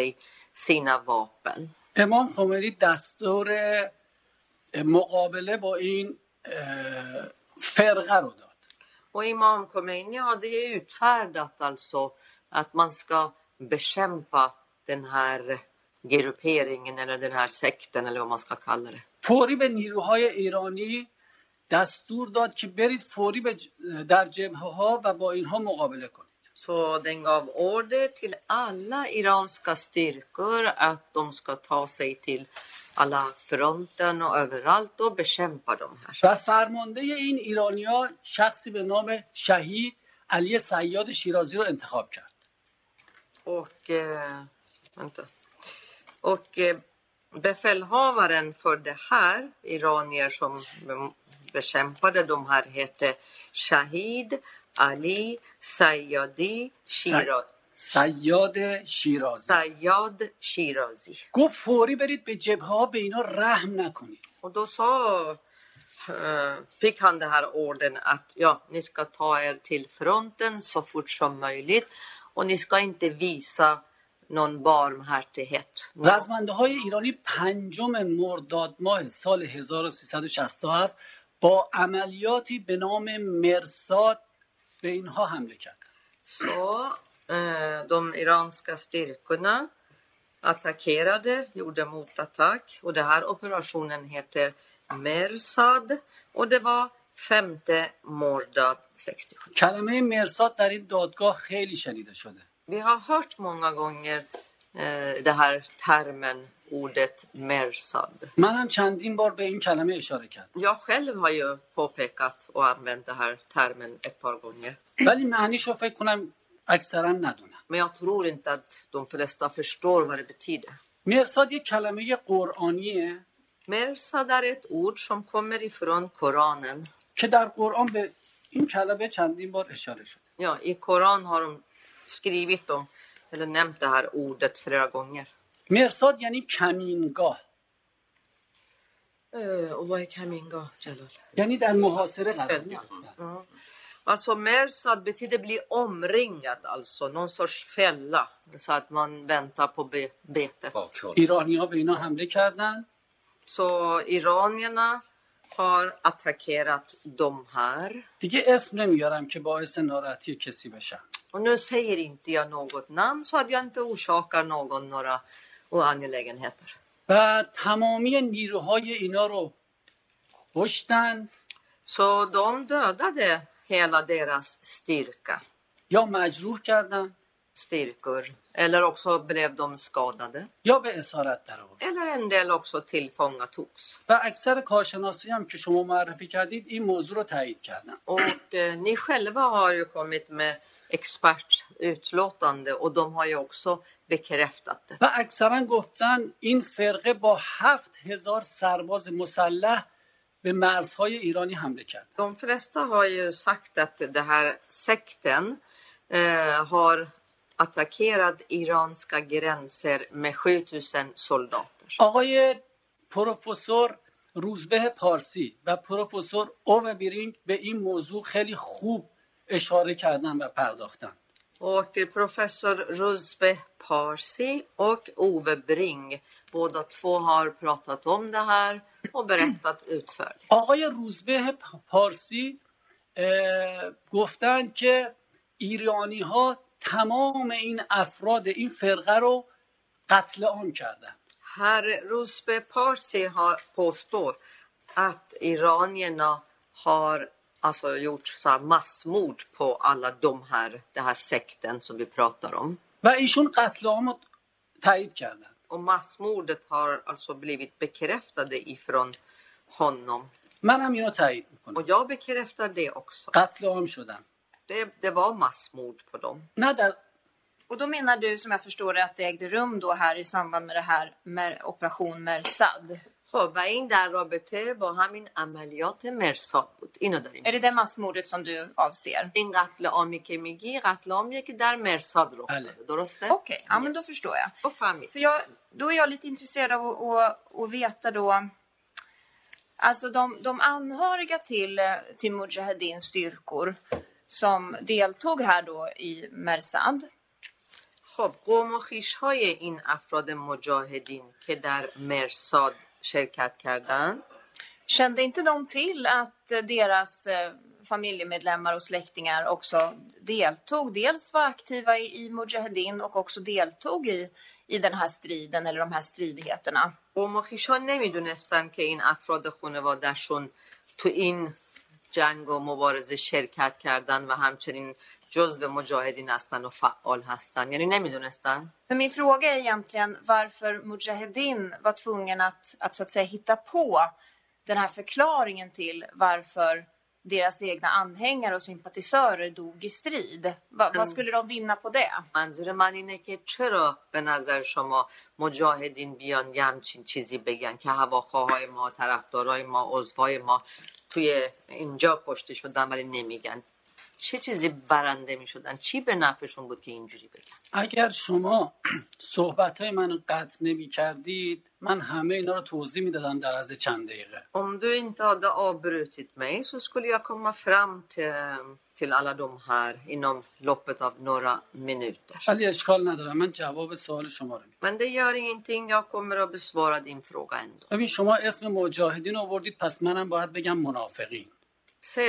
sig sina vapen. امام خمینی دستور مقابله با این اه، فرقه رو داد Och Imam Khomeini hade ju utfärdat alltså att man ska bekämpa den här grupperingen eller den här sekten eller vad man ska kalla det. فوری به نیروهای ایرانی دستور داد که برید فوری به ج- در جبهه ها و با اینها مقابله کنید Så den gav order till alla iranska styrkor att de ska ta sig till alla fronten och överallt och bekämpa de här. و فرمانده این ایرانیا شخصی به نام شهید علی سیاد شیرازی رو انتخاب کرد Och, eh, vänta. och eh, befälhavaren för det här, iranier som be- bekämpade de här, hette Shahid Ali Sayyadi Shira- سیاد شیرازی Sayyad Shirazi. گفت فوری برید به جبهه ها به اینا رحم نکنید Och då sa, eh, fick han den här orden att ja, ni ska ta er till fronten så fort som möjligt och ni ska inte visa någon barmhärtighet. رزمنده های ایرانی پنجم مرداد ماه سال 1367 با عملیاتی به نام مرساد به اینها حمله کرد Så eh, de iranska styrkorna attackerade, gjorde motattack och den här operationen heter Mersad och det var femte Mordad 67. کلمه مرساد در این دادگاه خیلی شنیده شده Vi har hört många gånger eh, det här termen, ordet Mersad. منم چندین بار به این کلمه اشاره کردم Jag själv har ju påpekat och använt den här termen ett par gånger. ولی معنیش رو فکر کنم اکثرا ندونم Men jag tror inte att de flesta förstår vad det betyder. مرساد یک کلمه قرآنیه Mersad är ett ord som kommer ifrån Koranen. که در قرآن به این کلمه چندین بار اشاره شده Ja, i Koran har de skrivit om, eller nämnt det här ordet flera gånger. مرساد یعنی کمینگاه Eh, Och vad är kaminga, Jalal? یعنی در محاصره قرار گرفتن Ja. Alltså mersad betyder bli omringad, alltså någon sorts fälla. Så att man väntar på be- betet. ایرانی ها به اینا حمله کردن Så iranierna har attackerat de här. دیگه اسم نمیارم که باعث ناراحتی کسی بشم Och nu säger inte jag något namn så att jag inte orsakar någon några oangelägenheter. و تمامی نیروهای اینا رو کشتن Så de dödade hela deras styrka, یا مجروح کردن styrkor. Eller också blev de skadade. یا به اسارت در آوردن. Eller en del också tillfångatogs. و اکثر کارشناسی هم که شما معرفی کردید این موضوع رو تایید کردن Och eh, ni själva har ju kommit med expertutlåtande och de har ju också bekräftat det. و اکثرا گفتن این فرقه با هفت هزار سرباز مسلح به مرزهای ایرانی حمله کرد De flesta har ju sagt att det här sekten eh, har attackerat iranska gränser med 7000 soldater. آقای پروفسور روزبه پارسی و پروفسور اوم بیرینگ به این موضوع خیلی خوب اشاره کردن و پرداختن Och professor Ruzbe Parsi och Ove Bring, båda två har pratat om det här och berättat utförligt. آقای روزبه پ- پارسی اه، گفتن که ایرانی ها تمام این افراد این فرقه رو قتل عام کردن Herr Ruzbe Parsi har, påstår att iranierna har alltså gjort så här massmord på alla de här, den här sekten som vi pratar om. و ایشون قتل عام رو تایید کردن Och massmordet har alltså blivit bekräftade ifrån honom. منم اینو تایید میکنم Och jag bekräftar det också. قتل عام شدن Det, det var massmord på dem. نه در Och då menar du, som jag förstår det, att det ägde rum då här i samband med det här med operation Mersad. خب و این در رابطه با همین عملیات مرساد بود اینو داریم Är det det massmordet som du avser? این قتل عامی که میگی قتل عامیه که در مرساد رخ بله. داده درسته؟ یعنی Okej, ja men då förstår jag. تو فهمید För jag, då är jag lite intresserad av att, att, att veta då, alltså de, de anhöriga till, eh, till Mujahedins styrkor som deltog här då i Mersad. خب قوم و خیش های این افراد مجاهدین که در مرساد شرکت کردند Kände inte de till att eh, deras eh, familjemedlemmar och släktingar också deltog? Dels var aktiva i, i Mujahedin och också deltog i, i den här striden eller de här stridigheterna. قوم و خیش ها نمیدونستن که این افراد خانوادهشون تو این جنگ و مبارزه شرکت کردن و همچنین جزو مجاهدین هستن و فعال هستن یعنی نمیدونستن Men min fråga är egentligen varför Mujahedin var tvungen att, att, så att säga, hitta på den här förklaringen till varför deras egna anhängare och sympatisörer dog i strid. Va, vad skulle de vinna på det? منظور من اینه که چرا به نظر شما مجاهدین بیان یه همچین چیزی بگن که هواخواهای ما طرفدارای ما عضوهای ما توی اینجا کشته شدن ولی نمیگن چه چیزی برنده میشدن چی به نفعشون بود که اینجوری بگن اگر شما صحبت های من قطع نمی کردید من همه اینا رو توضیح می دادم در از چند دقیقه Om du inte hade avbrutit mig så skulle jag komma fram till, till alla de här inom loppet av några minuter. ولی اشکال ندارم من جواب سوال شما رو میدم Men det gör ingenting, jag kommer att besvara din fråga ändå. ببین خب شما اسم مجاهدین رو آوردید پس منم باید بگم منافقین Se,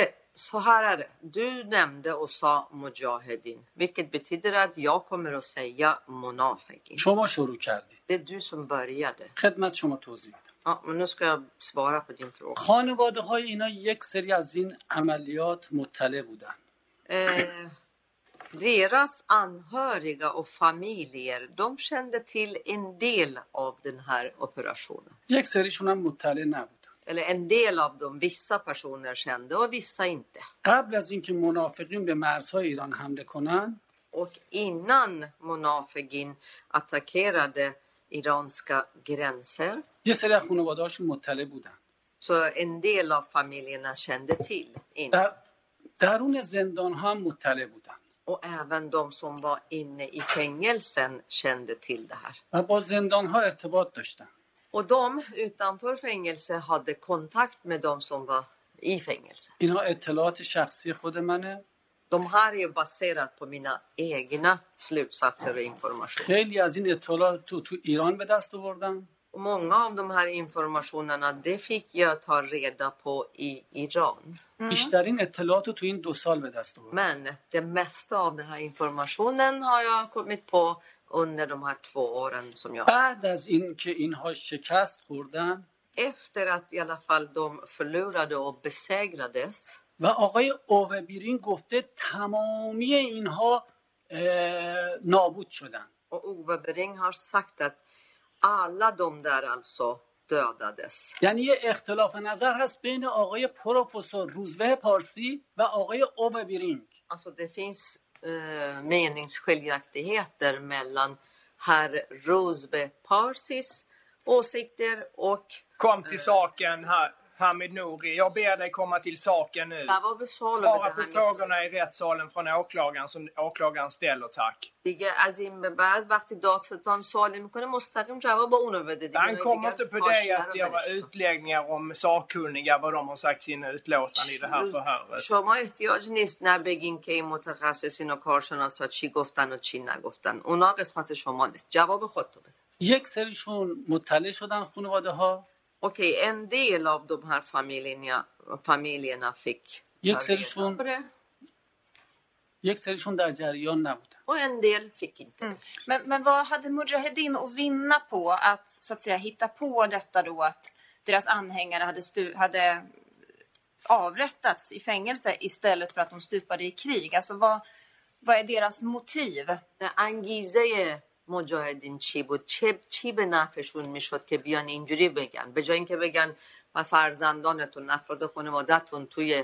så här är det. Du nämnde och sa mujahedin, vilket betyder att jag kommer att säga monafikin. شما شروع کردید Det är du som började. خدمت شما توضیح میدم Ja, men nu ska jag svara på din fråga. خانواده های اینا یک سری از این عملیات مطلع بودن Eh, deras anhöriga och familjer, de kände till en del av den här operationen. یک سریشون هم مطلع نبودن Eller en del av dem, vissa personer kände och vissa inte. قبل از اینکه منافقین به مرزهای ایران حمله کنن Och innan Monafegin attackerade iranska gränser یه سری از خانواده‌هاشون مطلع بودن så en del av familjerna kände till. In. در درون زندان هم مطلع بودن Och även de som var inne i fängelsen kände till det här. و با زندان ها ارتباط داشتن Och de utanför fängelse hade kontakt med de som var i fängelse. اینا اطلاعات شخصی خود منه De här är baserat på mina egna slutsatser och information. خیلی از این اطلاعات تو, تو ایران به دست آوردم Och många av de här informationerna det fick jag ta reda på i Iran. بیشترین اطلاعات رو تو این دو سال به دست آوردم Men det mesta av den här informationen har jag kommit på under de här två åren som jag... بعد از این که اینها شکست خوردن Efter att i alla fall de förlorade och besegrades و آقای اووبیرین گفته تمامی اینها اه، نابود شدن och Ove Bring har sagt att alla de där alltså dödades. یعنی یه اختلاف نظر هست بین آقای پروفسور روزبه پارسی و آقای اووبیرینگ Alltså det finns eh, meningsskiljaktigheter mellan herr Rosbe Parsis åsikter och Kom till saken här, Hamid Nouri. Jag ber dig komma till saken nu. där var vi sal över Svara det på här med- frågorna i rättssalen från åklagaren som åklagaren ställer, tack. دیگه از این به بعد وقتی دادستان سوالی میکنه مستقیم جواب با اونو بده دیگه Han دیگه kommer inte på dig پارچه‌ها att رو göra ولش کن. utläggningar om sakkunniga, vad de har sagt i sina utlåtanden i det här förhöret. شما احتیاج نیست نبگین که این متخصصین و کارشناسا چی گفتن و چی نگفتن اونا قسمت شما نیست جواب خودتو بده یک سریشون مطلع شدن خانواده ها Okej, en del av de här familjerna, familjerna fick یک ta سریشون- reda på det, یک سریشون در جریان نبودن och en del fick inte. Mm. Men, men vad hade Mujahedin att vinna på att, så att säga, hitta på detta då att deras anhängare hade, stu- hade avrättats i fängelse istället för att de stupade i krig? Alltså vad, vad är deras motiv? نه، انگیزه مجاهدین چی بود چه چی به نفعشون میشد که بیان اینجوری بگن به جای اینکه بگن و فرزندانتون افراد خانوادهتون توی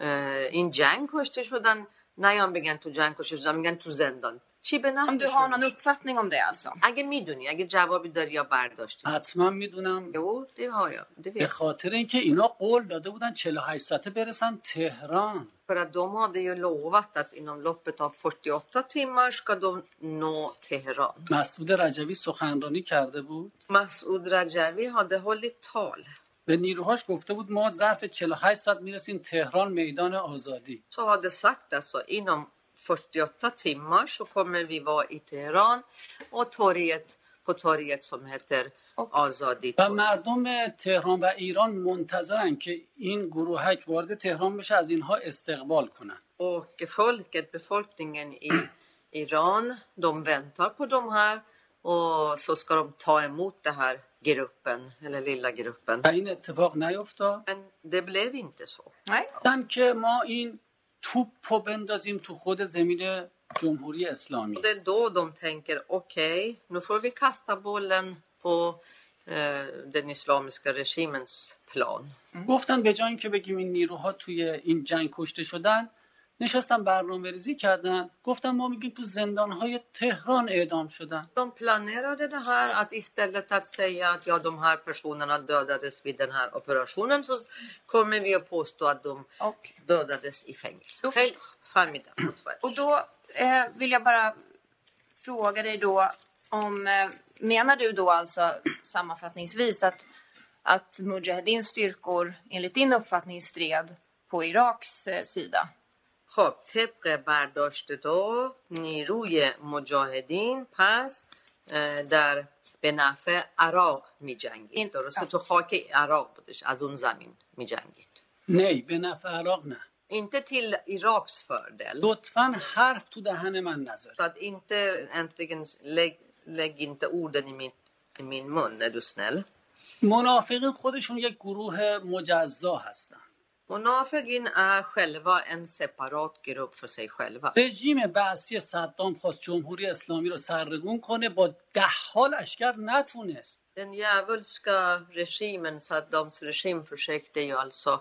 اه، این جنگ کشته شدن نیان بگن تو جنگ کشته شدن میگن تو زندان چی به Om du har نفعشون någon می‌شد؟ uppfattning om det alltså? اگه میدونی اگه جوابی داری یا برداشتی حتما میدونم Jo, det har jag. Det vet به jag. خاطر اینکه اینا قول داده بودن 48 ساعته برسن تهران För att de hade ju lovat att inom loppet av 48 timmar ska de nå Teheran. مسعود رجوی سخنرانی کرده بود Masud Rajavi hade hållit tal. به نیروهاش گفته بود ما ظرف 48 ساعت میرسیم تهران میدان آزادی Så hade sagt alltså inom 48 timmar så kommer vi vara i Teheran och torget på torget som heter Azadi و Torg. مردم تهران و ایران منتظرن که این گروهک وارد تهران بشه از اینها استقبال کنن Och folket, befolkningen i Iran, de väntar på de här och så ska de ta emot den här gruppen, eller lilla gruppen. و این اتفاق نیفتاد Men det blev inte så. Nej. گفتن که ما این توپ رو بندازیم تو خود زمین جمهوری اسلامی Och det är då de tänker okej, nu får vi kasta bollen på eh, den islamiska regimens plan. گفتن به جای اینکه بگیم این نیروها توی این جنگ کشته شدن نشستن برنامه ریزی کردن گفتن ما میگیم تو زندانهای تهران اعدام شدن De planerade det här att istället att säga att ja, de här personerna dödades vid den här operationen så kommer vi att påstå att de Och, dödades i fängelse. Då Hej, förmiddag. och då eh, vill jag bara fråga dig då om... Eh, menar du då alltså sammanfattningsvis att, att Mujahedins styrkor enligt din uppfattning stred på Iraks eh, sida? خب طبق برداشت تو نیروی مجاهدین پس اه، در به نفع عراق می این- جنگید درسته تو خاک عراق بودش از اون زمین می جنگید نه به نفع عراق نه inte till Iraks fördel. لطفا حرف تو دهن من نذار Så att inte, äntligen, lägg, lägg inte orden i min, i min mun är du snäll. منافقین خودشون یک گروه مجزا هستن Monafiqin är själva en separat grupp för sig själva. رژیم بعثی صدام خواست جمهوری اسلامی رو سرنگون کنه با ده حال اشکر نتونست Den djävulska regimen, Saddams regim, försökte ju alltså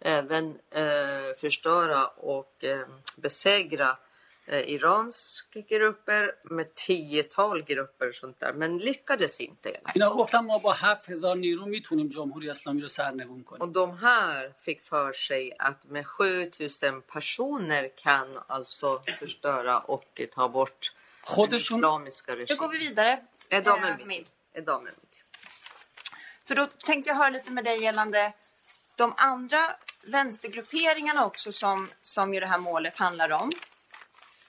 även eh, förstöra och eh, besegra eh, Irans grupper med tiotal grupper och sånt där, men lyckades inte. اینا گفتن ما با هفت هزار نیرو میتونیم جمهوری اسلامی رو سرنگون کنیم Och de här fick för sig att med 7000 personer kan alltså förstöra och ta bort den خودشون islamiska Nu går regimen. vi vidare. Är de med mig? Eh, Mid. Är de med mig? För då tänkte jag höra lite med dig gällande de andra vänstergrupperingarna också som, som ju det här målet handlar om.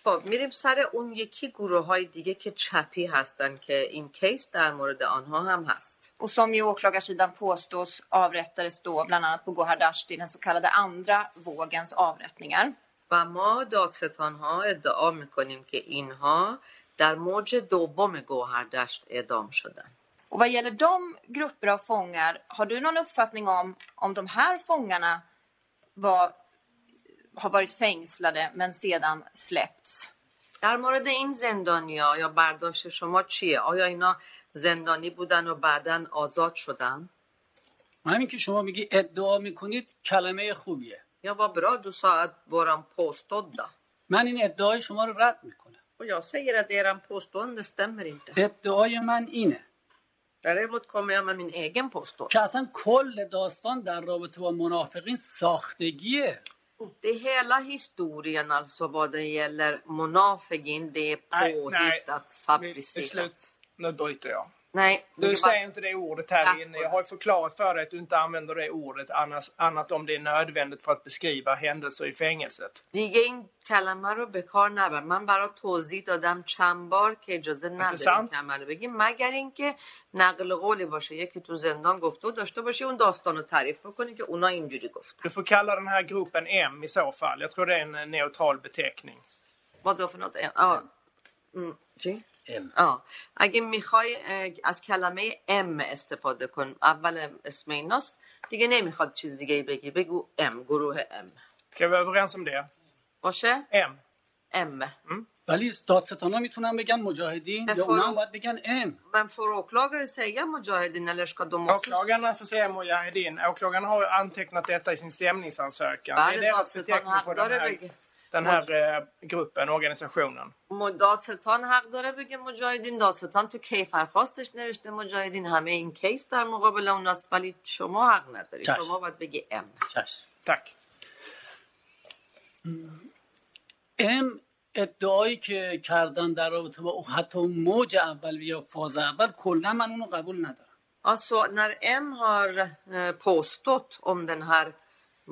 خب میریم سر اون یکی گروه های دیگه که چپی هستن که این کیس در مورد آنها هم هست Och som ju åklagarsidan påstås avrättades då bland annat på Gohardasht i den så kallade andra vågens avrättningar. و ما دادستان ها ادعا میکنیم که اینها در موج دوم گوهردشت اعدام شدن Och vad gäller de grupper av fångar, har du någon uppfattning om om de här fångarna var, har varit fängslade men sedan släppts? در مورد این زندانیا یا برداشت شما چیه؟ آیا اینا زندانی بودن و بعدا آزاد شدن؟ همین که شما میگی ادعا میکنید کلمه خوبیه یا var bra du sa att våran påstådda. من این ادعای شما رو رد میکنم Och jag säger att eran påstående stämmer inte. ادعای من اینه Däremot kommer jag med min egen påstående. که اصلا کل داستان در رابطه با منافقین ساختگیه Det är hela historien alltså vad det gäller Monafegin, det är påhittat, nu, fabricerat. slut. nu bryter jag. Nej, det Du var- säger inte det ordet här Tack. inne. Jag har ju förklarat för dig att du inte använder det ordet annars, annat om det är nödvändigt för att beskriva händelser i fängelset. دیگه این کلمه رو به کار نبر من برات توضیح دادم چند بار که اجازه نداری این Intressant. کلمه رو بگیم مگر اینکه نقل قولی باشه یکی تو زندان گفته و داشته باشی اون داستان رو تعریف بکنی که اونا اینجوری گفتن Du får kalla den här gruppen M i så fall. Jag tror det är en eh, neutral beteckning. ما دو فنات آه. م، چی؟ آه. اگه میخوای از کلمه ام استفاده کن اول اسم ایناست دیگه نمیخواد چیز دیگه بگی بگو ام گروه ام Ska vi vara överens om det? باشه M. ام ولی دادستانا میتونن بگن مجاهدین یا اونا هم باید بگن ام من فروکلاگر سیگه مجاهدین eller ska de också Åklagarna får säga Mujahedin. Åklagaren har ju antecknat detta i sin stämningsansökan. Bär det det är deras dagset, han beteckning på hävdar den det här, bägge. den här eh, gruppen, organisationen. دادستان حق داره بگه مجاهدین دادستان تو کیفرخواستش نوشته مجاهدین همه این کیس در مقابل اوناست ولی شما حق نداری چشم. شما باید بگی ام چشم. Tack. ام ادعایی که کردن در رابطه با او حتی اون موج اول یا فاز اول کلا من اونو قبول ندارم Alltså när M har eh, påstått om den här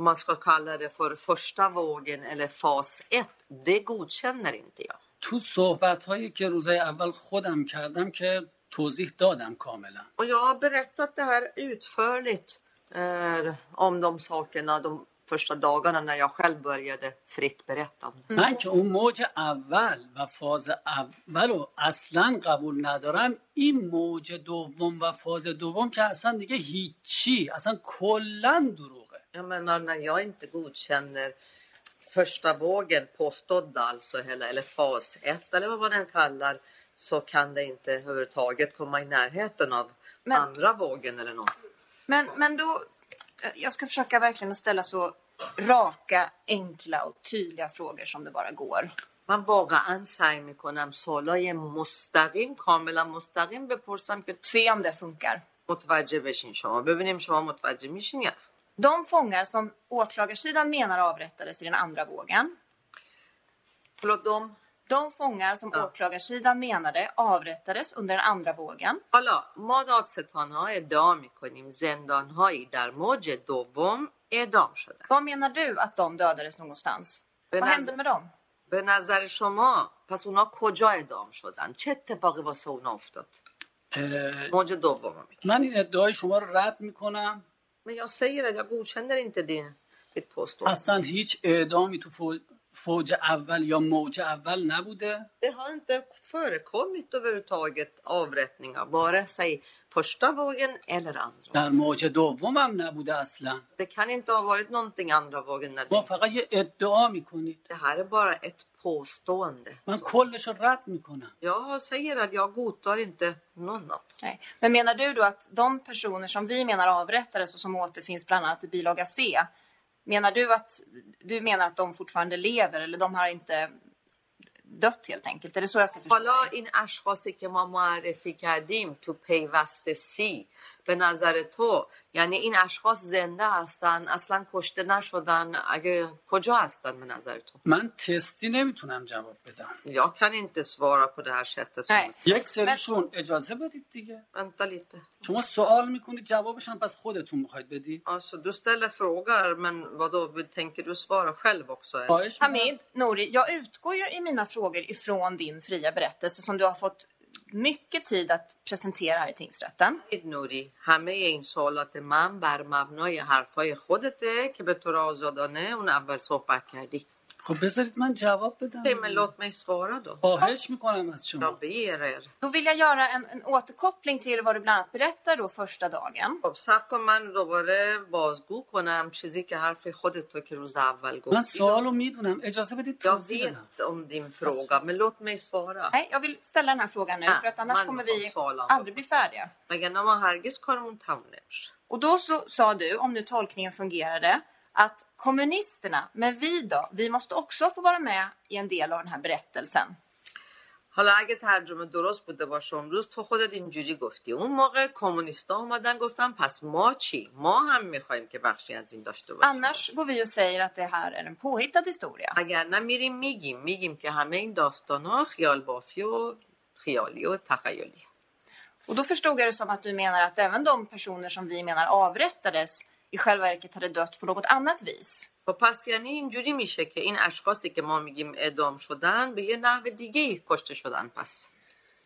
man ska kalla det för första vågen eller fas 1, det godkänner inte jag. تو صحبت هایی که روزای اول خودم کردم که توضیح دادم کاملا Och jag har berättat det här utförligt eh, om de sakerna de första dagarna när jag själv började fritt berätta om det. من که اون موج اول و فاز اول رو اصلا قبول ندارم این موج دوم و فاز دوم که اصلا دیگه هیچی اصلا کلا دروغه Jag menar när jag inte godkänner första vågen påstådd alltså eller, eller fas 1 eller vad man än kallar så kan det inte överhuvudtaget komma i närheten av Men- andra vågen eller något. Men, men då, eh, jag ska försöka verkligen att ställa så raka, enkla och tydliga frågor som det bara går. من واقعا سعی میکنم سوالای مستقیم کاملا مستقیم بپرسم که Se om det funkar. متوجه بشین شما ببینیم شما متوجه میشین یا De fångar som åklagarsidan menar avrättades i den andra vågen. Förlåt, de... De fångar som Ja. åklagarsidan menade avrättades under den andra vågen. حالا ما دادستان ها ادعا میکنیم زندان هایی در موج دوم اعدام شدن Vad menar du att de dödades någonstans? För Vad när- hände med dem? به نظر شما پس اونا کجا اعدام شدن چه اتفاقی واسه اونا افتاد اه، موج دوم رو میگم. من این ادعای شما رو رد میکنم Men jag säger att jag godkänner inte din, ditt påstående. اصلا هیچ اعدامی تو فوج, فوج اول یا موج اول نبوده Det har inte förekommit överhuvudtaget avrättningar, vare sig första vågen eller andra. در موج دوم هم نبوده اصلا Det kan inte ha varit någonting andra vågen. När ما det, فقط یه ادعا میکنید det här är bara ett påstående. من کلش رو رد میکنم Jag säger att jag godtar inte någon av dem. Nej. Men menar du då att de personer som vi menar avrättades och som återfinns bland annat i bilaga C, menar du att du menar att de fortfarande lever eller de har inte dött helt enkelt? Är det så jag ska förstå? حالا این اشخاصی که ما معرفی کردیم تو پیوست سی به نظر تو یعنی این اشخاص زنده هستن اصلا کشته نشدن اگه کجا هستن به نظر تو من تستی نمیتونم جواب بدم یا kan inte svara på det här sättet som- Nej. یک سریشون اجازه بدید دیگه Vänta lite. شما سوال میکنید جوابش هم پس خودتون میخواید بدی Alltså, du ställer frågor, men vad då tänker du svara själv också? eller? خواهش می‌کنم. Hamid Nouri, jag utgår ju i mina frågor ifrån din fria berättelse som du har fått mycket tid att presentera här i tingsrätten. امید نوری همه این سوالات من بر مبنای حرفای خودته که به طور آزادانه اون اول صحبت کردی خب بذارید من جواب Okej, men بدم låt mig svara då. خواهش میکنم از شما Jag ber er. Då vill jag göra en, en återkoppling till vad du bland annat berättar då första dagen. خب سب کن من دوباره بازگو کنم چیزی که حرف خودت تو که روز اول من گفتی سوال رو میدونم اجازه بدید Jag توضیح بدم vet om din fråga, men låt mig svara. Nej, jag vill ställa den här frågan nu Ah, för att annars man kommer får vi svara. aldrig bli färdiga. مگر نه ما هرگز کارمون تموم نمیشه Och då så sa du, om nu tolkningen fungerade, att kommunisterna, men vi då, vi måste också få vara med i en del av den här berättelsen. حالا اگه ترجمه درست بوده باشه امروز تو خودت اینجوری گفتی اون موقع کمونیستا اومدن گفتن پس ما چی ما هم میخوایم که بخشی از این داشته باشیم Annars går vi och säger att det här är en påhittad historia. اگر نه میریم میگیم میگیم که همه این داستان ها خیال بافی و خیالی و تخیلی Och då förstod jag det som att du menar att även de personer som vi menar avrättades i själva verket hade dött på något annat vis. و پس یعنی اینجوری میشه که این اشخاصی که ما میگیم اعدام شدن به یه نحو دیگه ای کشته شدن پس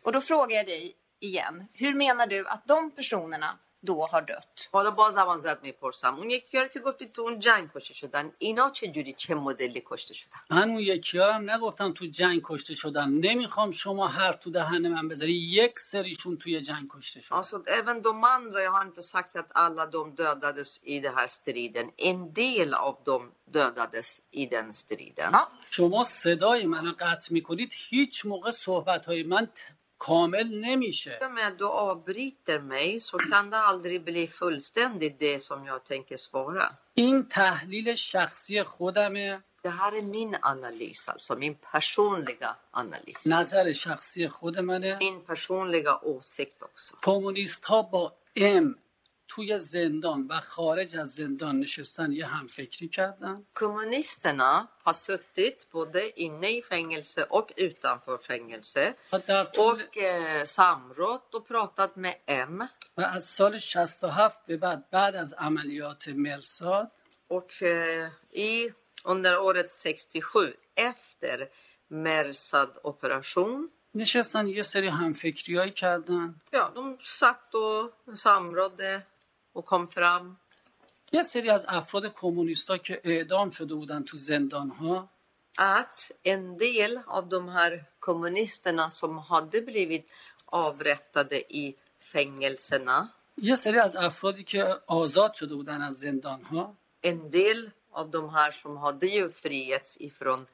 Och då frågar jag dig igen, hur menar du att de personerna då har dött? حالا باز زمان زد میپرسم اون یکی رو که گفتی تو اون جنگ کشته شدن اینا چه جوری چه مدلی کشته شدن من اون یکی هم نگفتم تو جنگ کشته شدن نمیخوام شما حرف تو دهن من بذاری یک سریشون توی جنگ کشته شدن Alltså, även de andra, jag har inte sagt att alla de dödades i den här striden. En del av dem dödades i den striden. Ja, شما صدای منو قطع میکنید هیچ موقع صحبت های من ت- کامل نمیشه I och med att du avbryter mig så kan det aldrig bli fullständigt det som jag tänker svara. این تحلیل شخصی خودمه Det här är min analys, alltså min personliga analys. نظر شخصی خود منه Min personliga åsikt också. کمونیست ها با ام توی زندان و خارج از زندان نشستن یه همفکری کردن Kommunisterna har suttit både inne i fängelse och utanför fängelse و در طول och eh, samrått och pratat med M و از سال 67 به بعد بعد از عملیات مرساد Och eh, i, under året 67 efter Mersad operation. نشستن یه سری همفکریایی کردن Ja, de satt och samrådde och kom fram. یه سری از افراد کمونیستا که اعدام شده بودن تو زندانها att en del av de här kommunisterna som hade blivit avrättade i fängelserna, یه سری از افرادی که آزاد شده بودن از زندانها en del av de här som hade ju frigetts ifrån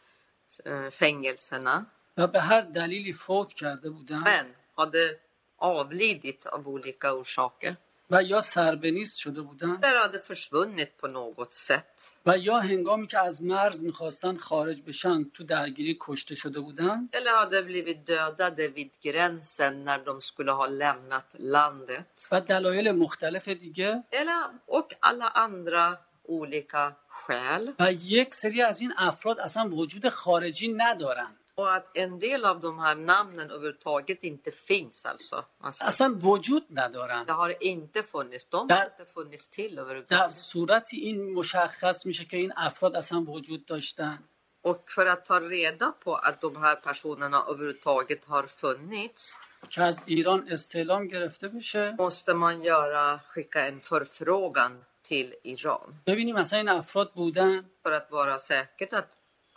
eh, fängelserna, و به هر دلیلی فوت کرده بودن men hade avlidit av olika orsaker. و یا سربنیست شده بودن Där hade försvunnit på något sätt. و یا هنگامی که از مرز میخواستن خارج بشن تو درگیری کشته شده بودن Eller hade blivit dödade vid gränsen när de skulle ha lämnat landet. و دلایل مختلف دیگه Eller, och alla andra olika skäl. و یک سری از این افراد اصلا وجود خارجی ندارن Och att en del av de här namnen överhuvudtaget inte finns alltså. alltså اصلا وجود ندارن det har inte funnits, de har Där- inte funnits till در överhuvudtaget. صورتی این مشخص میشه که این افراد اصلا وجود داشتن Och för att ta reda på att de här personerna överhuvudtaget har funnits که از ایران استعلام گرفته بشه måste man göra, skicka en förfrågan till Iran ببینیم مثلا این افراد بودن för att vara säkert att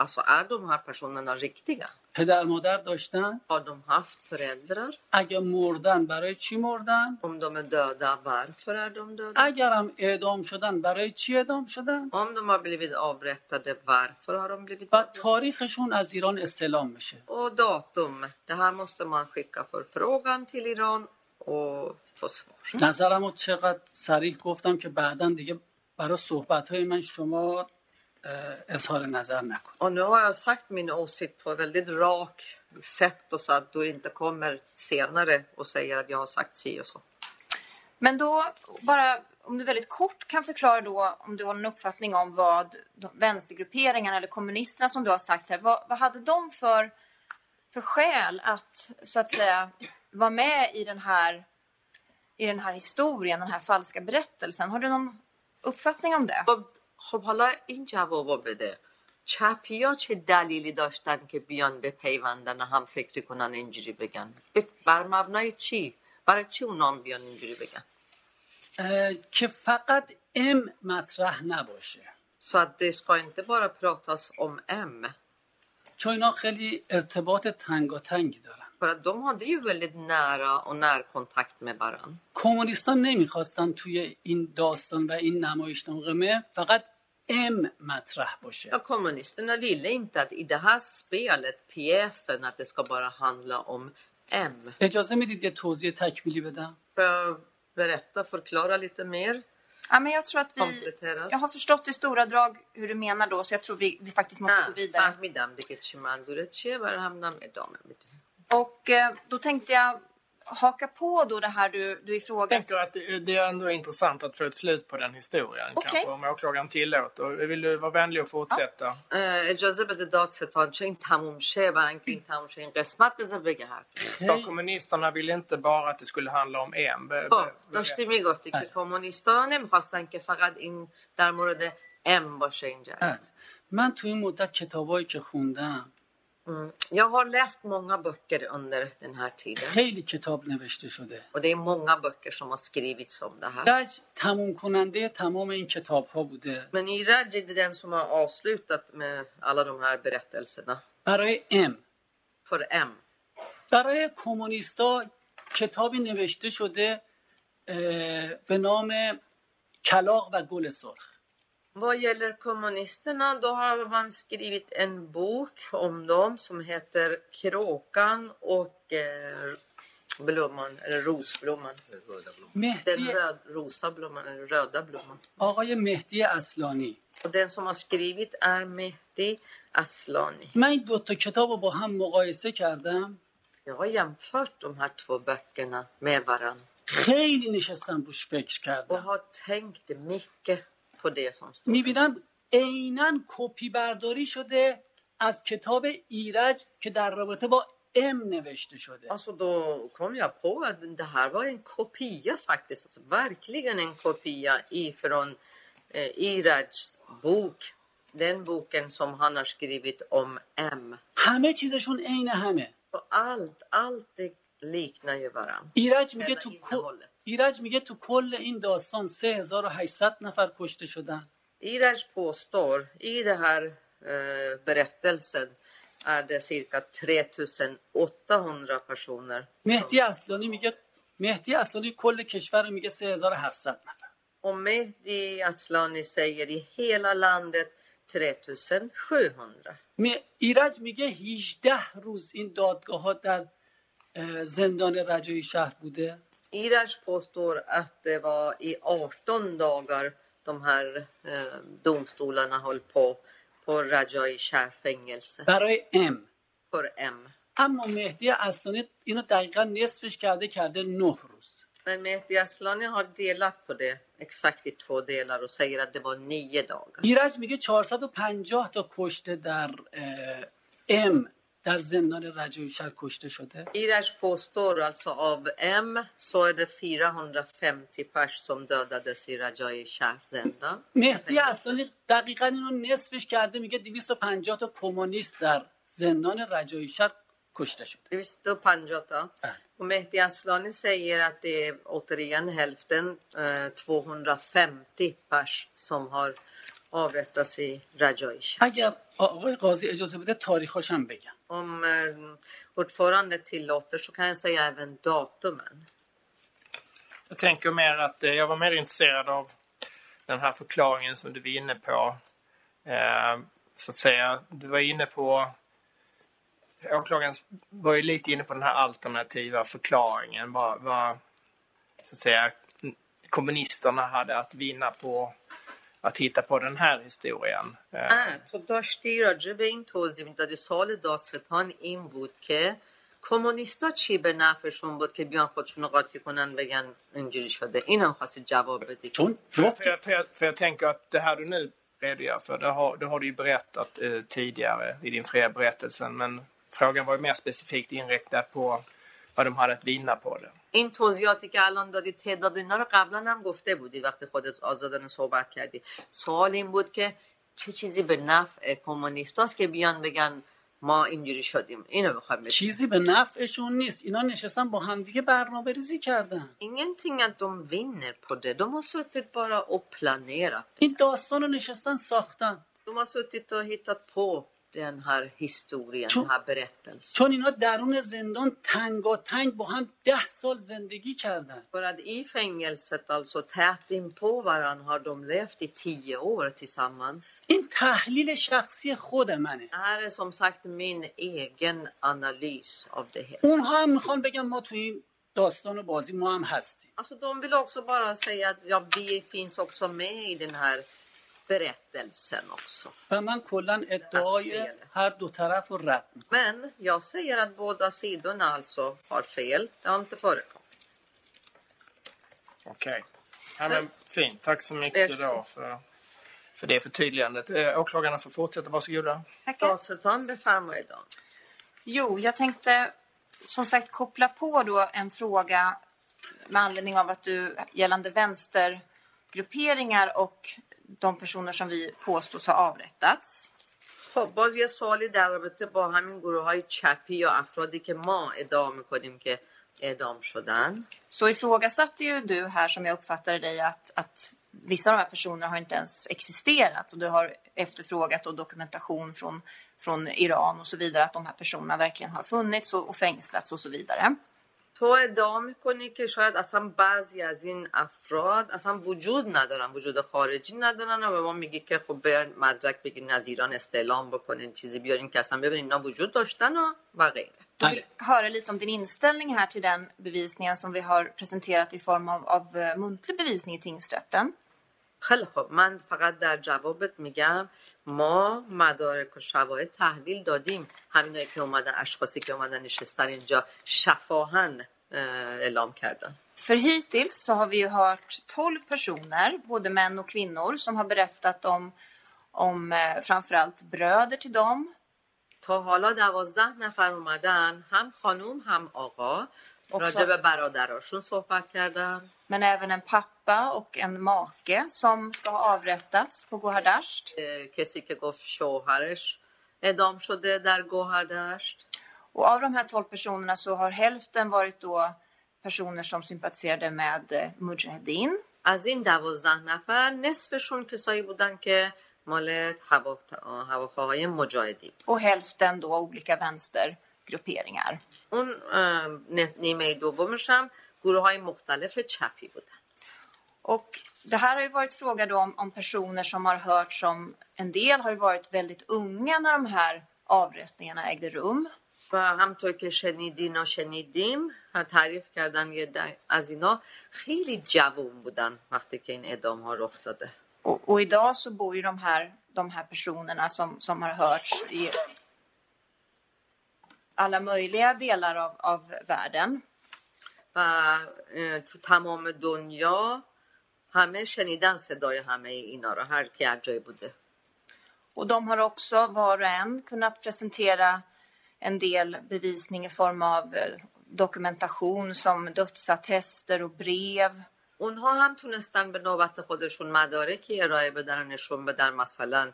alltså är de här personerna riktiga? پدر مادر داشتن Har de haft föräldrar? اگه مردن برای چی مردن Om de är döda, varför är de döda? اگرم اعدام شدن برای چی اعدام شدن Om de har blivit avrättade, varför har de blivit و avrättade? تاریخشون از ایران استعلام بشه och datum. Det här måste man skicka förfrågan till Iran och få svar. نظرم رو چقدر سریع گفتم که بعدا دیگه برای صحبت های من شما اه، اظهار نظر نکن Och nu har jag sagt min åsikt på ett väldigt rakt sätt och så att du inte kommer senare och säger att jag har sagt si och så. Men då, bara om du väldigt kort kan förklara då om du har en uppfattning om vad de, vänstergrupperingarna eller kommunisterna som du har sagt här, vad, vad hade de för, för skäl att så att säga vara med i den här i den här historien, den här falska berättelsen. Har du någon uppfattning om det? خب, خب حالا این جوابو بده چپی ها چه دلیلی داشتن که بیان به پیوندن هم فکری کنن اینجوری بگن به- بر مبنای چی برای چی اونا هم بیان اینجوری بگن اه، که فقط ام مطرح نباشه så att det ska inte bara pratas om M چون اینا خیلی ارتباط تنگاتنگی دارن För att de hade ju väldigt nära och närkontakt med varann. کمونیستان نمیخواستن توی این داستان و این نمایشنامه فقط ام مطرح باشه Ja, kommunisterna ville inte att i det här spelet, pjäsen, att det ska bara handla om M. اجازه میدید یه توضیح تکمیلی بدم Får jag berätta, förklara lite mer? Ja, men jag tror att vi... Komplettera. Jag har förstått i stora drag hur du menar då, så jag tror vi, vi faktiskt måste gå نه، vidare. فهمیدم دیگه چی منظورت چیه برای همینم ادامه میدیم Och eh, då tänkte jag haka på då det här du, du ifrågasatte. Jag tänker att det det är ändå intressant att få ett slut på den historien Okej. kanske om åklagaren tillåter. Vill du vara vänlig och fortsätta? اجازه بده دادستان چه این تموم شه برای اینکه این تموم شه این قسمت بذار بگه هر För kommunisterna ville inte bara att det skulle handla om en. Be- خب be- داشتی میگفتی که کمونیستا نمیخواستن که فقط این در مورد M باشه این جریان. بله. من تو این مدت کتابایی که خوندم Mm. Jag har läst många böcker under den här tiden. خیلی کتاب نوشته شده Och det är många böcker som har skrivits om det här. رج تموم کننده تمام این کتاب ها بوده Men Irajid är den som har avslutat med alla de här berättelserna. برای ام För M. برای کمونیستا کتابی نوشته شده اه، به نام کلاق و گل سرخ Vad gäller kommunisterna, då har man skrivit en bok om dem som heter Kråkan och eh, blomman, eller rosblomman. Den مهدی röd, rosa blomman, eller röda blomman. آقای مهدی اصلانی Och den som har skrivit är Mehdi Aslani. من این دوتا کتاب رو با هم مقایسه کردم Jag har jämfört de här två böckerna med varann خیلی نشستم روش فکر och کردم har tänkt mycket på det som står. میبینم عینا کپی برداری شده از کتاب ایرج که در رابطه با ام نوشته شده Alltså då kom jag på att det här var en kopia faktiskt, alltså verkligen en kopia ifrån eh, Irads bok, den boken som han har skrivit om M. همه چیزشون عین همه Så allt, allt det liknar ju varandra. ایرج میگه تو این کل- حالت. ایرج میگه تو کل این داستان 3800 نفر کشته شدن Iraj påstår i den här eh, berättelsen är det cirka 3800 personer. مهدی اصلانی میگه مهدی اصلانی کل کشور رو میگه 3700 نفر Och Mehdi Aslani säger i hela landet 3700. می- ایرج میگه 18 روز این دادگاه ها در اه، زندان رجایی شهر بوده Iraj påstår att det var i 18 dagar de här eh, domstolarna höll på på Rajai fängelse برای ام för M. اما مهدی اصلانی اینو دقیقا نصفش کرده کرده 9 روز Men Mehdi Aslani har delat på det exakt i två delar och säger att det var nio dagar. ایرج میگه 450 تا کشته در اه، ام در زندان رجایی شهر کشته شده Irash påstår alltså av M så är det 450 pers som dödades i Rajai Shahrzändan. مهدی اصلانی دقیقا اینو نصفش کرده میگه 250 تا کمونیست در زندان رجایی شهر کشته شده Det visste Panjota. Och Mehdi Aslani säger att det är återigen hälften, eh, 250 pers som har avrättats i Rajai Shah. اگر آقای قاضی اجازه بده تاریخاش هم بگم Om eh, ordförande tillåter så kan jag säga även datumen. Jag tänker mer att eh, jag var mer intresserad av den här förklaringen som du var inne på. Eh, så att säga, du var inne på... Åklagaren var ju lite inne på den här alternativa förklaringen. Vad, vad så att säga, kommunisterna hade att vinna på att hitta på den här historien. Eh, نه تو داشتی راجع به این توضیح میدادی سوال دادستان این بود که کمونیستا چی به نفعشون بود که بیان خودشون رو قاطی کنن بگن اینجوری شده این هم خواستی جواب بدی چون För جفت jag, för, jag, för jag tänker att det här du nu redogör för, det har, det har du ju berättat eh, tidigare i din fria berättelsen. Men frågan var ju mer specifikt inriktad på vad de hade att vinna på det. این توضیحاتی که الان دادی تعداد اینا رو قبلا هم گفته بودی وقتی خودت آزادانه صحبت کردی سوال این بود که چه چیزی به نفع کمونیستاست که بیان بگن ما اینجوری شدیم اینو بخوام بگم چیزی به نفعشون نیست اینا نشستن با همدیگه برنامه ریزی کردن Ingenting att de vinner på det. De har suttit bara och planerat این داستان رو نشستن ساختن De har suttit och hittat på den här historien, Tjo. den här berättelsen. چون اینا درون زندان تنگاتنگ با هم ده سال زندگی کردن För att i fängelset, alltså tätt in på varandra, har de levt i tio år tillsammans. این تحلیل شخصی خود منه Det här är som sagt min egen analys av det hela. اونها هم میخوان بگن ما تو این داستان و بازی ما هم هستیم Alltså, de vill också bara säga att ja, vi finns också med i den här berättelsen också. و من کلا ادعای هر دو طرف رو رد میکنم Men jag säger att båda sidorna alltså har fel. Det har inte förekommit. Okej. Ja, men, fint, tack så mycket Varsågod. då för, för det förtydligandet. Eh, åklagarna får fortsätta, varsågoda. Tackar. Statsrätten bestämmer idag. Jo, jag tänkte som sagt koppla på då en fråga med anledning av att du gällande vänstergrupperingar och de personer som vi påstås ha avrättats. خب باز یه سوالی در رابطه با همین گروه های چپی یا افرادی که ما ادعا میکنیم که اعدام شدن Så ifrågasatte ju du här, som jag uppfattade dig, att, att vissa av de här personerna har inte ens existerat och du har efterfrågat och dokumentation från, från Iran och så vidare, att de här personerna verkligen har funnits och, och fängslats och så vidare. تو ادعا میکنی که شاید اصلا بعضی از این افراد اصلا وجود ندارن وجود خارجی ندارن و به ما میگی که خب به مدرک بگیرین از ایران استعلام بکنین چیزی بیارین که اصلا ببینین اینا وجود داشتن و, و غیره Jag بله. vill höra lite om din inställning här till den bevisningen som vi har presenterat i form av, av eh, muntlig bevisning i tingsrätten. خیلی خب من فقط در جوابت میگم ما مدارک و شواهد تحویل دادیم همینایی که اومدن اشخاصی که اومدن نشستن اینجا شفاهن اه، اعلام کردن För hittills så har vi ju hört 12 personer, både män och kvinnor, som har berättat om, om eh, framförallt bröder till dem, تا حالا دوازده نفر اومدن هم خانوم هم آقا Också, راجب برادراشون صحبت کردن men även en pappa och en make som ska ha avrättats på Gohardasht. اه، کسی که گفت شوهرش اعدام شده در گوهردشت Och av de här 12 personerna så har hälften varit då personer som sympatiserade med eh, Mujahedin. از این دوازده نفر نصفشون کسایی بودن که مال هوا... هواخواهای مجاهدی och hälften då olika vänstergrupperingar. اون اه، ن- نیمه دومش هم گروه های مختلف چپی بودن Och det här har ju varit fråga då om, om personer som har hört som en del har ju varit väldigt unga när de här avrättningarna ägde rum. و همطور که شنیدین و شنیدیم تعریف کردن یه ده- از اینا خیلی جوون بودن وقتی که این اعدام ها رخ داده Och, och idag så bor ju de här, de här personerna som, som har hörts i alla möjliga delar av, av världen. و اه، تو تمام دنیا همه شنیدن صدای همه اینا رو هر کی هر جایی بوده Och de har också var och en kunnat presentera en del bevisning i form av eh, dokumentation som dödsattester och brev. اونها هم تونستن به نوبت خودشون مدارکی ارائه بدن و نشون بدن مثلا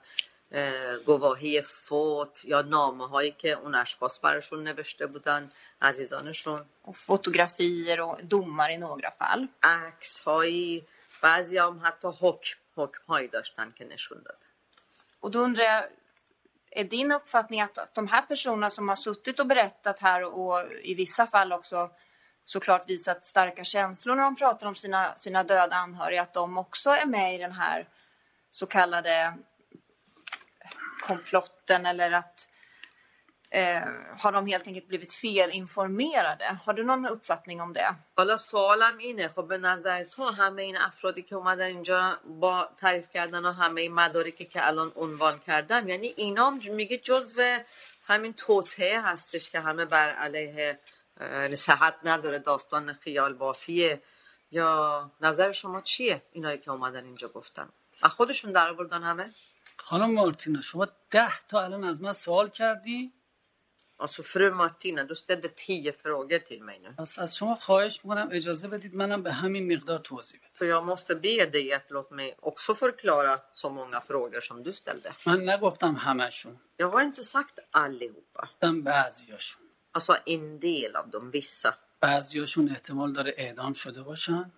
اه، گواهی فوت یا نامه هایی که اون اشخاص براشون نوشته بودن عزیزانشون och fotografier och domar i några fall. عکس هایی بعضی هم حتی حکم حکم هایی داشتن که نشون دادن Och då undrar jag, är din uppfattning att, att de här personerna som har suttit och berättat här och, och i vissa fall också såklart visat starka känslor när de pratar om sina, sina döda anhöriga, att de också är med i den här så kallade komplotten eller att eh, har de helt enkelt blivit felinformerade? Har du någon uppfattning om det? حالا سوالم اینه خب به نظر تو همه این افرادی که اومدن اینجا با تعریف کردن و همه این مدارکی که الان عنوان کردم یعنی اینا هم ج- میگه جزو همین توطعه هستش که همه بر علیه اه، صحت نداره داستان خیال بافیه یا نظر شما چیه اینایی که اومدن اینجا گفتن از خودشون در آوردن همه خانم مارتینا شما ده تا الان از من سوال کردی Alltså fru Martina, du ställde tio frågor till mig nu. پس از شما خواهش میکنم اجازه بدید منم به همین مقدار توضیح بدم För jag måste be dig att låta mig också förklara så många frågor som du ställde. من نگفتم همشون Jag har inte sagt allihopa. گفتم بعضیاشون Alltså en del av dem, vissa. بعضیاشون احتمال داره اعدام شده باشن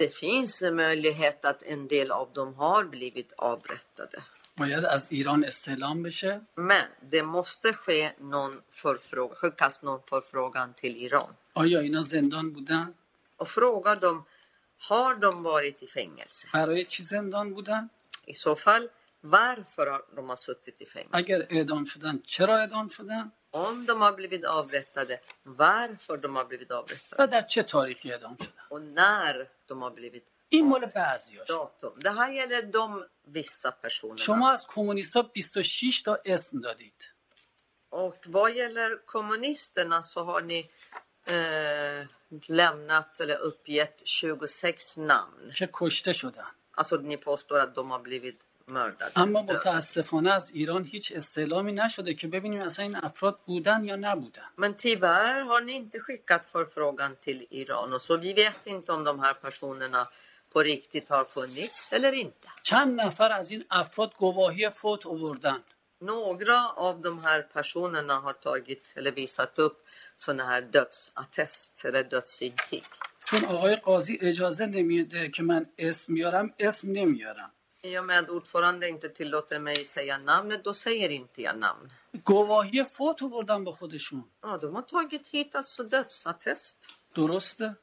Det finns en möjlighet att en del av dem har blivit avrättade. باید از ایران استعلام بشه Men det måste ske någon förfrågan, skickas någon förfrågan till Iran. آیا اینا زندان بودن Och fråga dem, har de varit i fängelse? برای چی زندان بودن I så fall, varför har de har suttit i fängelse? اگر اعدام شدن چرا اعدام شدن Om de har blivit avrättade, varför de har blivit avrättade? و در چه تاریخی اعدام شدن Och när de har blivit این مال بعضیاش datum. Det här gäller de vissa personerna. شما از کمونیست ها 26 تا اسم دادید Och vad gäller kommunisterna så har ni eh, lämnat eller uppgett 26 namn. که کشته شدن Alltså ni påstår att de har blivit mördade. اما متاسفانه از ایران هیچ استعلامی نشده که ببینیم اصلا این افراد بودن یا نبودن Men tyvärr har ni inte skickat förfrågan till Iran och så vi vet inte om de här personerna på riktigt har funnits eller inte. چند نفر از این افراد گواهی فوت آوردن Några av de här personerna har tagit eller visat upp sådana här dödsattest eller dödsintyg. چون آقای قاضی اجازه نمیده که من اسم بیارم اسم نمیارم I och med att ordförande inte tillåter mig säga namnet, då säger inte jag namn. گواهی فوت آوردن با خودشون Ja, de har tagit hit alltså dödsattest. درسته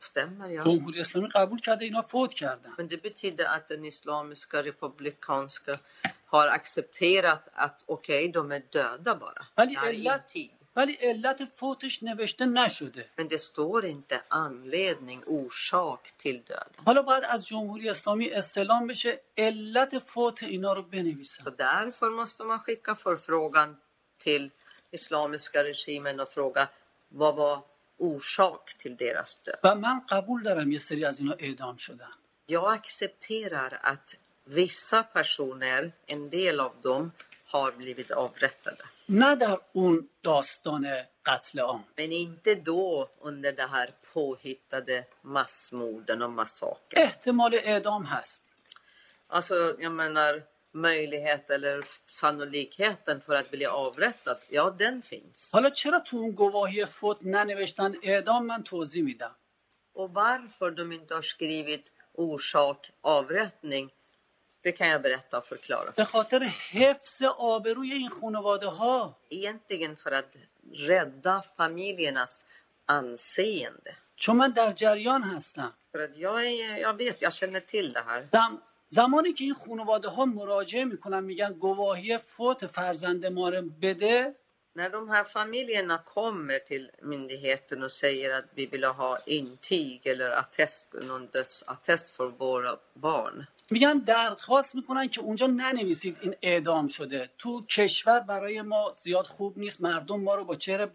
Stämmer ja. جمهوری اسلامی قبول کرده اینا فوت کردن Men det betyder att den islamiska republikanska har accepterat att okej, de är döda bara. ولی Det här är علت intyg. ولی علت فوتش نوشته نشده Men det står inte anledning, orsak till döden. حالا باید از جمهوری اسلامی استعلام بشه علت فوت اینا رو بنویسن Så därför måste man skicka förfrågan till islamiska regimen och fråga vad var orsak till deras död? و من قبول دارم یه سری از اینا اعدام شدن Jag accepterar att vissa personer, en del av dem, har blivit avrättade. نه در اون داستان قتل عام Men inte då under det här påhittade massmorden och massakern. احتمال اعدام هست Alltså, jag menar möjlighet eller sannolikheten för att bli avrättad, ja den finns. حالا چرا تو اون گواهی فوت ننوشتن اعدام من توضیح میدم Och varför de inte har skrivit orsak avrättning, det kan jag berätta och förklara. به خاطر حفظ آبروی این خانواده ها Egentligen för att rädda familjernas anseende. چون من در جریان هستم För att jag, är, jag vet, jag känner till det här. زم... زمانی که این خانواده ها مراجعه میکنن میگن گواهی فوت فرزند ما رو بده När de här familjerna kommer till myndigheten och säger att vi vill ha intyg eller attest, någon dödsattest för våra barn. میگن درخواست میکنن که اونجا ننویسید این اعدام شده تو کشور برای ما زیاد خوب نیست مردم ما رو با چهره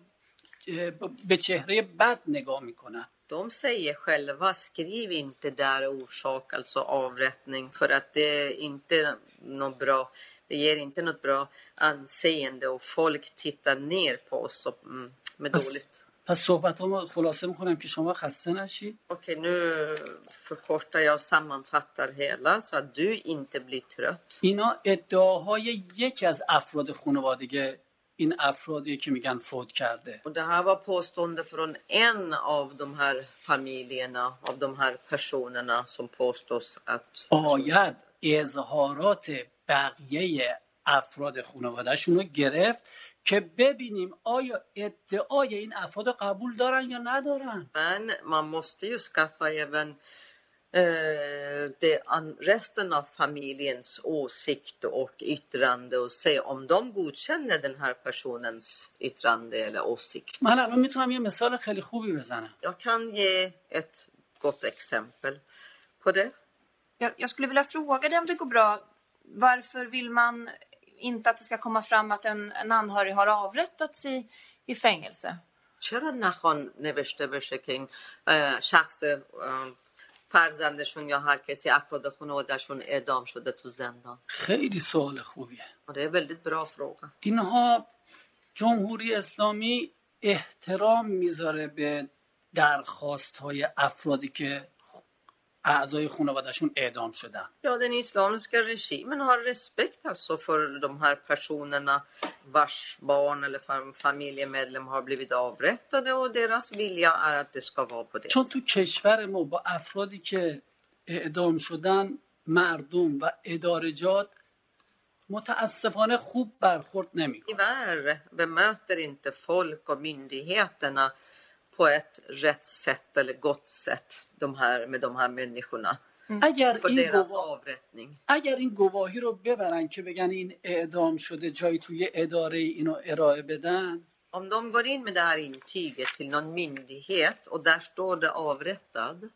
به چهره بد نگاه میکنن De säger själva skriv inte där orsak, alltså avrättning, för att det är inte något bra. Det ger inte något bra anseende och folk tittar ner på oss och, mm, med پس, dåligt. پس صحبت ها خلاصه میکنم که شما خسته نشید Okej, nu förkortar jag och sammanfattar hela så att du inte blir trött. اینا ادعاهای یکی از افراد خانوادگی این افرادی که میگن فوت کرده Och det här var påstående från en av de här familjerna, av de här personerna som påstås att باید اظهارات بقیه افراد خانوادهشون رو گرفت که ببینیم آیا ادعای این افراد رو قبول دارن یا ندارن Men man måste ju skaffa även eh, det, an, resten av familjens åsikt och yttrande och se om de godkänner den här personens yttrande eller åsikt. من الان میتونم یه مثال خیلی خوبی بزنم Jag kan ge ett gott exempel på det. Jag, jag skulle vilja fråga dig om det går bra. Varför vill man inte att det ska komma fram att en, en anhörig har avrättats i, i fängelse? چرا نخوان نوشته بشه که این اه، شخص اه، فرزندشون یا هر کسی افراد خانوادهشون اعدام شده تو زندان خیلی سوال خوبیه آره väldigt bra fråga اینها جمهوری اسلامی احترام میذاره به درخواست های افرادی که اعضای خانوادهشون اعدام شدن Ja, den islamiska regimen har respekt alltså för de här personerna vars barn eller fam- familjemedlem har blivit avrättade och deras vilja är att det ska vara på det چون تو کشور ما با افرادی که اعدام شدن مردم و ادارجات متاسفانه خوب برخورد نمیکنه Tyvärr bemöter inte folk och myndigheterna på ett rätt sätt eller gott sätt de här, med de här människorna اگر på این deras گوا... avrättning. اگر این گواهی رو ببرن که بگن این اعدام شده جایی توی اداره اینو ارائه بدن Om de går in med det här intyget till någon myndighet och där står det avrättad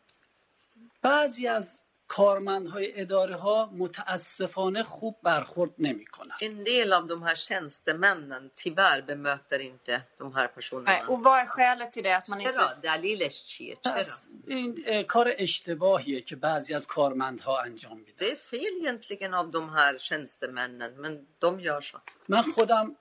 بعضی از کارمندهای اداره ها متاسفانه خوب برخورد نمیکنن En del av de här tjänstemännen tyvärr bemöter inte de här Nej. personerna. Och vad är skälet till det? Att man Chera, inte... dalilers chie, chera. پس این اه، کار اشتباهیه که بعضی از کارمندها انجام میدن Det är fel egentligen av de här tjänstemännen, men de gör så. من خودم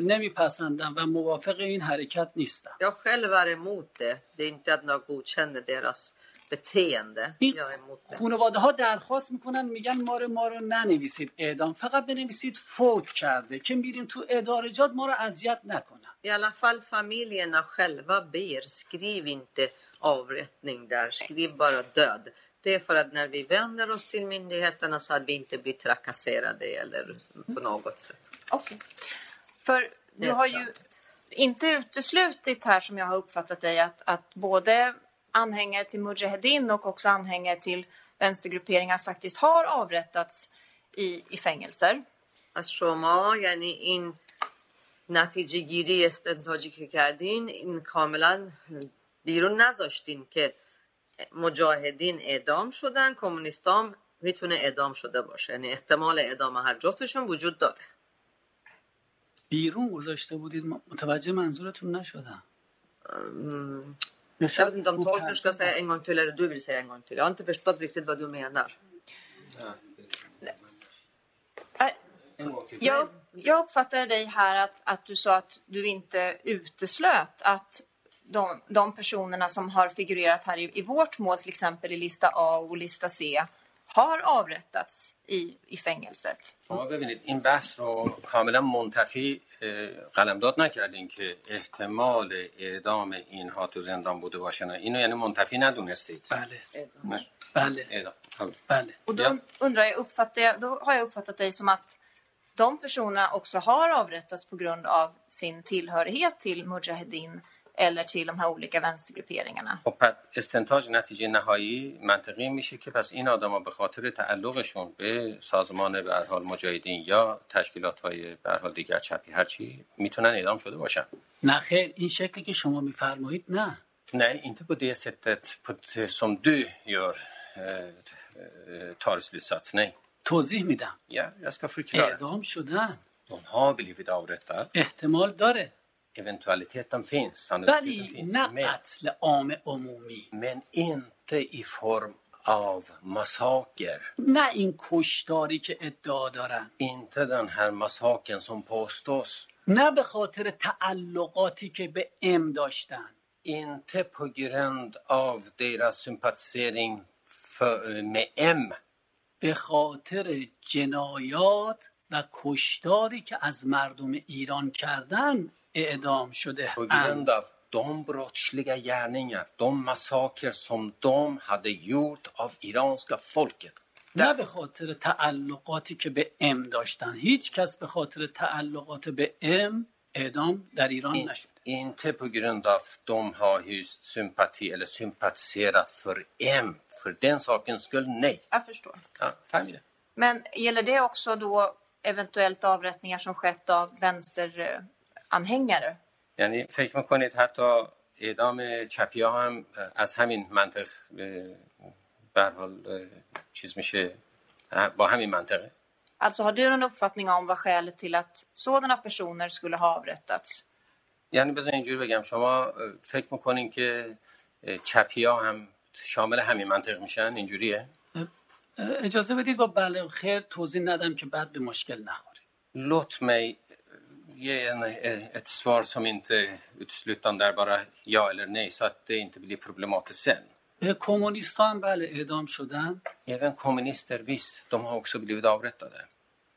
نمیپسندم و موافق این حرکت نیستم Jag själv är emot det. Det är inte att jag godkänner deras beteende. این Jag är emot det. خانواده ها درخواست میکنن میگن ما رو ما رو ننویسید اعدام فقط بنویسید فوت کرده که میریم تو ادارجات ما رو اذیت نکنن I alla fall familjerna själva ber, skriv inte avrättning där, skriv bara död. Det är för att när vi vänder oss till myndigheterna så att vi inte blir trakasserade eller på något sätt. Okej. För Det du är har ju inte uteslutit här, som jag har uppfattat dig, att, att både anhängare till Mujahedin och också anhängare till vänstergrupperingar faktiskt har avrättats i, i fängelser. از شما یعنی این نتیجه گیری استنتاجی که کردین این کاملا بیرون نذاشتین که مجاهدین اعدام شدن کمونیستام میتونه اعدام شده باشه یعنی احتمال اعدام هر جفتشون وجود داره بیرون گذاشته بودید م- متوجه منظورتون نشدم Jag vet inte om tolken ska säga en gång till eller du vill säga en gång till. Jag har inte förstått riktigt vad du menar. Är, En gång till. Jag, jag uppfattade dig här att, att du sa att du inte uteslöt att de, de personerna som har figurerat här i, i vårt mål, till exempel i lista A och lista C, har avrättats i, i fängelset. شما ببینید این بحث رو کاملا منتفی اه، قلمداد نکردین که احتمال اعدام اینها تو زندان بوده باشه نه اینو یعنی منتفی ندونستید بله نه، بله اعدام حالا. بله Och då Ja. undrar jag, uppfattar jag, då har jag uppfattat dig som att de personerna också har avrättats på grund av sin tillhörighet till Mujahedin eller till de här olika vänstergrupperingarna. خب پس استنتاج نتیجه نهایی منطقی این میشه که پس این آدما به خاطر تعلقشون به سازمان به هر حال مجاهدین یا تشکیلات های به هر حال دیگر چپی هرچی میتونن اعدام شده باشن نه خیر این شکلی که شما میفرمایید نه Nej, inte på det sättet på, som du gör eh, eh, tar slutsats. Nej. توضیح میدم Ja, jag ska förklara. اعدام شدن De har blivit avrättade. احتمال داره Eventualiteten finns. Sannolikheten ولی finns. نه Men, قتل عام عمومی men inte i form av massaker. نه این کشتاری که ادعا دارن Inte den här massaken som påstås. نه به خاطر تعلقاتی که به ام داشتن Inte på grund av deras sympatisering för, med M. به خاطر جنایات و کشتاری که از مردم ایران کردن اعدام شده På اند. grund av de brottsliga gärningar, de massaker som de hade gjort av iranska folket. نه به خاطر تعلقاتی که به ام داشتن هیچ کس به خاطر تعلقات به ام اعدام در ایران In, نشد inte på grund av att de har hyst sympati eller sympatiserat för M. För den sakens skull, nej. Jag förstår. Ja, familj. Men gäller det också då eventuellt avrättningar som skett av vänsteranhängare? یعنی فکر میکنید حتی اعدام چپی ها هم اه، از همین منطق اه، به هر حال اه، چیز میشه اه، با همین منطقه Alltså har du någon uppfattning om vad skälet till att sådana personer skulle ha avrättats? یعنی بذار اینجوری بگم شما اه، فکر میکنین که چپی ها هم شامل همین منطق میشن اینجوریه اجازه بدید با بله و خیر توضیح ندم که بعد به مشکل نخوره Låt mig ge en, eh, ett svar som inte uteslutande är bara ja eller nej så att det inte blir problematiskt sen. به کمونیست هم بله اعدام شدن Även kommunister, visst, de har också blivit avrättade.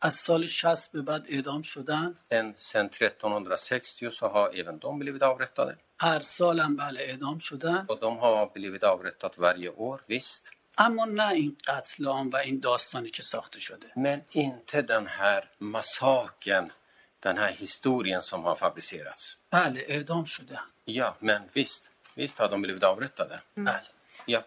از سال 60 به بعد اعدام شدن Sen, sen 1360 så har även de blivit avrättade. هر سالم بله اعدام شدن Och de har blivit avrättade varje år, visst. اما نه این قتل عام و این داستانی که ساخته شده Men inte den här massaken, den här historien som har fabricerats. بله اعدام شدن Ja, men visst, visst har de blivit avrättade. بله Ja.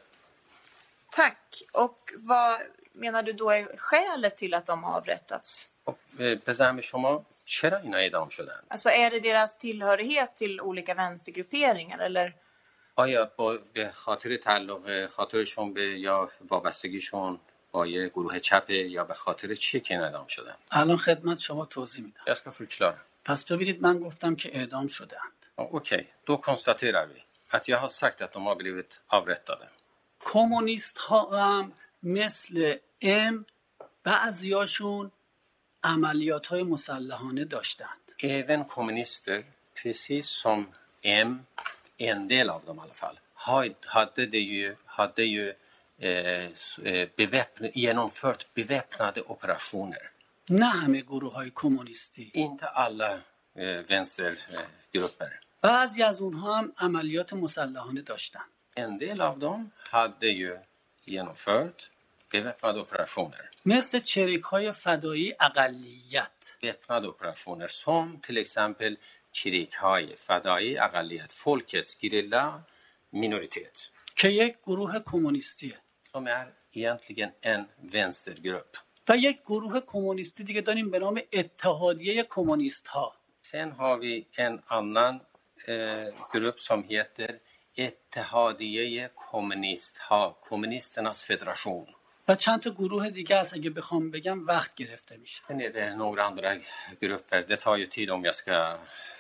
Tack. Och vad menar du då är skälet till att de har avrättats? Och, eh, Bezami Shoma, چرا اینا اعدام شدن؟ Alltså är det deras tillhörighet till olika vänstergrupperingar eller? آیا با به خاطر تعلق خاطرشون به یا وابستگیشون با یه گروه چپه یا به خاطر چیه که این اعدام شدن الان خدمت شما توضیح میدم Jag ska förklara. پس ببینید من گفتم که اعدام شدند Ja, Okej, då konstaterar vi att jag har sagt att de har blivit avrättade. کمونیست ها هم مثل ام بعضیاشون عملیات های مسلحانه داشتند Även kommunister, precis som M, en del av dem i alla fall, har- hade, det ju, hade ju eh, s- eh, beväpn- genomfört beväpnade operationer. نه همه گروه های کمونیستی Inte alla eh, vänstergrupper. بعضی از اونها هم عملیات مسلحانه داشتند En del av dem hade ju genomfört beväpnade operationer. مثل چریک های فدایی اقلیت Beväpnade operationer som till exempel Chirikhai, Fadai, Agaliet, Folkets gerilla minoritet. که یک گروه کمونیستیه Som är egentligen en vänstergrupp. و یک گروه کمونیستی دیگه داریم به نام اتحادیه کمونیست ها Sen har vi en annan eh, grupp som heter Ettehadiye Kommunist ha, Kommunisternas federation. و چند تا گروه دیگه هست اگه بخوام بگم وقت گرفته میشه Sen är det några andra grupper. Det tar ju tid om jag ska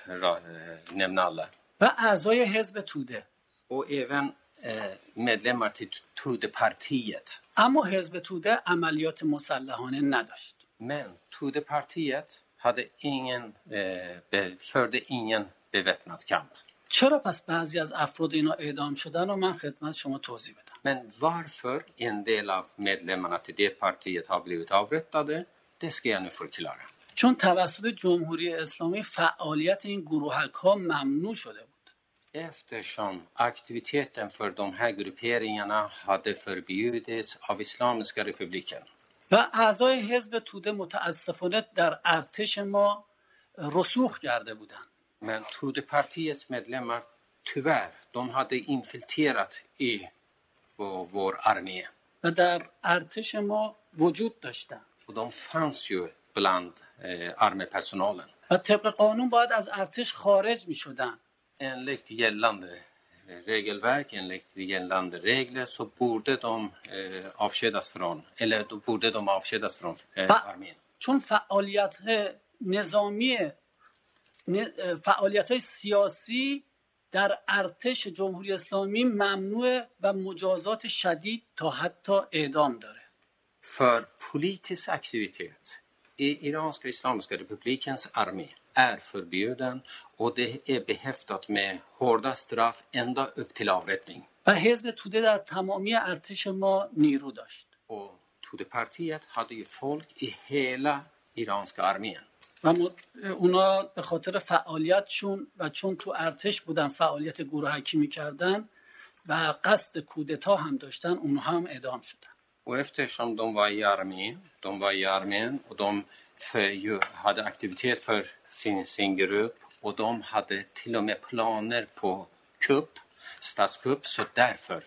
ra- eh, nämna alla. و اعضای حزب توده och även eh, medlemmar till Tudepartiet. اما حزب توده عملیات مسلحانه نداشت Men Tudepartiet hade ingen, eh, be, förde ingen beväpnad kamp. چرا پس بعضی از افراد اینا اعدام شدن رو من خدمت شما توضیح بدم Men varför en del av medlemmarna till det partiet har blivit avrättade, det ska jag nu förklara. چون توسط جمهوری اسلامی فعالیت این گروهک ها ممنوع شده بود Eftersom aktiviteten för de här grupperingarna hade förbjudits av Islamiska republiken و اعضای حزب توده متاسفانه در ارتش ما رسوخ کرده بودند Men Tudorpartiets medlemmar, tyvärr, de hade infiltrerat i vår, vår armé. و در ارتش ما وجود داشتند Och de fanns ju bland eh, armépersonalen. و طبق قانون باید از ارتش خارج می شدن Enligt gällande regelverk, enligt gällande regler så borde de eh, avskedas från, eller då borde de avskedas från eh, Va? armén. چون فعالیت نظامی فعالیت های سیاسی در ارتش جمهوری اسلامی ممنوعه و مجازات شدید تا حتی اعدام داره För politisk aktivitet i Iranska Islamiska Republikens armé är förbjuden och det är behäftat med hårda straff ända upp till avrättning. و حزب توده در تمامی ارتش ما نیرو داشت Och Tudorpartiet hade ju folk i hela iranska armén. و ما- اونا به خاطر فعالیتشون و چون تو ارتش بودن فعالیت گروهکی میکردن و قصد کودتا هم داشتن اونها هم اعدام شدن Och eftersom de var i armén, de var i armén och de för, ju, hade aktivitet för sin, sin grupp och de hade till och med planer på kupp, statskupp, så därför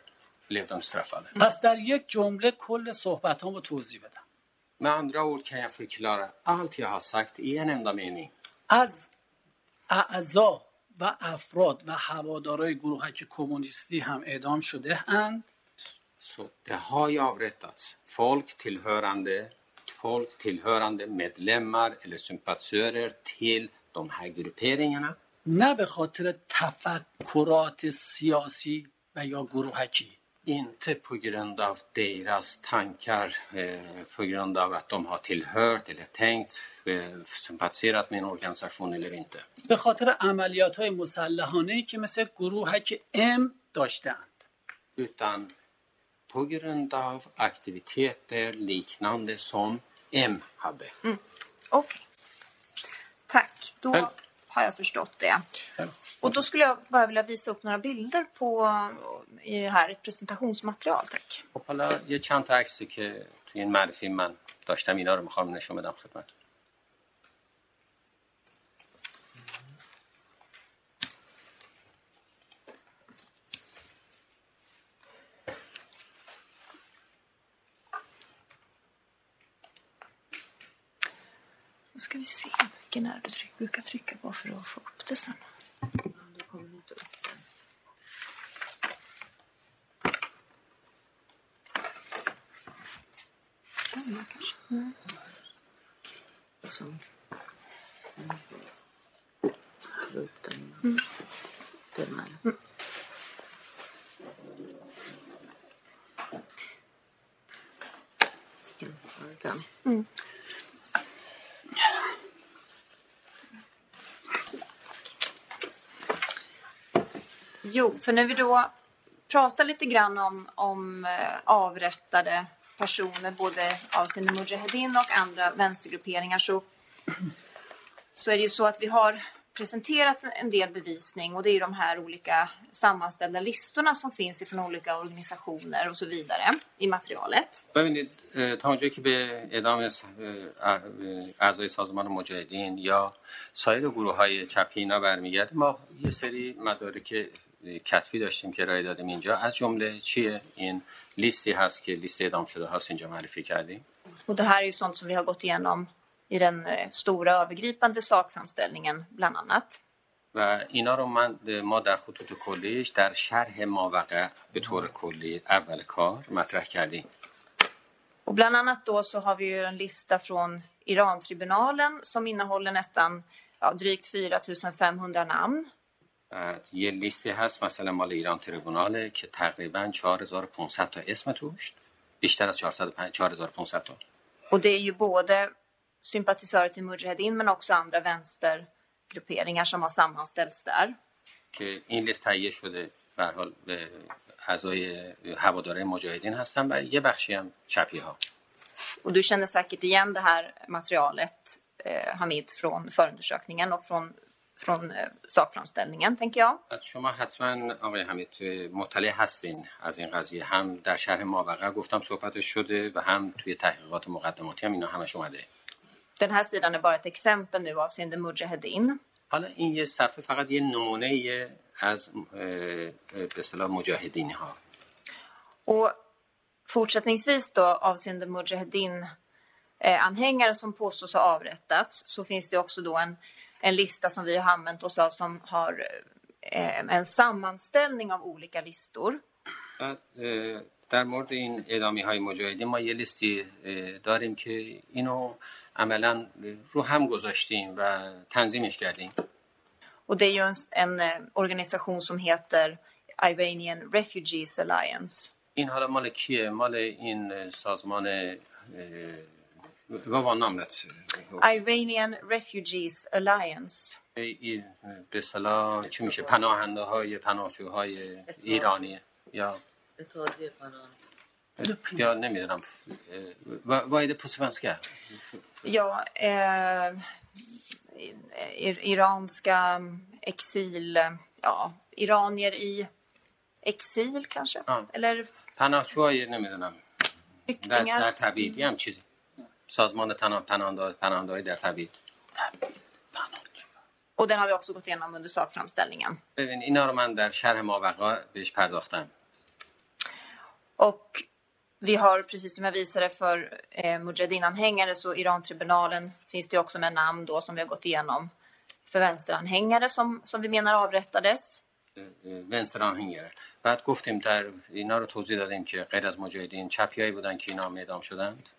blev de straffade. پس در یک جمله کل صحبت رو توضیح بدم Med andra ord kan jag förklara allt jag har sagt i en enda mening. از اعضا و افراد و هوادارای گروهک کمونیستی هم اعدام شده اند Så det har ju avrättats. Folk tillhörande, folk tillhörande medlemmar eller sympatisörer till de här grupperingarna. نه به خاطر تفکرات سیاسی و یا گروهکی Inte på grund av deras tankar, eh, på grund av att de har tillhört eller tänkt, eh, sympatiserat med en organisation eller inte. به خاطر عملیات های مسلحانه که مثل گروهک ام داشتند Utan på grund av aktiviteter liknande som M hade. Okej. Tack, då Själv. har jag förstått det. Och då skulle jag bara vilja visa upp några bilder på eh, i här ett presentationsmaterial. Tack. خب حالا یه چند تا عکسی که توی این معرفی من داشتم اینا رو میخوام نشون بدم خدمت Då ska vi se vilken är du tryck, brukar trycka på för att få upp det sen. Den kanske. Så. Mm. Dra upp den. Den här. Mm, ja, den. Jo, för när vi då pratar lite grann om, om eh, avrättade personer både avseende Mujahedin och andra vänstergrupperingar så, så är det ju så att vi har presenterat en- en del bevisning och det är ju de här olika sammanställda listorna som finns ifrån olika organisationer och så vidare i materialet. ببینید اه، تا اونجایی که به اعدام س- اه، اه، اعضای سازمان مجاهدین یا سایر گروه های چپی اینا برمیگرده ما یه سری مدارک اه، کتفی داشتیم که ارائه دادیم اینجا از جمله چیه این لیستی هست که لیست اعدام شده هست اینجا معرفی کردیم Och det här är ju sånt som vi har gått igenom i den eh, stora övergripande sakframställningen bland annat. و اینا رو من ما در خطوط کلیش در شرح ماوقع به طور کلی اول کار مطرح کردیم Och bland annat då så har vi ju en lista från Irantribunalen som innehåller nästan ja, drygt 4 500 namn. بعد یه لیستی هست مثلا مال ایران تریبوناله که تقریبا 4500 تا اسم توش بیشتر از 405 4500 تا Och det är ju både sympatisörer till Mujahedin men också andra vänstergrupperingar som har sammanställts där. که این لیست تهیه شده به هر حال اه، اعضای هواداره مجاهدین هستن و یه بخشی هم چپی ها Och du känner säkert igen det här materialet, eh, Hamid, från förundersökningen och från, från eh, sakframställningen, tänker jag. از شما حتما آقای حمید مطلع هستین از این قضیه هم در شهر ماوقع گفتم صحبتش شده و هم توی تحقیقات مقدماتی هم اینا همش اومده Den här sidan är bara ett exempel nu avseende Mujahedin. حالا این یه صفحه فقط یه نمونه از اه، اه، به اصطلاح مجاهدین ها Och fortsättningsvis då avseende Mujahedin eh, anhängare som påstås ha avrättats så finns det också då en, en lista som vi har använt oss av som har eh, en sammanställning av olika listor. و اه، در مورد این اعدامی های مجاهدین ما یه لیستی اه، داریم که اینو عملا رو هم گذاشتیم و تنظیمش کردیم Och det är ju en, en eh, organisation som heter Iranian Refugees Alliance. این حالا مال کیه مال این سازمان اه، vad var namnet? Iranian Refugees Alliance. این به صلاح چی میشه پناهنده های پناهجوهای ایرانی یا Etadio Panan. یا نمیدونم واید پوسفنسکر Ja, eh, ir, iranska exil... Ja, iranier i exil kanske? Ja. Eller پناهجوهای نمیدونم در, flyktingar? در تبعید یه هم چیزی سازمان تنا- پناهنده پناهنده های در تبعید Och den har vi också gått igenom under sakframställningen. ببین اینا رو من در شرح ماوقع بهش پرداختم Och vi har, precis som jag visade för eh, Mujahedin-anhängare, så Iran-tribunalen finns det ju också med namn då som vi har gått igenom för vänsteranhängare som, som vi menar avrättades. ونسران هینگره بعد گفتیم در اینا رو توضیح دادیم که غیر از مجاهدین چپیایی بودن که اینا هم اعدام شدند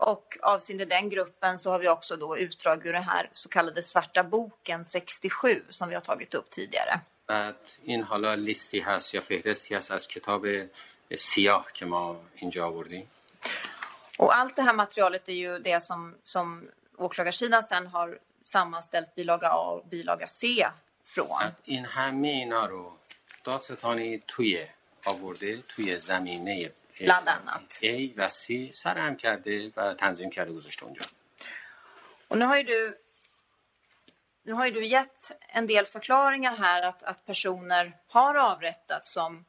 Och avseende den gruppen så har vi också då utdrag ur den här så kallade svarta boken 67 som vi har tagit upp tidigare. بعد این حالا لیستی هست یا فهرستی هست از کتاب سیاه که ما اینجا آوردیم Och allt det här materialet är ju det som, som åklagarsidan sen har sammanställt bilaga A och bilaga C från. بعد این همه اینا رو دادستانی توی آورده توی زمینه لندنت. ای و سی سرهم کرده و تنظیم کرده گذاشته اونجا Och nu har ju du, nu har ju du gett en del förklaringar här att, att personer har avrättats som,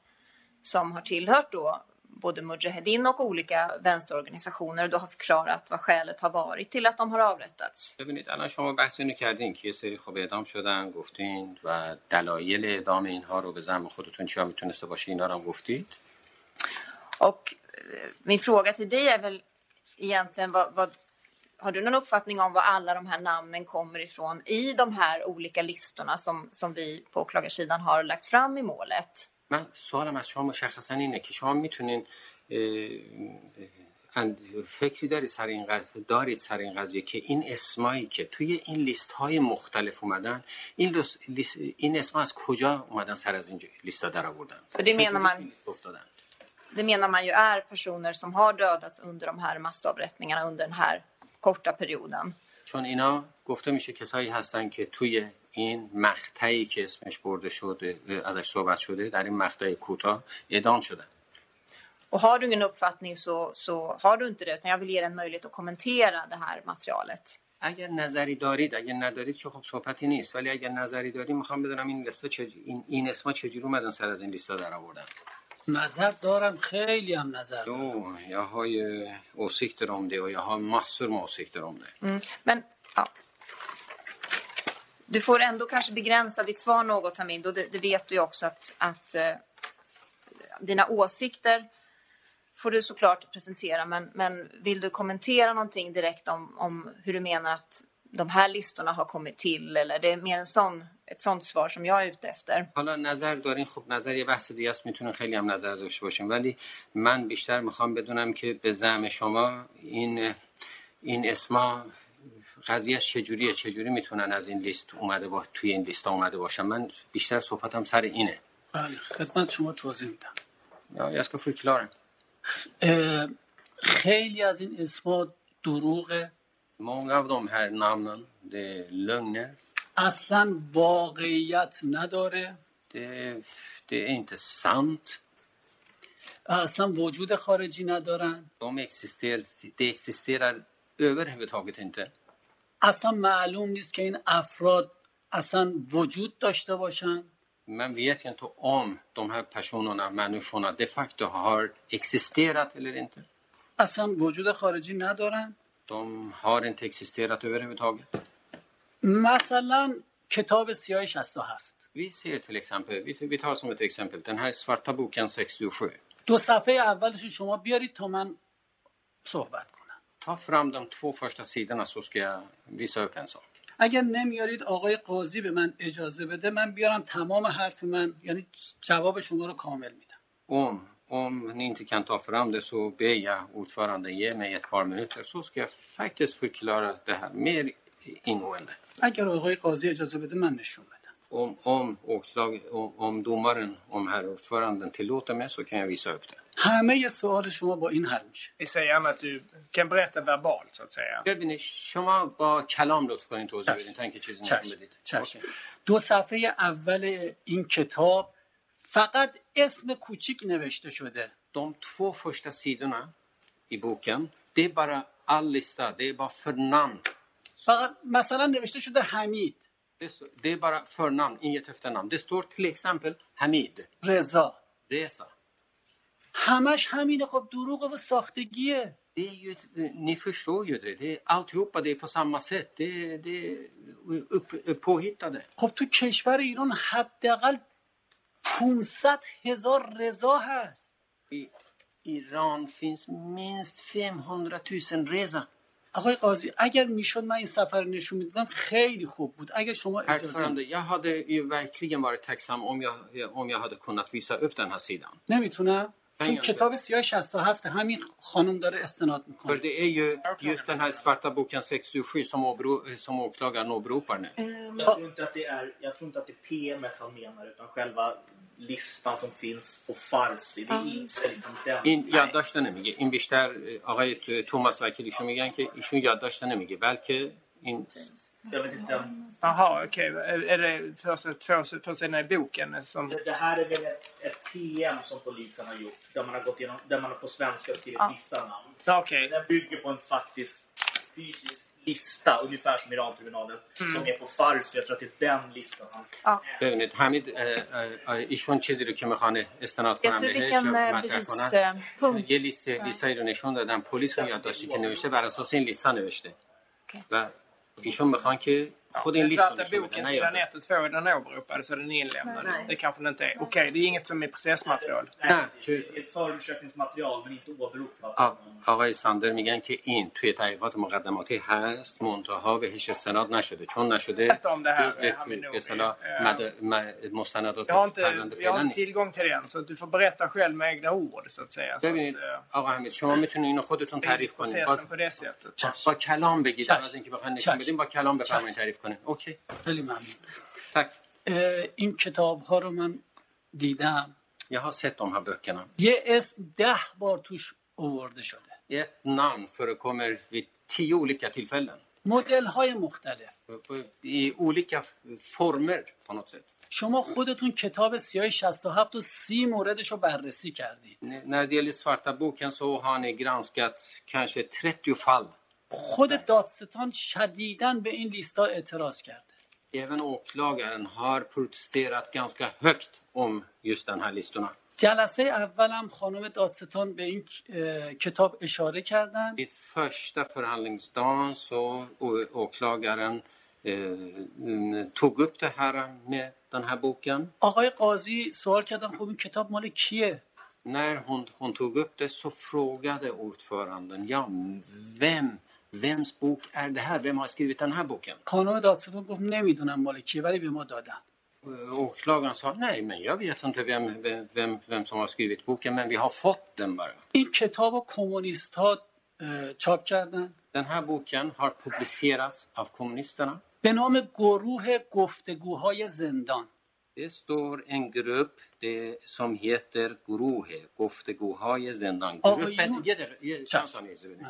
som har tillhört då både Mujahedin och olika vänsterorganisationer och du har förklarat vad skälet har varit till att de har avrättats. ببینید الان شما بحث اینو کردین که یه سری خب اعدام شدن گفتین و دلایل اعدام اینها رو به زم خودتون چیا میتونسته باشه اینا رو هم گفتید Och eh, min fråga till dig är väl egentligen vad, vad har du någon uppfattning om var alla de här namnen kommer ifrån i de här olika listorna som, som vi på åklagarsidan har lagt fram i målet? من سوالم از شما مشخصا اینه که شما میتونین فکری دارید سر این قضیه دارید سر این قضیه که این اسمایی که توی این لیست های مختلف اومدن این لس- لیست این اسما از کجا اومدن سر از این لیستا در آوردن بدین چون میانم من. توی لیست افتادن Det menar man ju är personer som har dödats under de här massavrättningarna under den här korta perioden. چون اینا گفته میشه کسایی هستن که توی این مقطعی که اسمش برده شده ازش صحبت شده در این مقطع کوتاه اعدام شدن Och har du ingen uppfattning så, så har du inte det, utan jag vill ge dig en möjlighet att kommentera det här materialet. اگر نظری دارید اگر ندارید که خب صحبتی نیست ولی اگر نظری دارید میخوام بدونم این لیستا چج... این, این اسما چجوری اومدن سر از این لیستا در آوردن نظر دارم خیلی هم نظر دارم. Jo, jag har ju åsikter om det och jag har massor med åsikter om det. Mm. Men, ja. Du får ändå kanske begränsa ditt svar något, Hamid. Och det, det vet du ju också att, att eh, dina åsikter får du såklart presentera. Men, men vill du kommentera någonting direkt om, om hur du menar att de här listorna har kommit till? Eller det är mer en sån, ett sånt svar som jag är ute efter. حالا نظر دارین خب نظر یه بحث دیگه است میتونین خیلی هم نظر داشته باشین ولی من بیشتر میخوام بدونم که به زعم شما این این اسما قضیه چجوریه چجوری میتونن از این لیست اومده با توی این لیستا اومده باشن من بیشتر صحبتم سر اینه بله خدمت شما توضیح میدم یا یاسکا فولکلارن اه، خیلی از این اسما دروغه Många av de här namnen, det är lögner. اصلا واقعیت نداره Det, det är inte sant. اصلا وجود خارجی ندارن De existerar, det existerar överhuvudtaget inte. اصلا معلوم نیست که این افراد اصلا وجود داشته باشن Man vet ju inte om de här personerna, människorna, de facto har existerat eller inte. اصلا وجود خارجی ندارن De har inte existerat överhuvudtaget. مثلا کتاب سیاه 67 Vi ser till exempel, vi vi tar som ett exempel, den här svarta boken 67. دو صفحه اولش رو شما بیارید تا من صحبت کنم Ta fram de två första sidorna så ska jag visa upp en sak. اگر نمیارید آقای قاضی به من اجازه بده من بیارم تمام حرف من یعنی جواب شما رو کامل میدم Om, om ni inte kan ta fram det så ber jag ordföranden ge mig ett par minuter så ska jag faktiskt förklara det här mer ingående. اگر آقای قاضی اجازه بده من نشون بدم Om, om, åklag, om, om domaren, om herr ordföranden tillåter mig så kan jag visa upp det. همه سوال شما با این حل میشه Vi säger gärna att du kan berätta verbalt så att säga. ببینید شما با کلام لطف کنید توضیح بدید تا اینکه چیزی نشون چشم. بدید چشم. دو صفحه اول این کتاب فقط اسم کوچیک نوشته شده De två första sidorna i boken, det är bara all lista, det är bara förnamn. فقط مثلا نوشته شده حمید Det, står- det är bara förnamn, inget efternamn. Det står till exempel Hamid, رضا Reza. همش همینه خب دروغه و ساختگیه Det är ju, ni förstår ju det. det är, alltihopa det är på samma sätt. Det, det är upp, upp, påhittade. خب تو کشور ایران حداقل 500 هزار رضا هست I Iran finns minst 500 000 reza. آقای قاضی اگر میشد من این سفر رو نشون میدادم خیلی خوب بود اگر شما Herr اجازه ordförande, jag hade ju verkligen varit tacksam om jag, om jag hade kunnat visa upp den här sidan. نمیتونم چون خیلی عالی. کتاب سیاه 67 همین خانم داره استناد För میکنه det är ju just den här svarta boken 67 som, åbro, som åklagaren åberopar nu. Jag tror inte att det är, jag tror inte att det är PM han menar utan själva listan som finns på Farsi. Det är inte liksom den. این یادداشت نمیگه این بیشتر آقای توماس وکیلی شو میگن که ایشون یادداشت نمیگه بلکه این Jag vet inte. Jaha, okej. Är är det första, två, första sidan i boken? Som, Det- Det här är väl ett, ett PM som polisen har gjort där man har gått igenom, där man har på svenska skrivit vissa namn. Ja, okej. Den bygger på en faktisk fysisk lista, ungefär som Irantribunalen, som är på Farsi. Jag tror att det är den listan han ببینید حمید اه، اه، اه، ایشون چیزی رو که میخوان استناد Vet کنن du بهش vilken eh, مطرح کنن bevispunkt? یه لیست لیستایی رو نشون دادن پلیس اون یادداشتی که نوشته بر اساس این لیستا نوشته اوکی. و ایشون میخوان که خود این Den لیست رو svarta نشون بدن، boken, نه sidan 1 یادداشت. och 2, är den åberopade så den är inlämnad. Nej. Det kanske den inte är. Okej, det är inget som är processmaterial. نه Det توی- är ett förundersökningsmaterial men inte åberopat. آ- آقای ساندر میگن که این توی تحقیقات مقدماتی هست منتها بهش استناد نشده چون نشده حتی هم ده هر- جز به همین به نوعی. اصطلاح اه. مد- م- مستندات Jag har پرونده inte, jag har فعلا inte نیست tillgång till den så att du får berätta själv med egna ord så att säga. Så att, ببینید eh, آقا حمید شما میتونید اینو خودتون تعریف کنید با, processen på det sättet. با کلام بگید چشم. از اینکه بخواید نشون چشم. بدیم با کلام بفرمایید تعریف کنید اوکی خیلی ممنون تک اه، این کتاب ها رو من دیدم Jag har sett de här böckerna. یه اسم ده بار توش اوورده شده Ett namn förekommer vid tio olika tillfällen. مدل های مختلف I olika former på något sätt. شما خودتون کتاب سیاه 67 و سی موردش رو بررسی کردید N- När det gäller svarta boken så har ni granskat kanske 30 fall. خود دادستان شدیدن به این لیستا اعتراض کرده Även åklagaren har protesterat ganska högt om just den här listorna. جلسه اولم خانم دادستان به این اه، کتاب اشاره کردن Vid första förhandlingsdagen så å- åklagaren eh, mm, tog upp det här med den här boken. آقای قاضی سوال کردن خب این کتاب مال کیه När hon, hon tog upp det så frågade ordföranden, ja, vem, vems bok är det här? Vem har skrivit den här boken? خانم دادستان گفت نمیدونم مال کیه ولی به ما دادن Eh, Åklagaren sa, nej, men jag vet inte vem, vem, vem, vem som har skrivit boken, men vi har fått den bara. این کتاب رو کمونیست ها چاپ کردن Den här boken har publicerats av kommunisterna. به نام گروه گفتگوهای زندان Det står en grupp det, som heter Grohe, Goftegohaje Zendan. Eh, آقایون- Gruppen, یه دقیقه- یه- چند ثانیه اجازه بدید.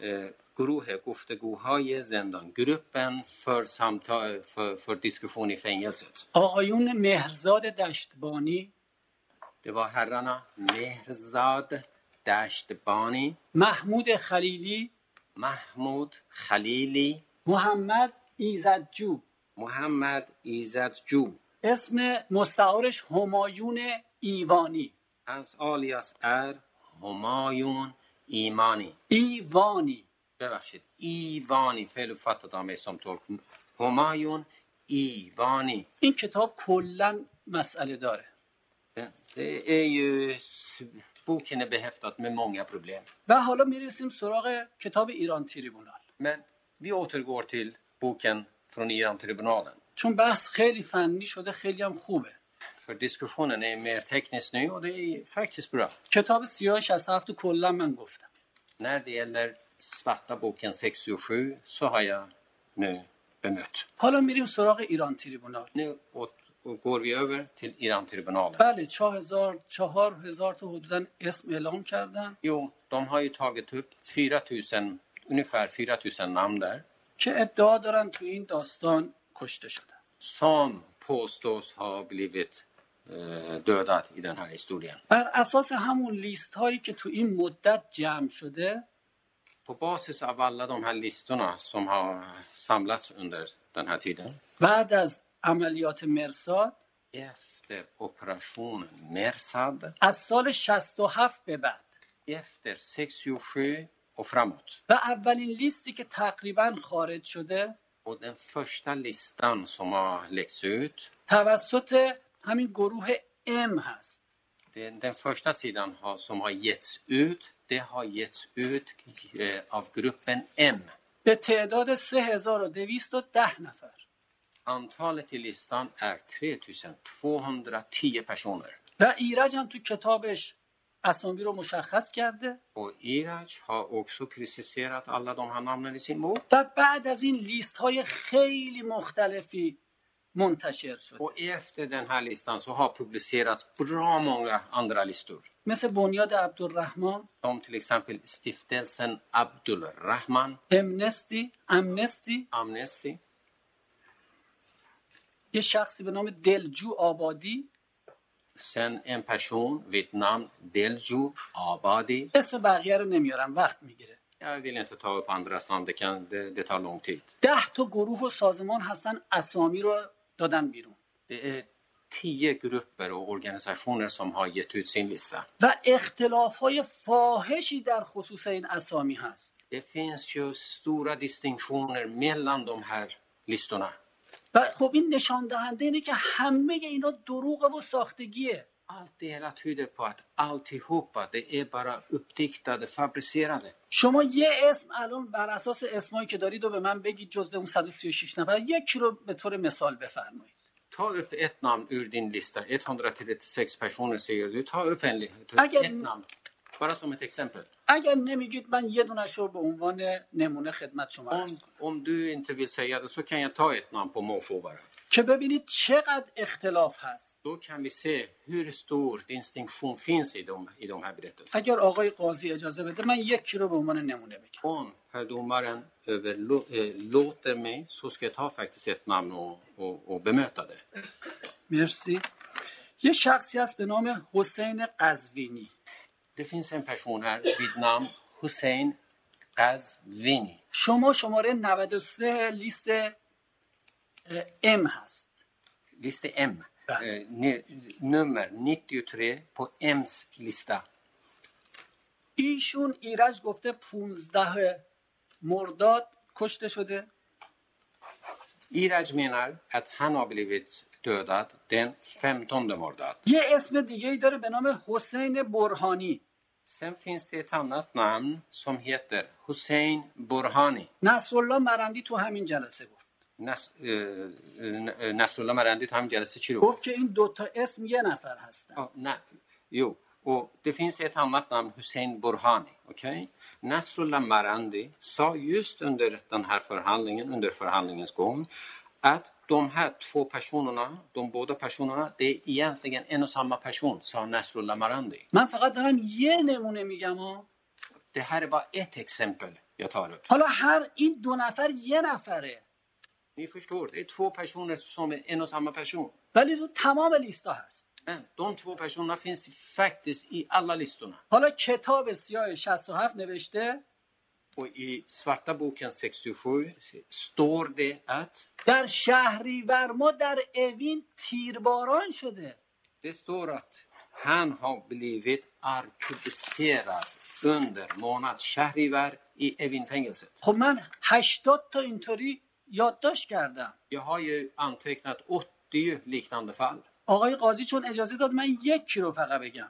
اه، گروه گفتگوهای زندان گروپن för, samtal, för, för diskussion i fängelset. آقایون مهرزاد دشتبانی Det var herrarna Mehrzad Dashtbani, محمود خلیلی Mahmoud Khalili, محمد ایزدجو Mohammad Izadju. اسم مستعارش همایون ایوانی Hans alias är Homayun Imani. ایوانی ببخشید ایوانی فعل فتت هم اسم ترک همایون ایوانی این کتاب کلا مسئله داره Det är ju s- boken är behäftad med många problem. و حالا میرسیم سراغ کتاب ایران تریبونال Men vi återgår till boken från Iran-tribunalen. چون بحث خیلی فنی شده خیلی هم خوبه För diskussionen är mer teknisk nu och det är faktiskt bra. کتاب سیاه 67 کلا من گفتم När det gäller svarta boken 67 så har jag nu bemött. حالا میریم سراغ ایران تریبونال Nu åt- och går vi över till Iran-tribunalen. بله 4000 4000 تا حدودا اسم اعلام کردن Jo, de har ju tagit upp 4 000, ungefär 4 000 namn där که ادعا دارن تو این داستان کشته شدن som påstås ha blivit eh, dödat i den här historien. بر اساس همون لیست هایی که تو این مدت جمع شده På basis av alla de här listorna som har samlats under den här tiden بعد از عملیات مرساد efter operationen Mersad, از سال 67 به بعد efter 67 och framåt. و اولین لیستی که تقریبا خارج شده Och den första listan som har läckts ut, توسط همین گروه ام هست den, den första sidan har, som har getts ut, det har getts ut eh, av gruppen M. به تعداد 3210 نفر Antalet i listan är 3210 personer. و ایرج هم تو کتابش اسامی رو مشخص کرده Och Iraj har också preciserat alla de här namnen i sin bok. و بعد از این لیست های خیلی مختلفی منتشر شد Och efter den här listan så har publicerats bra många andra listor. مثل بنیاد عبدالرحمن Som till exempel stiftelsen Abdul Rahman, امنستی امنستی Amnesty, یه شخصی به نام دلجو آبادی sen en person vid namn Delju Abadi. اسم بقیه رو نمیارم وقت میگیره Jag vill inte ta upp andras namn, det, kan, det, det tar lång tid. ده تا گروه و سازمان هستن اسامی رو دادن بیرون Det är tio grupper och organisationer som har gett ut sin lista. و اختلاف های فاحشی در خصوص این اسامی هست Det finns ju stora distinktioner mellan de här listorna. و خب این نشان دهنده اینه که همه اینا دروغ و ساختگیه Allt det hela tyder på att alltihopa, det är bara uppdiktade, fabricerade. شما یه اسم الان بر اساس اسمایی که دارید و به من بگید جزو اون 136 نفر یکی رو به طور مثال بفرمایید Ta upp ett namn ur din lista. 136 personer säger du. Ta upp en, li- Okej. ett namn. Bara som ett exempel. اگر نمیگید من یه دونش رو به عنوان نمونه خدمت شما Om, عرض کنم om du inte vill säga det så kan jag ta ett namn på måfå bara. که ببینید چقدر اختلاف هست Då kan vi se hur stor distinktion finns i de, i de här berättelserna. اگر آقای قاضی اجازه بده من یکی رو به عنوان نمونه بگم Om herr domaren överlåter mig så ska jag ta faktiskt ett namn och, och, och bemöta det. مرسی یه شخصی هست به نام حسین قزوینی Det finns en person här vid namn Hussein Azvini. شما شماره 93 لیست ام هست Lista M. Ja. Eh, ne- nummer 93 på M's lista. ایشون ایرج گفته 15 مرداد کشته شده Iraj menar att han har blivit dödad den 15 mordad. یه اسم دیگه ای داره به نام حسین برهانی Sen finns det ett annat namn som heter Hussein Burhani. نصرالله مرندی تو همین جلسه گفت Nas, eh, eh, Nasrullah Marandi tar جلسه چی رو گفت که این دوتا اسم یه نفر هستن Ja, na, jo, och det finns ett annat namn, Hussein Burhani. Okay? Nasrullah Marandi sa just under den här förhandlingen, under förhandlingens gång, att de här två personerna, de båda personerna, det är egentligen en och samma person, sa Nasrullah Marandi. من فقط دارم یه نمونه میگم ها Det här är bara ett exempel. jag tar upp. حالا هر این دو نفر یه نفره Ni förstår, det är två personer som är en och samma person. ولی تو تمام لیستا هست Men de två personerna finns faktiskt i alla listorna. حالا کتاب سیاه 67 نوشته Och i svarta boken 67 står det att در شهریور ما در اوین تیرباران شده det står att han har blivit arkebuserad under månad Shahrivar i Evinfängelset. خب من 80 تا اینطوری یادداشت کردم Jag har ju antecknat 80 liknande fall. آقای قاضی چون اجازه داد من یک کیلو فقط بگم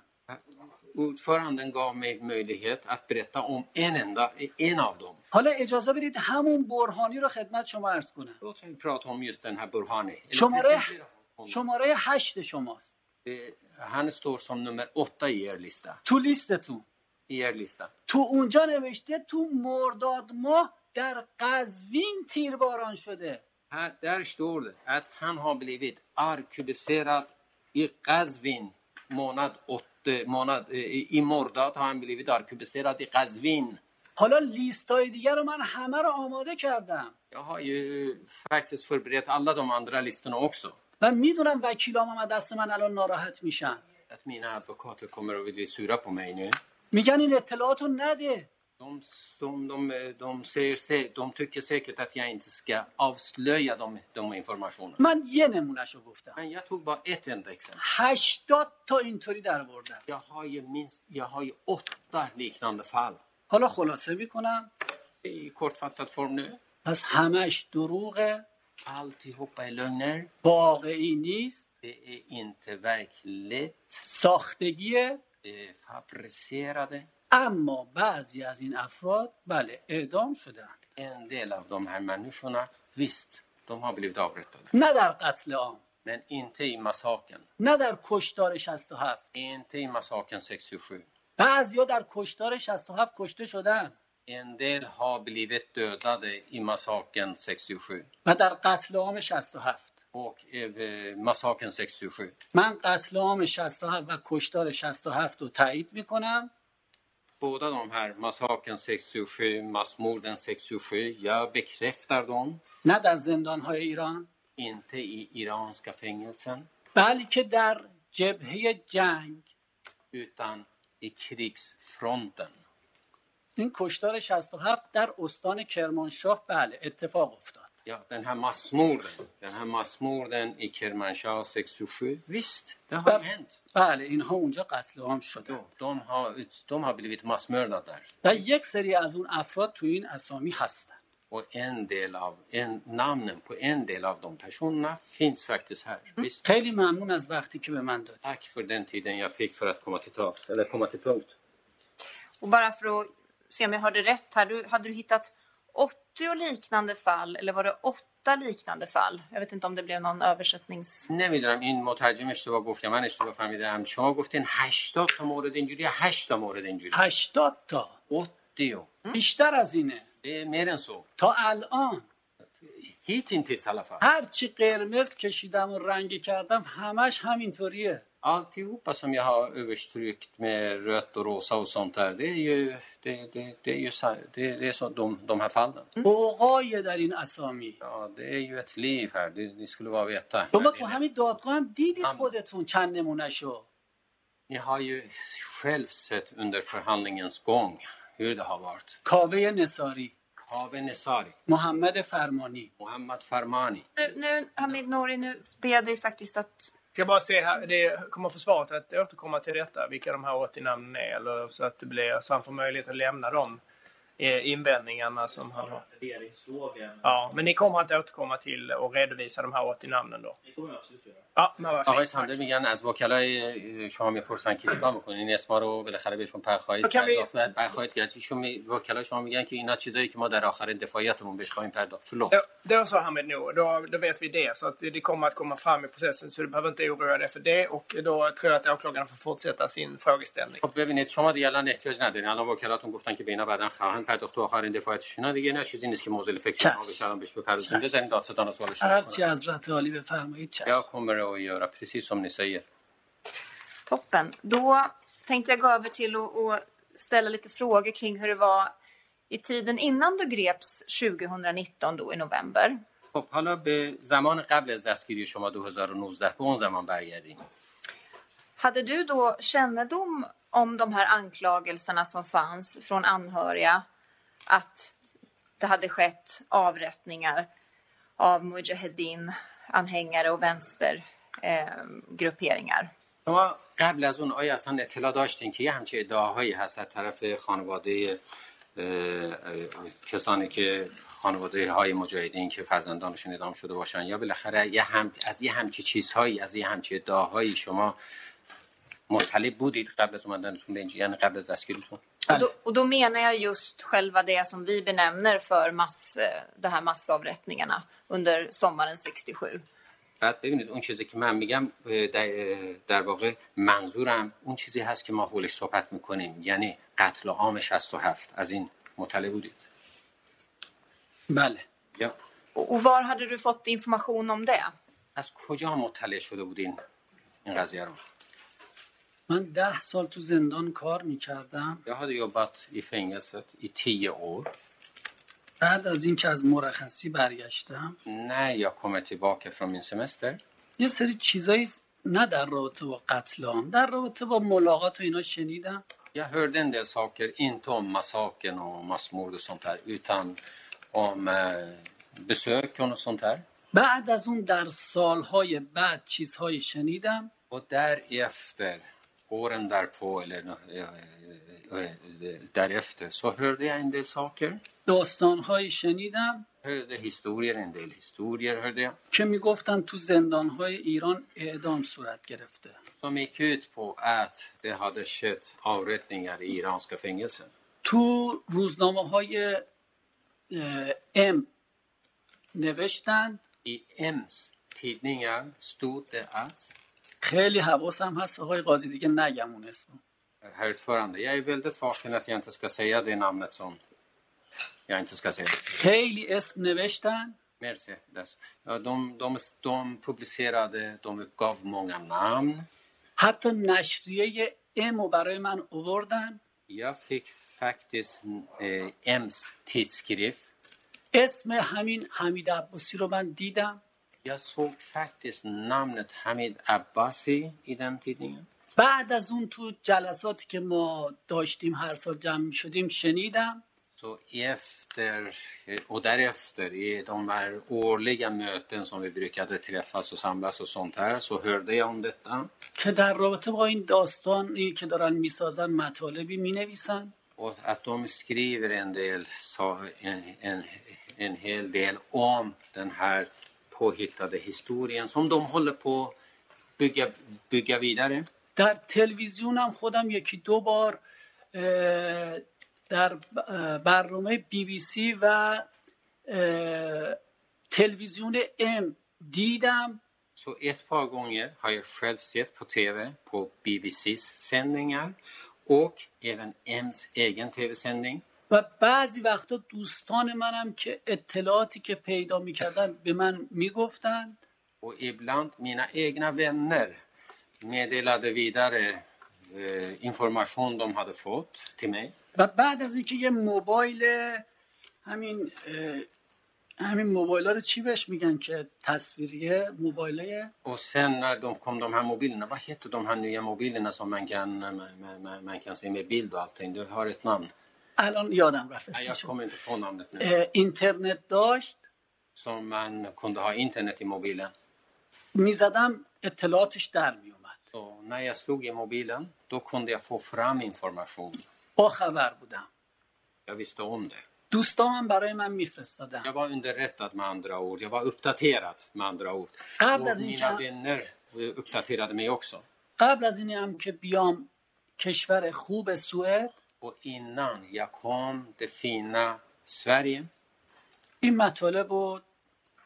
Ordföranden gav mig möjlighet att berätta om en enda, en av dem. حالا اجازه بدید همون برهانی رو خدمت شما عرض کنم Låt mig prata om just den här Burhani. Eller شماره presentera honom. شماره هشت شماست Eh, Han står som nummer åtta i er lista. تو لیستتون I er lista. تو اونجا نوشته تو مرداد ماه در قزوین تیرباران شده Här, där står det att han har blivit arkebuserad i Qazvin månad åtta, månad, eh, i i Mordad har han blivit arkebuserad i Qazvin. حالا لیستای دیگر رو من همه رو آماده کردم Jag har ju faktiskt förberett alla de andra listorna också. و میدونم وکیلام هم از دست من الان ناراحت میشن Att mina advokater kommer att bli sura på mig nu. میگن این اطلاعات رو نده De, som de, eh, de, säger, sä- de tycker säkert att jag inte ska avslöja de, de informationerna. من یه نمونهش رو گفتم Men jag tog bara ett enda exempel. هشتاد تا اینطوری در بردم Jag har ju, minst, jag har ju åtta liknande fall. حالا خلاصه میکنم I kortfattad form nu. پس همش دروغه Alltihopa är lögner. واقعی نیست Det är inte verkligt. ساختگیه Det är fabricerade. اما بعضی از این افراد بله اعدام شدن En del av de här människorna, visst, de har blivit avrättade. نه در قتل عام Men inte i massakern. نه در کشتار 67 Inte i massakern 67. بعضیا در کشتار 67 کشته شدن En del har blivit dödade i massakern 67. و در قتل عام 67 Och eh, massakern 67. من قتل عام 67 و کشتار 67 رو تایید میکنم Båda de här, massakern 67, massmorden 67, jag bekräftar dem. نه در زندان های ایران Inte i iranska fängelsen, بلکه در جبهه جنگ utan i krigsfronten. این کشتار 67 در استان کرمانشاه بله اتفاق افتاد Ja, den här massmorden, den här massmorden i Kermanshah 67. Visst, det har Ja. ju hänt. بله اینها اونجا قتل عام شده Ja, de, har, ut- de har blivit massmördade där. و یک سری از اون افراد تو این اسامی هستن Och en del av, en, namnen på en del av de personerna finns faktiskt här. Visst. خیلی ممنون از وقتی که به من دادی Tack för den tiden jag fick för att komma till tals, eller komma till punkt. Och bara för att se om jag hörde rätt här, du, hade du hittat 80 liknande fall eller var det 8 liknande fall? Jag vet inte om det blev någon översättnings... نمیدونم این مترجم اشتباه گفت یا من اشتباه فهمیدم شما گفتین 80 تا مورد اینجوری 8 تا مورد اینجوری 80 تا 80 بیشتر از اینه det är mer än så تا الان hittills i alla fall هرچی قرمز کشیدم و رنگ کردم همش همینطوریه alltihopa som jag har överstrykt med rött och rosa och sånt där det är ju det, det, det är ju så, det, det är så de, de här fallen بوقای در این اسامی ja det är ju ett liv här det, ni skulle bara veta شما تو همین دادگاه هم دیدید هم. خودتون چند نمونه شو ni har ju själv sett under förhandlingens gång hur det har varit کاوه نصاری Kaveh Nesari, محمد فرمانی Mohammad Farmani Nu, nu Hamid Nouri, nu ber jag dig faktiskt att... Ska bara se här, det kommer försvaret att återkomma till detta, vilka de här 80 namnen är, eller så att det blir, så han får möjlighet att lämna de eh, invändningarna som han har. Värderingsfrågan. Ja, men ni kommer att återkomma till och redovisa de här 80 namnen då? Det kommer jag absolut göra. Ja, men vad آقای fint. سمده میگن از وکلای شما میپرسن که چیکار میکنین این اسما رو بالاخره بهشون پرخواهید تو کمی- پرداخت و پرخواهید کرد چون می... وکلای شما میگن که اینا چیزایی که ما در آخر دفاعیتمون بهش خواهیم پرداخت فلو Ja, Då så Hamid Nour, då, då vet vi det. Så att det kommer att komma fram i processen så du behöver inte oroa dig för det. Och då tror jag att åklagaren får fortsätta sin frågeställning. خب ببینید شما دیگه الان احتیاج ندارین الان وکلاتون گفتن که به اینا بعدا خواهند پرداخت تو آخرین دفاعیتشون اینا دیگه نه چیزی نیست که موزل فکر شما چشم. بشه الان بهش بپردازیم بزنین دادستان سوالش هرچی حضرت عالی بفرمایید چشم یا kommer att göra precis som ni säger. Toppen. Då tänkte jag gå över till att- att ställa lite frågor kring hur det var i tiden innan du greps 2019 då i november. خب حالا به زمان قبل از دستگیری شما 2019 به اون زمان برگردیم Hade du då kännedom om de här anklagelserna som fanns från anhöriga att det hade skett avrättningar av Mujahedin-anhängare och eh, vänstergrupperingar? شما قبل از اون آیا اصلا اطلاع داشتین که یه همچین ادعاهایی هست از طرف خانواده اه، اه، کسانی که خانواده های مجاهدین که فرزندانشون اعدام شده باشن یا بالاخره یه هم... از یه همچی چیزهایی از یه همچی ادعاهایی شما مطلع بودید قبل از اومدنتون به اینجا یعنی قبل از دستگیریتون Och då, och då menar jag just själva det som vi benämner för mass, eh, de här massavrättningarna under sommaren 67. بعد ببینید اون چیزی که من میگم اه، در, اه، در واقع منظورم اون چیزی هست که ما حولش صحبت میکنیم یعنی قتل عام 67 از این مطلع بودید بله یا Och, och var hade du fått information om det? از کجا مطلع شده بودین این قضیه رو من ده سال تو زندان کار میکردم Jag hade jobbat i fängelset i tio år. بعد از اینکه از مرخصی برگشتم När jag kommer tillbaka från min semester یه سری چیزایی نه در رابطه با قتل عام در رابطه با ملاقات و اینا شنیدم jag hörde en del saker, inte om massakern och massmord och sånt där, utan om eh, besök och något sånt där. بعد از اون در سالهای بعد چیزهایی شنیدم Och därefter, åren därpå eller eh, eh, eh, därefter, så hörde jag en del saker. داستانهایی شنیدم Hörde historier, en del historier hörde jag. که میگفتن تو زندانهای ایران اعدام صورت گرفته Som gick ut på att det hade skett avrättningar i iranska fängelser. تو روزنامه های ام نوشتند I EMS tidningar stod det att, خیلی حواسم هست آقای قاضی دیگه نگم اون اسمو herr ordförande, jag är väldigt vaken att jag inte ska säga det namnet som jag inte ska säga. خیلی اسم نوشتن Mercedes. Ja, de, de, de publicerade, de uppgav många namn. حتی نشریه ام رو برای من اووردن Jag fick faktiskt eh, EMS tidskrift. اسم همین حمید عباسی رو من دیدم Jag såg faktiskt namnet Hamid Abbasi i den tidningen. بعد از اون تو جلساتی که ما داشتیم هر سال جمع شدیم شنیدم Så efter, och därefter i de här årliga möten som vi brukade träffas och samlas och sånt här så hörde jag om detta. که در رابطه با این داستانی که دارن میسازن مطالبی مینویسن Och att de skriver en del, sa- en, en, en hel del om den här påhittade historien som de håller på att bygga, bygga vidare. در تلویزیونم خودم یکی دو بار اه، در اه، برنامه بی بی سی و اه، تلویزیون ام دیدم Så ett par gånger har jag själv sett på TV, på BBCs sändningar och även M's egen TV-sändning. و بعضی وقتا دوستان منم که اطلاعاتی که پیدا میکردن به من میگفتند Och ibland mina egna vänner meddelade vidare eh, information de hade fått till mig. و بعد از اینکه یه موبایل همین اه، همین موبایل رو چی بهش میگن که تصویریه موبایل Och sen när de kom de här mobilerna, vad heter de här nya mobilerna som man kan, man, man, man kan se med bild och allting? Du har ett namn. الان یادم رفت Nej, jag اسمش kommer inte på namnet nu. اینترنت داشت Som man kunde ha internet i mobilen. میزدم اطلاعاتش در میومد Så när jag slog i mobilen, då kunde jag få fram information. با خبر بودم Jag visste om det. دوستانم برای من میفرستادن Jag var underrättad med andra ord. Jag var uppdaterad med andra ord. Andra Och mina sidan. vänner eh, uppdaterade mig också. قبل از این هم که بیام کشور خوب سوئد Och innan jag kom det fina Sverige, این مطالب رو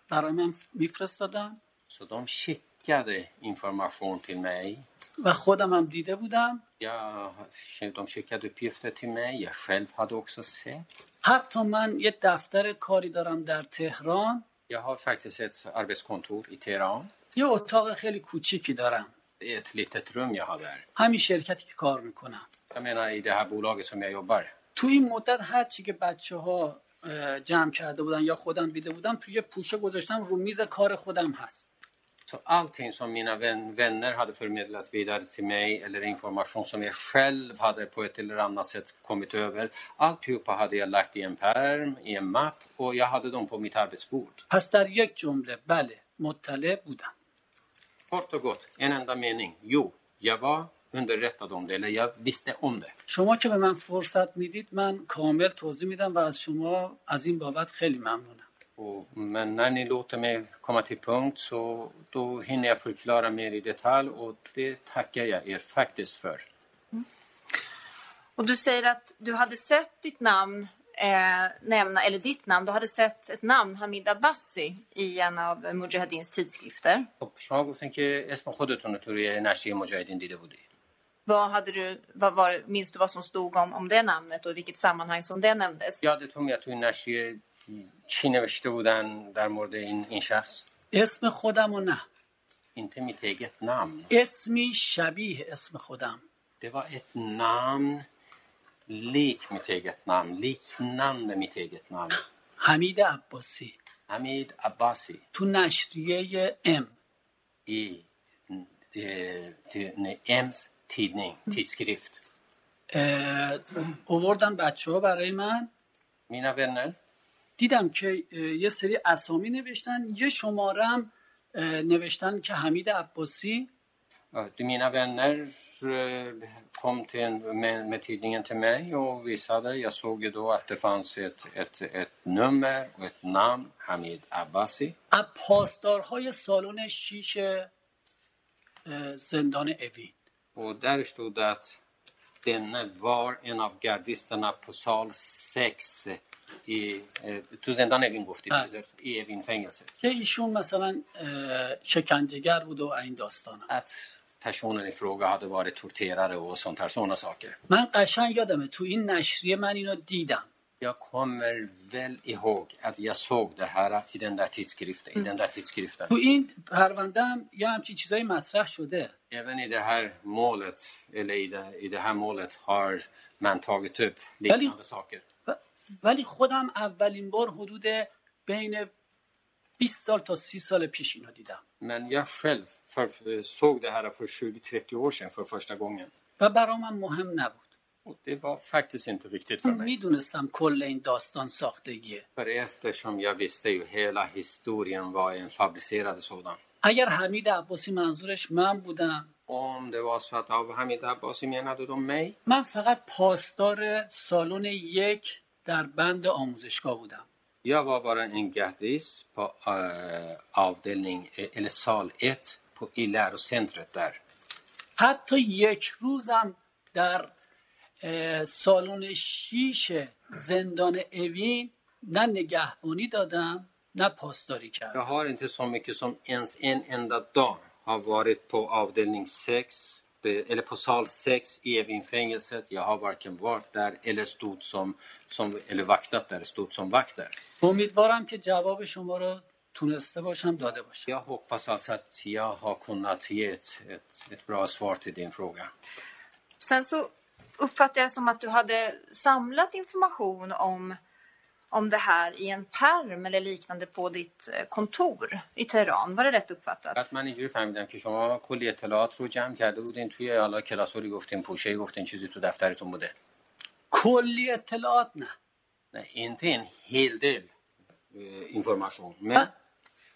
برای من میفرستادن så de skickade information till mig. و خودم هم دیده بودم Jag, de skickade uppgifter till mig. Jag själv hade också sett. حتی من یه دفتر کاری دارم در تهران Jag har faktiskt ett arbetskontor i Teheran. یه اتاق خیلی کوچیکی دارم Det är ett litet rum jag har där. همین شرکتی که کار میکنم Jag menar i det här bolaget som jag jobbar. تو این مدت هر چی که بچه ها جمع کرده بودن یا خودم دیده بودم توی یه پوشه گذاشتم رو میز کار خودم هست Så allting som mina vän- vänner hade förmedlat vidare till mig eller information som jag själv hade på ett eller annat sätt kommit över, alltihopa hade jag lagt i en pärm, i en mapp och jag hade dem på mitt arbetsbord. پس در یک جمله بله مطلع بودم Kort och gott, en enda mening. Jo, jag var underrättad om det, eller jag visste om det. شما که به من فرصت میدید من کامل توضیح میدم و از شما از این بابت خیلی ممنونم Och, men när ni låter mig komma till punkt så då hinner jag förklara mer i detalj och det tackar jag er faktiskt för. Och du säger att du hade sett ditt namn eh, nämna, eller ditt namn, du hade sett ett namn, Hamid Abbasi, i en av Mujahedins tidskrifter. خب شما گفتین که اسم خودتون رو توی نشریه مجاهدین دیده بودی Vad hade du, vad var, det- minns du vad som stod om, om det namnet och i vilket sammanhang som det nämndes? یادتون میاد توی نشریه چی نوشته بودن در مورد این این شخص اسم خودم و نه inte mitt eget namn اسمی شبیه اسم خودم det var ett namn lik mitt eget namn liknande mitt eget namn حمید عباسی حمید عباسی تو نشریه ام i eh, till- nej, M's tidning tidskrift اه، اووردن بچه ها برای من mina vänner دیدم که اه، یه سری اسامی نوشتن یه شمارم نوشتن که حمید عباسی Ja, Mina vänner eh, kom till, en- med, med tidningen till mig och visade. Jag såg ju då att det fanns ett, ett, ett nummer och ett namn, Hamid Abbasi. از پاسدارهای سالن شیش اه، زندان اوین Och där stod det att denne var en av gardisterna på sal 6 i eh, Tusendan Evin Gofti, Ja. i Evinfängelset. که ایشون مثلا اه، شکنجهگر بود و این داستانا Att personen i fråga hade varit torterare och sånt här, sådana saker. من قشنگ یادمه تو این نشریه من اینو دیدم Jag kommer väl ihåg att jag såg det här i den där tidskriften. I den där tidskriften. تو این پرونده هم یه همچین چیزایی مطرح شده Även i det här målet, eller i det, i det här målet har man tagit upp Eller- liknande saker. و- ولی خودم اولین بار حدود بین 20 سال تا 30 سال پیش اینو دیدم Men jag själv för, såg det här för 20-30 år sedan för första gången. و برا من مهم نبود Och det var faktiskt inte viktigt för چون mig. میدونستم کل این داستان ساختگیه För eftersom jag visste ju hela historien var en fabricerad sådan. اگر حمید عباسی منظورش من بودم Om det var så att av Hamid Abbasi menade de mig. من فقط پاسدار سالن یک در بند آموزشگاه بودم Jag var bara en gardis på eh, avdelning, eh, eller sal 1 på, i lärocentret där. حتی یک روزم در اه، سالن شیش زندان اوین نه نگهبانی دادم نه پاسداری Jag کردم har inte så mycket som ens en enda dag har varit på avdelning 6 eller på sal 6 i Evinfängelset. Jag har varken varit där eller stod som, som eller vaktat där, stod som vakt där. امیدوارم که جواب شما رو تونسته باشم داده باشم Jag hoppas alltså att jag har kunnat ge ett, ett, ett bra svar till din fråga. Sen så uppfattade jag som att du hade samlat information om, om det här i en pärm eller liknande på ditt eh, kontor i Teheran. Var det rätt uppfattat? من اینجوری فهمیدم که شما کلی اطلاعات رو جمع کرده بودین توی حالا کلاسوری گفتین پوشه گفتین چیزی تو دفترتون بوده کلی اطلاعات نه نه inte en hel del eh, information خب، men من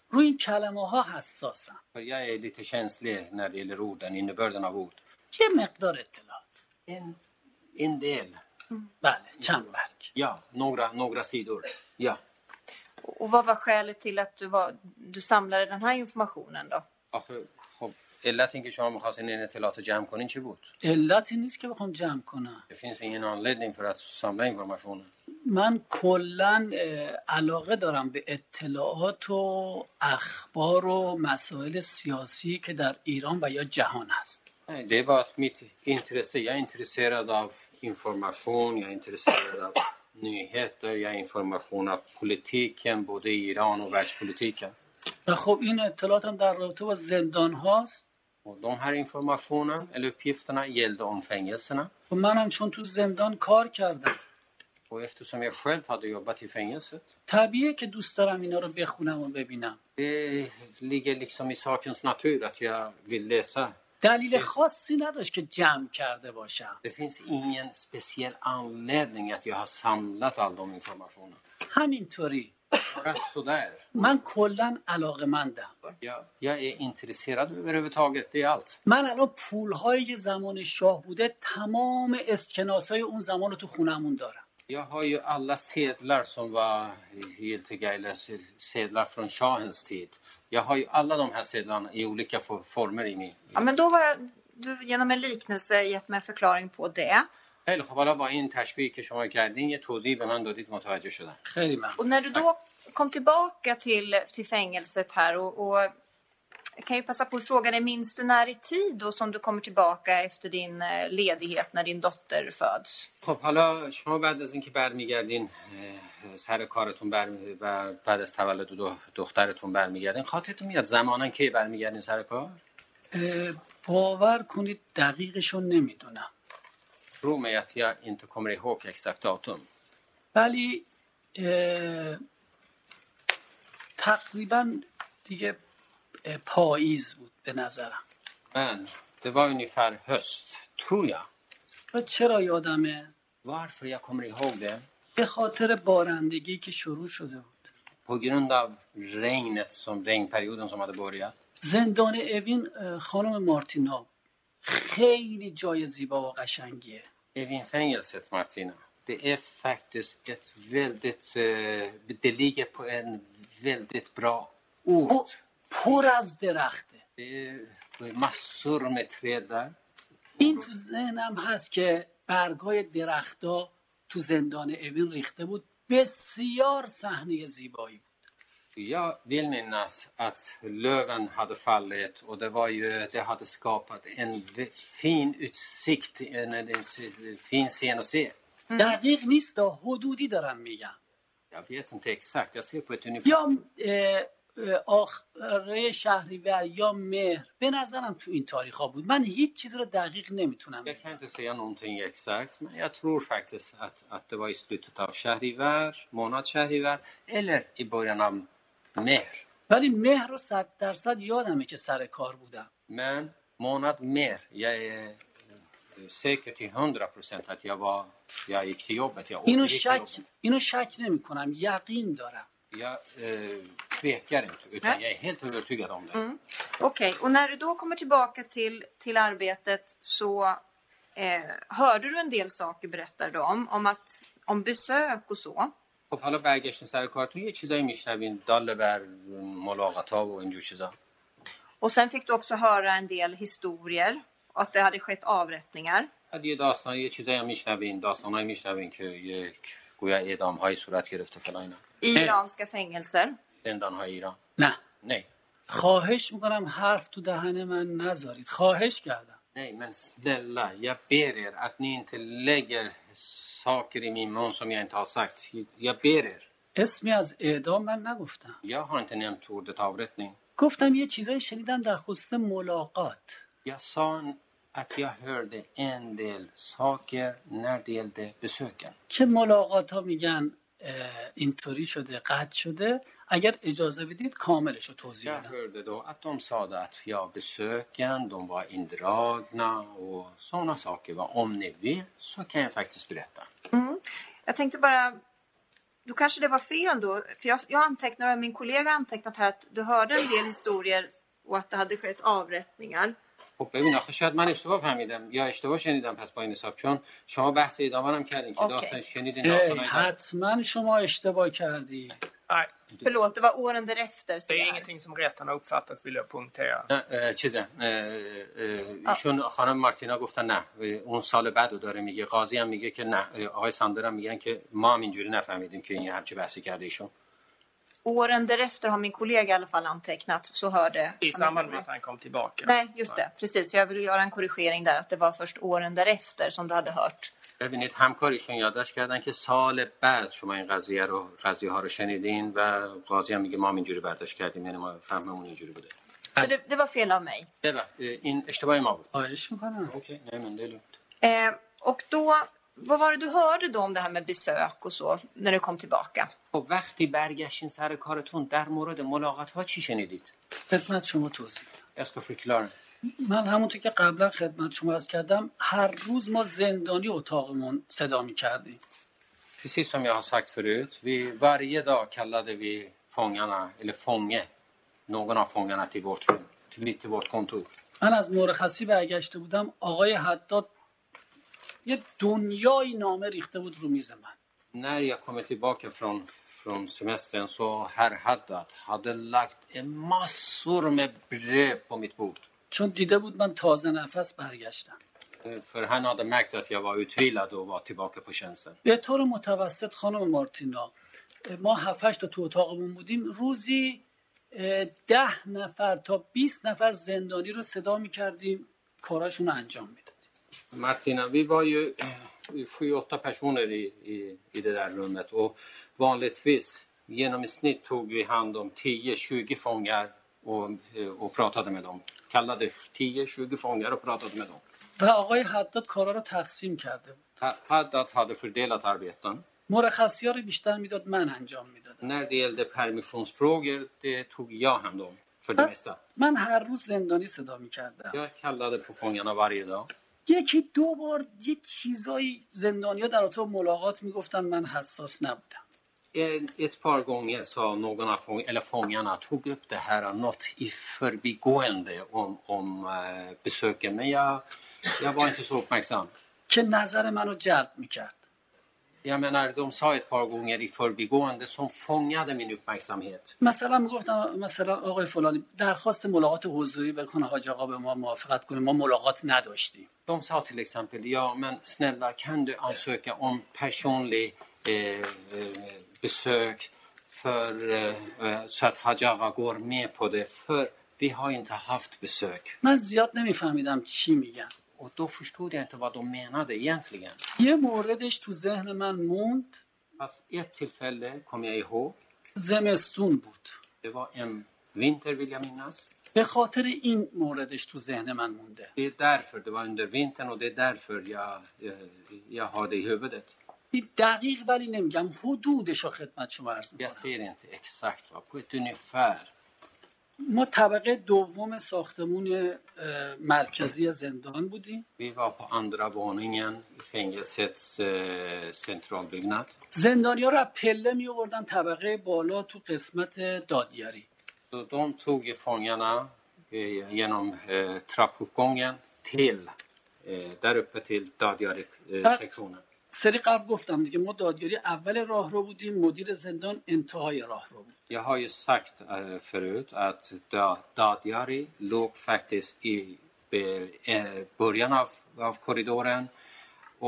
روی این کلمه ها حساسم Jag är lite känslig när det gäller orden, innebörden av ord. یه مقدار اطلاعات En, en del. بله چند برگ Ja, några, några sidor. Ja. Och vad var skälet till att du, var, du samlade den här informationen då? آخه خب علت اینکه شما میخواستین این اطلاعات رو جمع کنین چی بود؟ علتی نیست که بخوام جمع کنم Det finns ingen anledning för att samla informationen. من کلا اه، علاقه دارم به اطلاعات و اخبار و مسائل سیاسی که در ایران و یا جهان هست Nej, det var att mitt intresse. Jag är intresserad av information, jag är intresserad av nyheter, jag är information av politiken, både i Iran och världspolitiken. و خب این اطلاعات هم در رابطه با زندان هاست Och de här خب informationen, eller uppgifterna, gällde om fängelserna. و من هم چون تو زندان کار کردم på eftersom jag själv hade jobbat i fängelset. طبیعه که دوست دارم اینا رو بخونم و ببینم Det ligger liksom i sakens natur att jag vill läsa. دلیل خاصی نداشت که جمع کرده باشم Det finns ingen speciell anledning att jag har samlat all de informationen. همینطوری Bara sådär. من کلا علاقه مندم Jag, jag är intresserad överhuvudtaget, det är allt. من الان پولهایی که زمان شاه بوده تمام اسکناس های اون زمان رو تو خونمون دارم Jag har ju alla sedlar som var giltiga, eller se- sedlar från shahens tid. Jag har ju alla de här sedlarna i olika for- former i min... Ja, men då har jag, du genom en liknelse gett mig en förklaring på det. خیلی خب حالا با این تشبیهی که شما کردین یه توضیح به من دادید متوجه شدم خیلی ممنون Och när du då kom tillbaka till, till fängelset här och, och jag kan ju passa på att fråga dig, minns du när i tid då som du kommer tillbaka efter din eh, ledighet när din dotter föds? خب حالا شما بعد از اینکه برمیگردین اه، سر کارتون بر و بعد از تولد دو دخترتون برمیگردین خاطرتون میاد زمانا کی برمیگردین سر کار اه، باور کنید دقیقشون نمیدونم Tro mig att jag inte kommer ihåg exakt datum. ولی اه، تقریبا دیگه اه، پاییز بود به نظرم Men det var ungefär höst, tror jag. و چرا یادمه Varför jag kommer ihåg det? به خاطر بارندگی که شروع شده بود På grund av regnet, som regnperioden som hade börjat. زندان اوین اه، خانم مارتینا خیلی جای زیبا و قشنگیه Evinfängelset, Martina. Det är faktiskt ett väldigt... Eh, det ligger på en väldigt bra ort. و پر از درخته Det är massor med träd där. این تو ذهنم هست که برگای درختا تو زندان اوین ریخته بود بسیار صحنه زیبایی بود Jag vill minnas att löven hade fallit och det, var ju, det hade skapat en v- fin utsikt, en, en sy- fin scen att se. دقیق نیست دا حدودی دارم میگم Jag vet inte exakt, jag ser på ett ungefär. یا اه، اه، آخره شهریور یا مهر به نظرم تو این تاریخ ها بود من هیچ چیز رو دقیق نمیتونم Jag kan inte säga någonting exakt, men jag tror faktiskt att, att det var i slutet av Shahrivar, månad Shahrivar, eller i början av Mer. ولی مهر رو صد درصد یادمه که سر کار بودم Men månad Mer, jag är eh, säker till 100 procent att jag, var, jag gick till jobbet. Jag اینو återgick till شک jobbet. اینو شک نمی کنم یقین دارم Jag eh, tvekar inte, utan Nej. jag är helt övertygad om det. Okej, och när du då kommer tillbaka till, till arbetet så eh, hörde du en del saker berättar du om, om, att, om besök och så. خب حالا برگشتین سر کارتون یه چیزایی میشنوین دال بر ملاقات ها و اینجور چیزا Och sen fick du också höra en del historier och att det hade skett avrättningar. بعد یه داستان یه چیزایی هم میشنوین داستانایی میشنوین که یک گویا اعدام های صورت گرفته فلان اینا Eh. I iranska fängelser. زندان های ایران نه نه خواهش میکنم حرف تو دهن من نذارید خواهش کردم نه من snälla jag ber er att ni inte lägger saker i min mun som jag inte har sagt jag ber er اسمی از اعدام من نگفتم jag har inte nämnt ordet avrättning گفتم یه چیزایی شنیدم در خصوص ملاقات jag sa att jag hörde en del saker när det gällde besöken که ملاقات ها میگن اه، اینطوری شده قطع شده اگر اجازه بدید کاملش رو توضیح Jag بدم hörde då att de sade att ja, besöken, de var indragna och sådana saker. Va? Om ni vill så kan jag faktiskt berätta. Jag tänkte bara, då kanske det var fel då. För jag, jag antecknar, och min kollega har antecknat här att du hörde en del historier och att det hade skett avrättningar. خب ببین آخه شاید من اشتباه فهمیدم یا اشتباه شنیدم پس با این حساب چون شما بحث ادامه رو هم کردین که اوکی. داستان شنیدین ای، داستان حتما شما اشتباه کردی Nej, Förlåt, det var åren därefter. det ser jag är här. ingenting som rätten har uppfattat vill jag punktera. Eh, چیزه اه، اه، ایشون خانم مارتینا گفتن نه اه، اون سال بعد رو داره میگه قاضی هم میگه که نه اه، آقای ساندر هم میگن که ما هم اینجوری نفهمیدیم که این همچی بحثی کرده ایشون Åren därefter har min kollega i alla fall antecknat. Så hörde I samband med att han kom tillbaka. Nej, just det. Precis. Jag vill göra en korrigering där. Att det var först åren därefter som du hade hört. ببینید همکارشون یادداشت کردن که سال بعد شما این قضیه رو قضیه ها رو شنیدین و قاضی هم میگه ما هم اینجوری برداشت کردیم یعنی ما فهممون اینجوری بوده Så det, det var fel av mig. ببخ- این اشتباه ما بود خب. خواهش میکنم اوکی نه من دلم. Eh, och då vad var det du hörde då om det här med besök och så när du kom tillbaka? خب وقتی برگشتین سر کارتون در مورد ملاقات ها چی شنیدید؟ خدمت شما توضیح بدم. Jag ska förklara. من همونطور که قبلا خدمت شما از کردم هر روز ما زندانی اتاقمون صدا می کردیم Precis som jag har sagt förut, vi, varje dag kallade vi fångarna, eller fånge, någon av fångarna till vårt rum, till, till vårt kontor. من از مرخصی برگشته بودم آقای حداد یه دنیای نامه ریخته بود رو میز من När jag kommer tillbaka från, från semestern så herr Haddad hade lagt en massor med brev på mitt bord. چون دیده بود من تازه نفس برگشتم Eh, För han hade märkt att jag var utvilad och var tillbaka på tjänsten. به طور متوسط خانم مارتینا ما 7 تا تو اتاقمون بودیم روزی اه، ده نفر تا 20 نفر زندانی رو صدا میکردیم کاراشون رو انجام میدادیم Martina, vi var ju eh, sju, åtta personer i, i, i det där rummet och vanligtvis genom i snitt tog vi hand om 10-20 fångar och, eh, och pratade med dem. Kallade 10-20 fångar och pratade med dem. و آقای حداد کارا رو تقسیم کرده بود Ta- Haddad hade fördelat arbeten. مرخصی ها رو بیشتر میداد من انجام میدادم När det gällde permissionsfrågor, det tog jag hand om för det mesta. من هر روز زندانی صدا میکردم Jag kallade på fångarna varje dag. یکی دو بار یه چیزایی زندانیا در اتاق ملاقات میگفتن من حساس نبودم En- Ett par gånger sa någon av fång, eller fångarna tog upp det här något i förbigående om, om eh, besöken men jag, jag var inte så uppmärksam. که نظر منو جلب میکرد Jag menar, de sa ett par gånger i förbigående som fångade min uppmärksamhet. مثلا میگفتم مثلا آقای فلانی درخواست ملاقات حضوری بکن حاج آقا به ما موافقت کنه ما ملاقات نداشتیم De sa till exempel, ja men snälla kan du ansöka om personlig eh, eh, besök för, eh, eh, så att Hajaga går med på det för vi har inte haft besök. من زیاد نمیفهمیدم چی میگن Och då förstod jag inte vad de menade egentligen. یه موردش تو ذهن من موند Fast ett tillfälle kommer jag ihåg. زمستون بود Det var en vinter vill jag minnas. به خاطر این موردش تو ذهن من مونده Det är därför, det var under vintern och det är därför jag, eh, jag har det i huvudet. دقیق ولی نمیگم حدودش رو خدمت شما عرض Jag میکنم ser inte exakt, va? på ett ungefär. ما طبقه دوم ساختمون اه، مرکزی زندان بودیم Vi var på andra våningen i fängelsets eh, centralbyggnad. زندانیا رو از پله می آوردن طبقه بالا تو قسمت دادیاری Så de tog ju fångarna eh, genom eh, trappuppgången till, eh, där uppe till eh, Dadjarik-sektionen. سری قبل گفتم دیگه ما دادیاری اول راه رو بودیم مدیر زندان انتهای راه رو بود Jag har ju sagt eh, förut att Da- Dadjari låg faktiskt i be- eh, början av, av korridoren.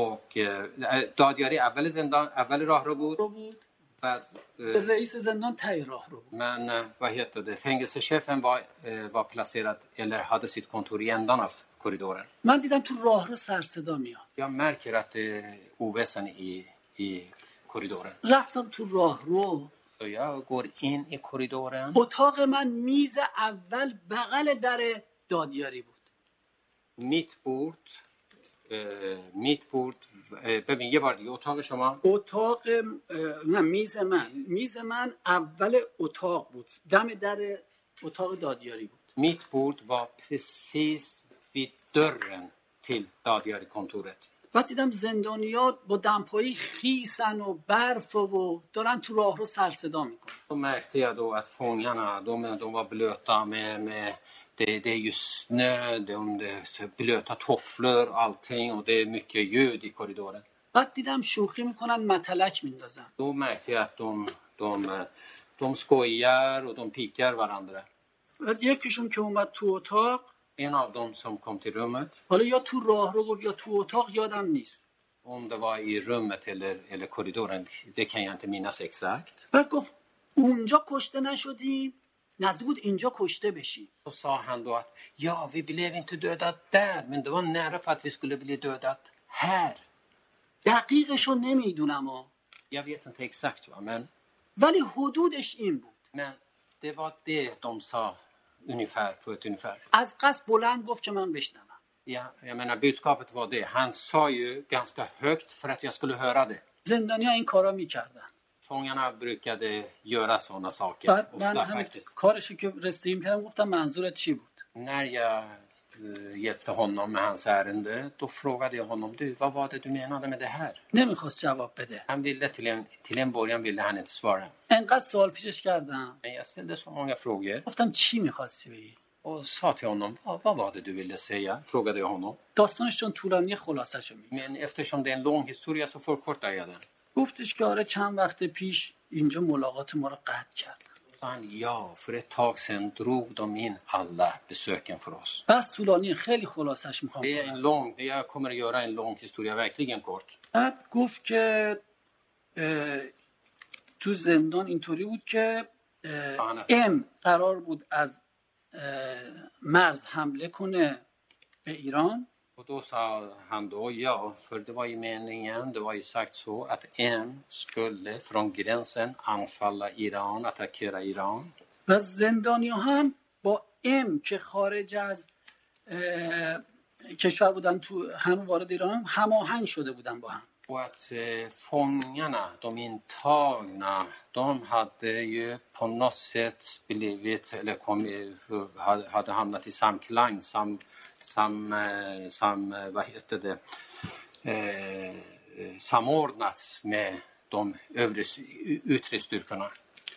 Och eh, Dadjari är väl zindan- är väl Rahrobot. رو بود Men, eh, رئیس زندان تای راه رو بود Men eh, vad heter det? Fängelsechefen var, eh, var placerad eller hade sitt kontor i ändan av korridoren. من دیدم تو راه رو سر صدا میاد Jag märker att det är oväsen i, i korridoren. رفتم تو راه رو Så jag går in i korridoren. اتاق من میز اول بغل در دادیاری بود Mitt bord, eh, mitt bord, eh, ببین یه بار دیگه اتاق شما اتاق اه، نه میز من میز من اول اتاق بود دم در اتاق دادیاری بود mitt bord var precis vid dörren till Dadjari-kontoret. بعد دیدم زندانیا با دمپایی خیسن و برف و دارن تو راه رو سر صدا میکنن Då märkte jag då att fångarna, de, de var blöta med, med det, det är ju snö, det, om det, blöta tofflor och allting och det är mycket ljud i korridoren. بعد دیدم شوخی میکنن متلک میندازن Då märkte jag att de, de, eh, de skojar och de pikar varandra. بعد یکیشون که اومد تو اتاق En av dem som kom till rummet, حالا یا تو راه رو گفت یا تو اتاق یادم نیست om det var i rummet eller, eller korridoren, det kan jag inte minnas exakt. بعد گفت اونجا کشته نشدیم نزدیک بود اینجا کشته بشیم Då sa han då att ja, vi blev inte dödade där, men det var nära på att vi skulle bli dödade här. دقیقش رو نمیدونم Jag vet inte exakt va, men ولی حدودش این بود Men det var det de sa ungefär på ett ungefär. از قصد بلند گفت که من بشنوم ja, jag menar budskapet var det. Han sa ju ganska högt för att jag skulle höra det. زندانی ها این کارا میکردن Fångarna brukade göra sådana saker بعد ofta من همین faktiskt. کارشو که رستیم کردم گفتم منظورت چی بود När jag eh, hjälpte honom med hans ärende, då frågade jag honom, du, vad var det du menade med det här? نمیخواست جواب بده Han ville till en, till en början ville han inte svara. انقدر سوال پیشش کردم Men jag ställde så många frågor گفتم چی میخواستی بگی och sa till honom, vad, vad var det du ville säga? Frågade jag honom. داستانش چون طولانی خلاصش میگم Men eftersom det är en lång historia så förkortar jag den. گفتش که آره چند وقت پیش اینجا ملاقات ما رو قطع کردن Sa han, ja, för ett tag sedan drog de in alla besöken för oss. بس طولانی خیلی خلاصش میخوام Det är en lång, det- jag kommer att göra en lång historia verkligen kort. بعد گفت که اه، تو زندان اینطوری بود که اه، آه، نه. ام قرار بود از اه، مرز حمله کنه به ایران Och då sa han då ja, för det var ju meningen, det var ju sagt så att en skulle från gränsen anfalla Iran, attackera Iran. و زندانی هم با ام که خارج از اه، کشور بودن تو همون وارد ایران هم هماهنگ شده بودن با هم Och att eh, fångarna, de intagna, de hade ju på något sätt blivit, eller kom, i- hade, hade hamnat i samklang, sam, sam, eh, sam eh, vad heter det, eh, eh, samordnats med de övre s- yttre styrkorna.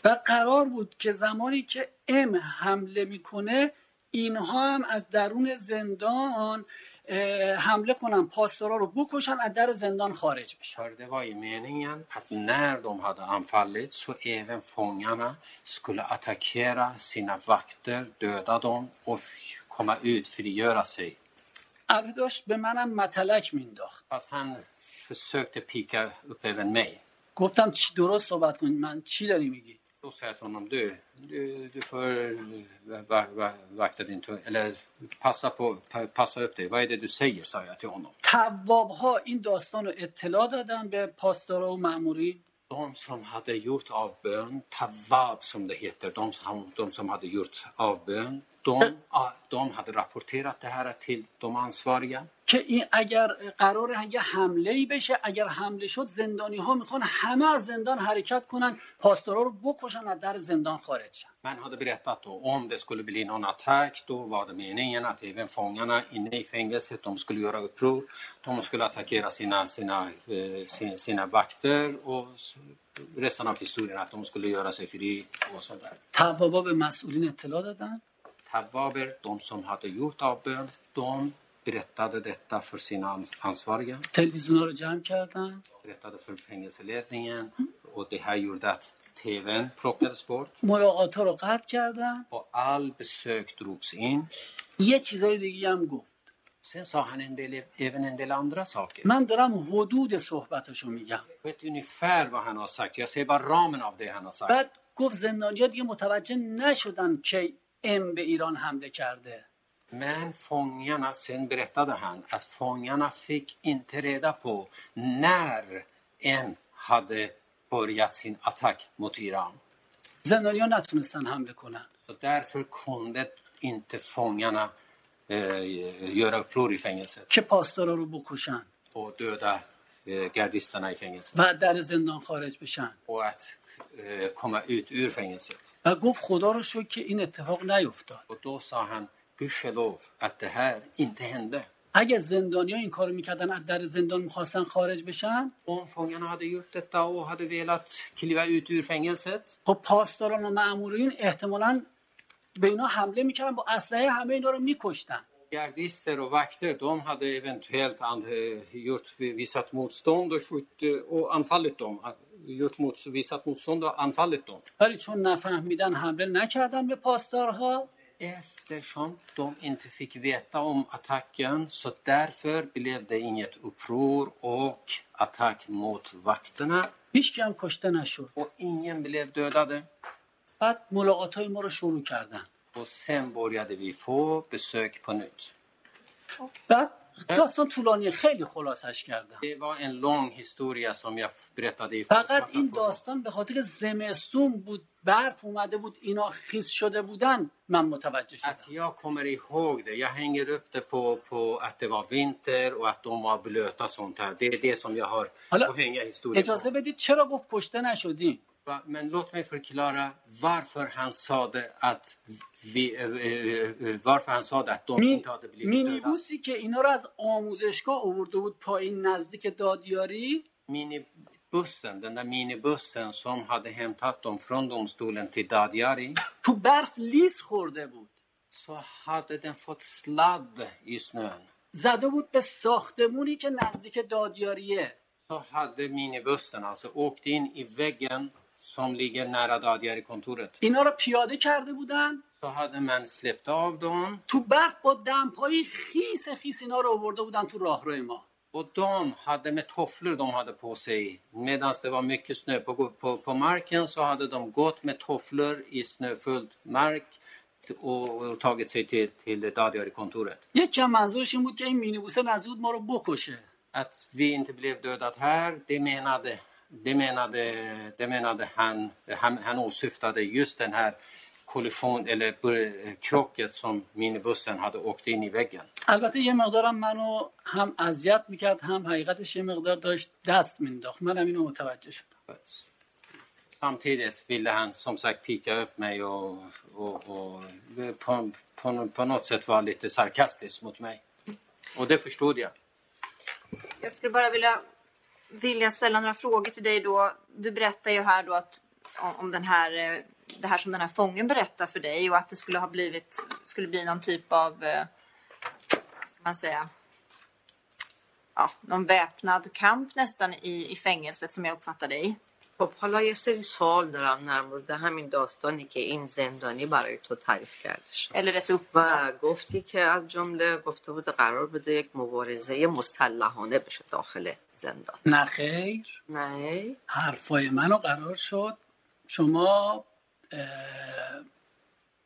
و قرار بود که زمانی که ام حمله میکنه اینها هم از درون زندان اه، حمله کنن پاسدارا رو بکشن از در زندان خارج بشن För det var ju meningen att när de hade anfallit så även fångarna skulle attackera sina vakter, döda dem och f- komma ut, frigöra sig. البته داشت به منم متلک مینداخت Fast han försökte pika upp även mig. گفتم چی درست صحبت کنی من چی داری میگی Då sa jag till honom, du, du, du får va, va, vakta din tunga, eller passa, på, pa, passa upp dig. Vad är det du säger, sa jag till honom. تواب ها این داستان رو اطلاع دادن به پاسدارا و مامورین De som hade gjort avbön, tawab som det heter, de som, de som hade gjort avbön, de, de hade rapporterat det här till de ansvariga. که این اگر قرار اگه حمله ای بشه اگر حمله شد زندانی ها میخوان همه از زندان حرکت کنن پاسدارا رو بکشن از در زندان خارج شن Man hade berättat då om det skulle bli någon attack, då var det meningen att även fångarna inne i fängelset, de skulle göra uppror. De skulle attackera sina, sina, eh, sina, sina vakter och s- resten av historien att de skulle göra sig fri och sådär. توابا به مسئولین اطلاع دادن Tawaber, de som hade gjort avbön, de berättade detta för sina ans- ansvariga, تلویزیون رو جمع کردن berättade för fängelseledningen och det här gjorde att TVn plockades bort ملاقات ها رو قطع کردن och all besök drogs in. یه چیزای دیگه هم گفت Sen sa han en del, även en del andra saker. من دارم حدود صحبتاشو میگم Jag vet ungefär vad han har sagt. Jag ser bara ramen av det han har sagt. بعد گفت زندانیا دیگه متوجه نشدن که ام به ایران حمله کرده Men fångarna, sen berättade han att fångarna fick inte reda på när en hade börjat sin attack mot Iran. زندانیا نتونستن حمله کنن Så därför kunde inte fångarna eh, göra uppror i fängelset که پاسدارا رو بکشن och döda eh, gardisterna i fängelset و از در زندان خارج بشن och att eh, komma ut ur fängelset. و گفت خدا رو شکر که این اتفاق نیفتاد Och då sa han gudskelov att det här inte hände. اگه زندانیا این کارو میکردن از در زندان میخواستن خارج بشن Om fångarna hade gjort detta och hade velat kliva ut ur fängelset خب پاسداران و مامورین احتمالا به اینا حمله میکردن با اسلحه همه اینا رو میکشتن Gardister och vakter, de hade eventuellt an, eh, gjort, visat motstånd och, skjut, och anfallit dem. Ah, Gjort mot, visat motstånd och anfallit dem. ولی چون نفهمیدن حمله نکردن به پاسدارها Eftersom de inte fick veta om attacken så därför blev det inget uppror och attack mot vakterna هیچکی هم کشته نشد och ingen blev dödade. بعد ملاقات های ما رو شروع کردن Och sen började vi få besök på nytt. بعد داستان طولانی خیلی خلاصش کردم Det var en lång historia som jag berättade i فقط korta این form. داستان به خاطر زمستون بود برف اومده بود اینا خیس شده بودن من متوجه شدم Att jag kommer ihåg det. Jag hänger upp det på, på att det var vinter och att de var blöta och sånt här. Det är det som jag har حالا att hänga historien på. اجازه بدید چرا گفت کشته نشدی Va, Men låt mig förklara varför han sa det att vi, eh, eh, eh, varför han sa det att de می... inte hade blivit döda. مینیبوسی که اینا رو از آموزشگاه آورده بود پایین نزدیک دادیاری Minibussen, den där minibussen som hade hämtat dem från domstolen till Dadjari تو برف لیز خورده بود så hade den fått sladd i snön. زده بود به ساختمونی که نزدیک دادیاریه Så hade minibussen alltså åkt in i väggen som ligger nära Dadjari-kontoret. اینا رو پیاده کرده بودن Så hade man släppt av dem تو برف با دمپایی خیس خیس اینا رو آورده بودن تو راهروی ما Och de hade med tofflor de hade på sig, medan det var mycket snö på, på, på marken så hade de gått med tofflor i snöfylld mark och, och tagit sig till, till Dadjari-kontoret. یک کم منظورش این بود که این مینیبوسه نزدیک بود ما رو بکشه Att vi inte blev dödade här, det menade, det menade, det menade han, han, han åsyftade just den här kollision eller eh, krocket som minibussen hade åkt in i väggen. البته یه مقدارم منو هم اذیت میکرد هم حقیقتش یه مقدار داشت دست مینداخت منم اینو متوجه شدم Samtidigt ville han som sagt pika upp mig och, och, och på, på, på något sätt vara lite sarkastisk mot mig. Och det förstod jag. Jag skulle bara vilja, vilja ställa några frågor till dig då. Du berättar ju här då att, om- om den här, eh, det här som den här fången berättar för dig och att det skulle ha blivit, skulle bli någon typ av, eh, vad ska man säga, ja, någon väpnad kamp nästan i, i fängelset som jag uppfattar dig. خب حالا یه سری سوال دارم در مورد همین داستانی که این زندانی برای تو تعریف کردش Eller ett upp... و گفتی که از جمله گفته بود قرار بده یک مبارزه مسلحانه بشه داخل زندان نه خیر نه حرفای منو قرار شد شما اه،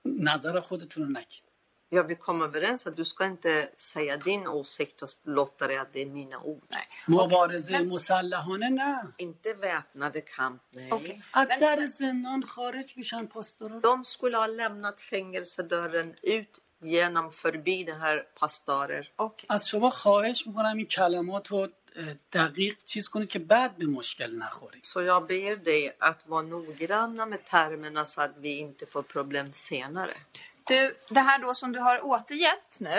نظر خودتون رو نگید یا vi kom överens att du ska inte säga din åsikt och låta det att det är mina ord. Nej. مبارزه مسلحانه نه Inte väpnade kamp, nej. Okej. از در زندان خارج میشن پاستورا De skulle ha lämnat fängelsedörren ut genom förbi det här pastarer. Okej. از شما خواهش میکنم این کلمات رو اه، دقیق چیز کنید که بعد به مشکل نخورید Så jag ber dig att vara noggranna med termerna så att vi inte får problem senare. Du, det här då som du har återgett nu,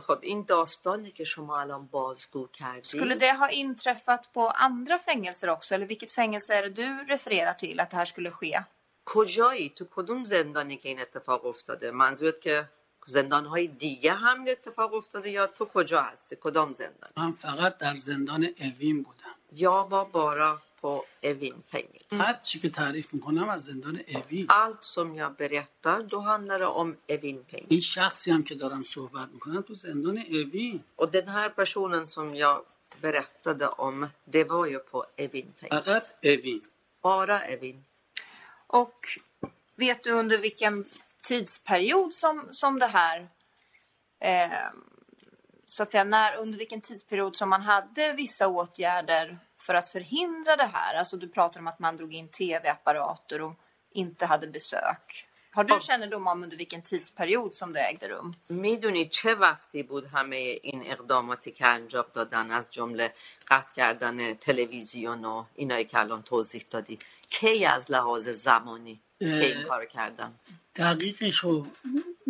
خب این داستانی که شما الان بازگو skulle کردی det ha inträffat på andra fängelser också? Eller vilket fängelse är det du refererar till att det här skulle ske? کجایی تو کدوم زندانی که این اتفاق افتاده منظورت که زندانهای دیگه هم این اتفاق افتاده یا تو کجا هستی کدام زندان من فقط در زندان اوین بودم Jag var bara på Evin fängelse. هر چی که تعریف میکنم از زندان اوی Allt som jag berättar, då handlar det om Evin fängelse. این شخصی هم که دارم صحبت میکنم تو زندان اوی Och den här personen som jag berättade om, det var ju på Evin fängelse. فقط اوی Bara Evin. Och vet du under vilken tidsperiod som, som det här... Eh, så att säga, när, under vilken tidsperiod som man hade vissa åtgärder för att förhindra det här? Alltså du pratar om att man drog in tv-apparater och inte hade besök. Har du kännedom om under vilken tidsperiod som det ägde rum? میدونی چه وقتی بود همه این اقداماتی که انجام دادن از جمله قطع کردن تلویزیون و اینایی که الان توضیح دادی کی از لحاظ زمانی که این اه. کار کردن دقیقش رو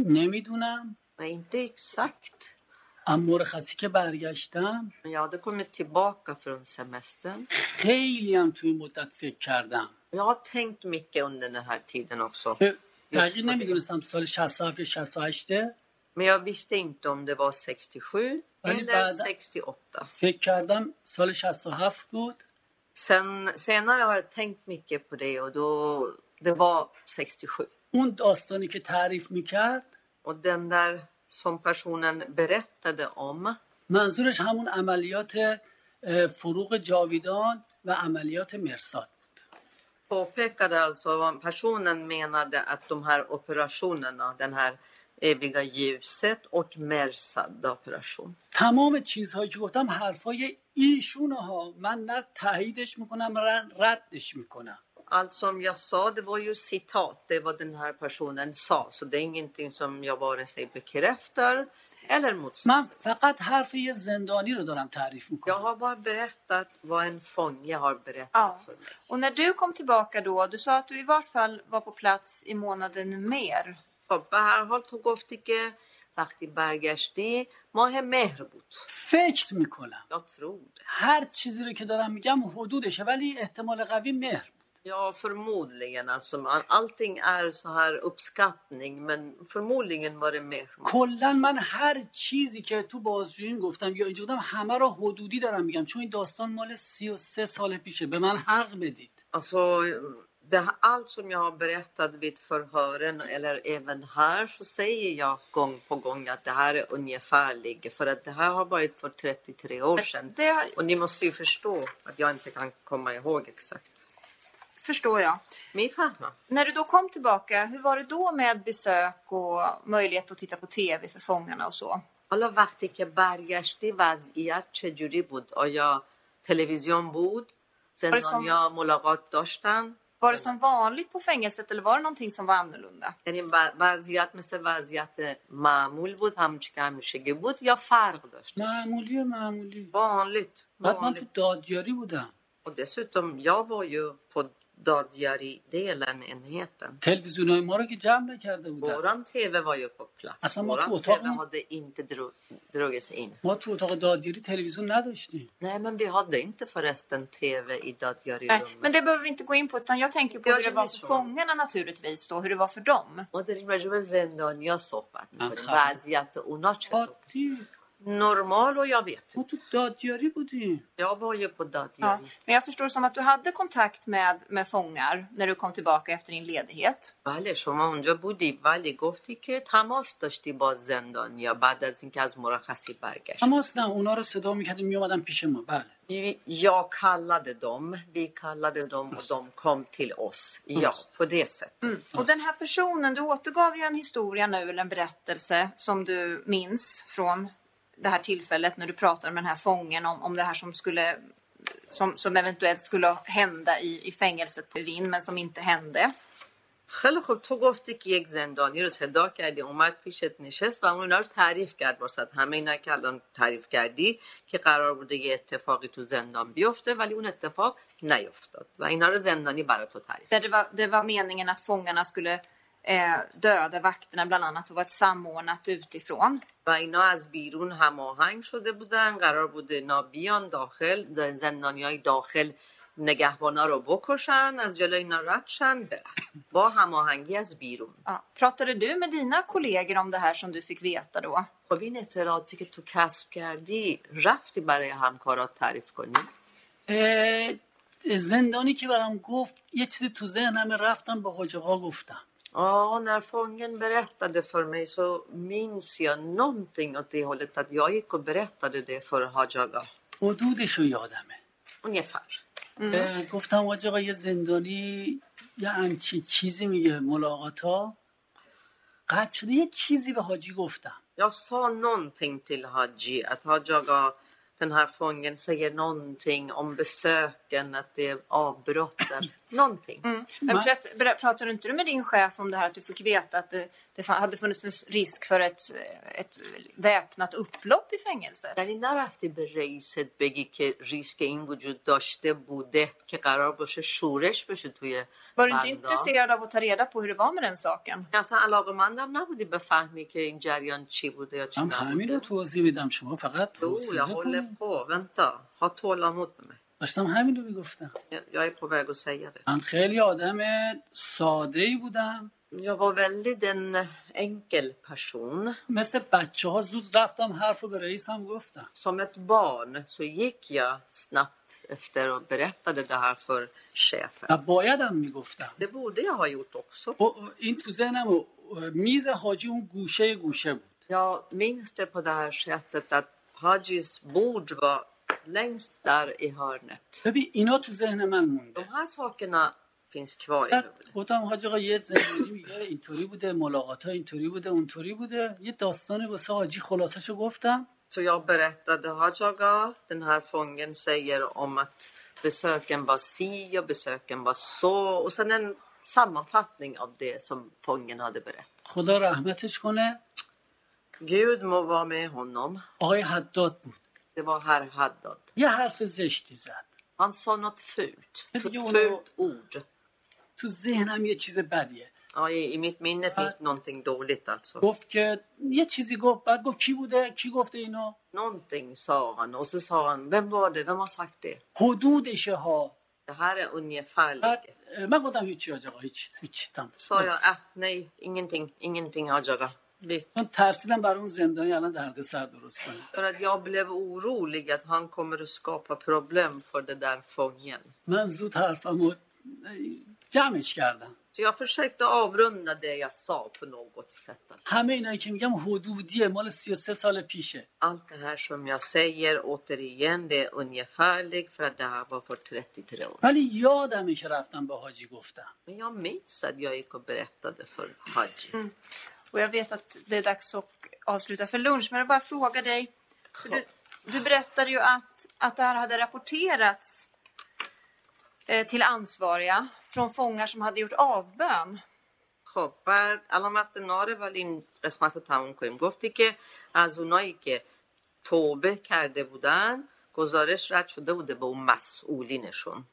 نمیدونم و inte exakt اما مرخصی که برگشتم Jag hade kommit tillbaka från semestern. خیلی هم توی مدت فکر کردم Jag har tänkt mycket under den här tiden också. به- دقیق خودی. نمیدونستم سال 67 یا 68 Men jag visste inte om det var 67 Men eller bara- 68. فکر کردم سال 67 بود Sen, senare har jag tänkt mycket på det och då det var 67. اون داستانی که تعریف میکرد Och den där som personen berättade om, منظورش همون عملیات اه، فروغ جاویدان و عملیات مرساد påpekade alltså vad personen menade att de här operationerna, den här eh, eviga ljuset och Mersad operation. تمام چیزهایی که گفتم حرفای ایشونه ها من نه تاییدش میکنم نه ردش میکنم Allt som jag sa det var ju citat, det vad den här personen sa. Så det är ingenting som jag vare sig bekräftar eller motsäger. من فقط حرف یه زندانی رو دارم تعریف Jag میکنم har bara berättat vad en fånge har berättat Ja. för mig. Och när du kom tillbaka då, du sa att du i vart fall var på plats i månaden mer. خب به هر حال تو گفتی که وقتی برگشتی ماه مهر بود فکر میکنم jag tror det. هر چیزی رو که دارم میگم حدودشه ولی احتمال قوی مهر Ja, förmodligen. Alltså, man, allting är så här uppskattning, men förmodligen var det mer. کلا من هر چیزی که تو بازجویی گفتم یا اینجا گفتم همه رو حدودی دارم میگم چون این داستان مال 33 سال پیشه به من حق بدید Alltså, det, allt som jag har berättat vid förhören eller även här så säger jag gång på gång att det här är ungefärlig för att det här har varit för 33 år sedan. Det Och ni måste ju förstå att jag inte kan komma ihåg exakt. förstår jag. Min farmor. När du då kom tillbaka, hur var det då med besök och möjlighet att titta på tv för fångarna och så? حالا وقتی که برگشتی وضعیت چجوری بود؟ آیا تلویزیون بود؟ زندانیا ملاقات داشتن؟ Var det som vanligt på fängelset eller var det någonting som var annorlunda? یعنی و- وضعیت مثل وضعیت معمول بود همچی که همیشگی بود یا فرق داشت؟ معمولی معمولی vanligt. بعد من تو vanligt. دادیاری بودم Och dessutom, jag var ju på Dadjari-delen, enheten. تلویزیون های ما رو که جمع نکرده بودن Våran TV var ju på plats. Alltså, man Våran påtar- TV hade inte dro- dragits in. ما تو اتاق دادیاری تلویزیون نداشتیم Nej, men vi hade inte förresten TV i Nej, بله، Dadjari-rummet. men det behöver vi inte gå in på utan jag tänker på Ja, hur det det var är för så. fångarna naturligtvis då, hur det var för dem. ما داریم راجع به زندانیا صحبت میکنیم آخه. وضعیت اونا چطور عادی نرمال و یا بیت ما تو دادیاری بودیم یا با یه پدات Ja. یاری Men jag förstår som att du hade kontakt med, med fångar när du kom tillbaka efter din ledighet. بله شما اونجا بودی ولی گفتی که تماس داشتی با زندانیا بعد از اینکه از مرخصی برگشت تماس نه اونا رو صدا میکردیم میومدن پیش ما بله یا کالade dem vi kallade dem och de kom till oss ja på det sättet Och den här personen, du återgav ju en historia nu, eller en berättelse som du minns från det här tillfället när du pratade med den här fången om, om det här som skulle som, som eventuellt skulle hända i, i fängelset på Vinn men som inte hände. خیلی خوب تو گفتی که یک زندانی رو صدا کردی اومد پیشت نشست و اون اینا رو تعریف کرد واسه همه اینا که الان تعریف کردی که قرار بوده یه اتفاقی تو زندان بیفته ولی اون اتفاق نیفتاد و اینا رو زندانی برای تو تعریف کرد. Där det, var, det var meningen att fångarna skulle eh, döda vakterna bland annat och var ett samordnat utifrån. و اینا از بیرون هماهنگ شده بودن قرار بوده اینا بیان داخل زندانی های داخل نگهبانا رو بکشن از جلوی اینا رد شن برن با هماهنگی از بیرون Ja. Pratade du med dina kollegor om det här som du fick veta då? خب این اطلاعاتی که تو کسب کردی رفتی برای همکارات تعریف کنی اه، زندانی که برام گفت یه چیزی تو ذهنم رفتم با حاج آقا گفتم Ja, när fången berättade för mig så minns jag någonting åt det hållet att jag gick och berättade det för Hajaga. حدودش رو یادمه Ungefär. اه، گفتم حاج آقا یه زندانی یه همچی چیزی میگه ملاقات ها قطع شده یه چیزی به حاجی گفتم Jag sa någonting till Haji, att Hajaga, den här fången, säger någonting om besöken, att det är avbrotten. Någonting. Men Nej. prat, ber- pratade inte du med din chef om det här att du fick veta att det, det fa- hade funnits en s- risk för ett, ett väpnat upplopp i fängelset? ولی نرفتی به رئیست بگی که ریسک این وجود داشته بوده که قرار باشه شورش بشه توی Var du inte بندان؟ intresserad av att ta reda på hur det var med den saken? اصلا علاقه مندم نبودی بفهمی که این جریان چی بوده یا چی من همین رو نبوده توضیح میدم شما فقط Jo, jag توصیح håller کنید på. Vänta, ha tålamod med mig. داشتم همین رو میگفتم Jag, jag är på väg att säga det. من خیلی آدم ساده ای بودم Jag var väldigt en enkel person. مثل بچه ها زود رفتم حرف رو به رئیسم گفتم Som ett barn så gick jag snabbt efter och berättade det här för chefen. و بایدم میگفتم Det borde jag ha gjort också. و- این تو ذهنم و- میز حاجی اون گوشه گوشه بود Jag minns det på det här sättet att Hajis bord var längst där i hörnet. ببین اینا تو ذهن من De مونده här sakerna finns kvar i بعد huvudet. گفتم حاج آقا یه زندگی میگه اینطوری بوده ملاقات ها اینطوری بوده اونطوری بوده یه داستانی واسه حاجی خلاصشو گفتم Så jag berättade Hajaga, den här fången, säger om att besöken var si och besöken var så. Och sen en sammanfattning av det som fången hade berättat. خدا رحمتش کنه Gud må vara med honom. آقای حداد بود Det var herr Haddad. یه حرف زشتی زد Han sa något fult. Men F- Jonas- Fult ord. تو ذهنم یه چیز بدیه Ja, i, I mitt minne finns någonting dåligt alltså. گفت که یه چیزی گفت بعد گفت کی بوده کی گفته اینو Någonting sa han och så sa han, vem var det? Vem har sagt det? حدودشه ها Det här är بعد ungefärligt. اه، من گفتم هیچی آج آقا هیچی هیچی تم Sa jag, äh, nej, ingenting, ingenting Hajaga. Vi من ترسیدم برای اون زندانی الان دردسر درست کنم För att jag blev orolig att han kommer att skapa problem för den där fången. من زود حرفمو اه، جمعش کردم Så jag försökte avrunda det jag sa på något sätt. همه اینایی که میگم حدودیه مال 33 سال پیشه Allt det här som jag säger återigen, det är ungefärligt för att det här var för 33 år. ولی یادمه که raftan به حاجی گفتم Men jag minns att jag gick och berättade för Haji. Mm. Och jag vet att det är dags att avsluta för lunch, men jag bara fråga dig. För du, du berättade ju att, att det här hade rapporterats eh, till ansvariga från fångar som hade gjort avbön. خب بعد علامت ناره ولی این قسمت رو تموم کنیم گفتی که از اونایی که توبه کرده بودن گزارش رد شده بوده به اون مسئولینشون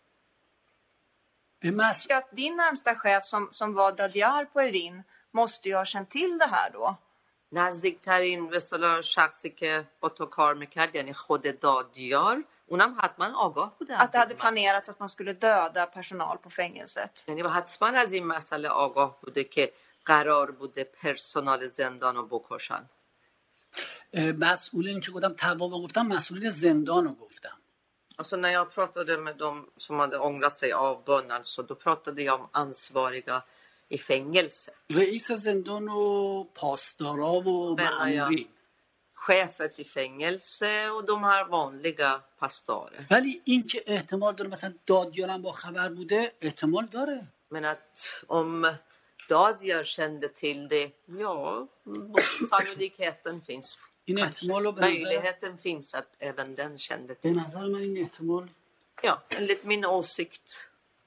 به مسئول Tycker Att din närmsta chef som, som var Dadiar på Evin måste ju ha känt till det här då. نزدیکترین به اصطلاح شخصی که با تو کار میکرد یعنی خود دادیار اونم حتما آگاه بوده از Att det hade این مسئله. planerats att Alltså, man skulle döda personal på fängelset. یعنی حتما از این مسئله آگاه بوده که قرار بوده پرسنال زندان رو بکشن اه، مسئولین که گفتم توابع گفتم مسئولین زندان رو گفتم Alltså när jag pratade med de som hade ångrat sig av bön, alltså, då pratade jag om ansvariga i fängelse. رئیس زندان و پاسدارا و بله، یا. معمولین Chefet i fängelse och de här vanliga pastorer. ولی این که احتمال داره مثلا دادیارم با خبر بوده احتمال داره Men att om Dadjar kände till det, ja, sannolikheten finns. این احتمال رو به نظر, Möjligheten finns att även den kände به till. نظر من این احتمال Ja, enligt min åsikt.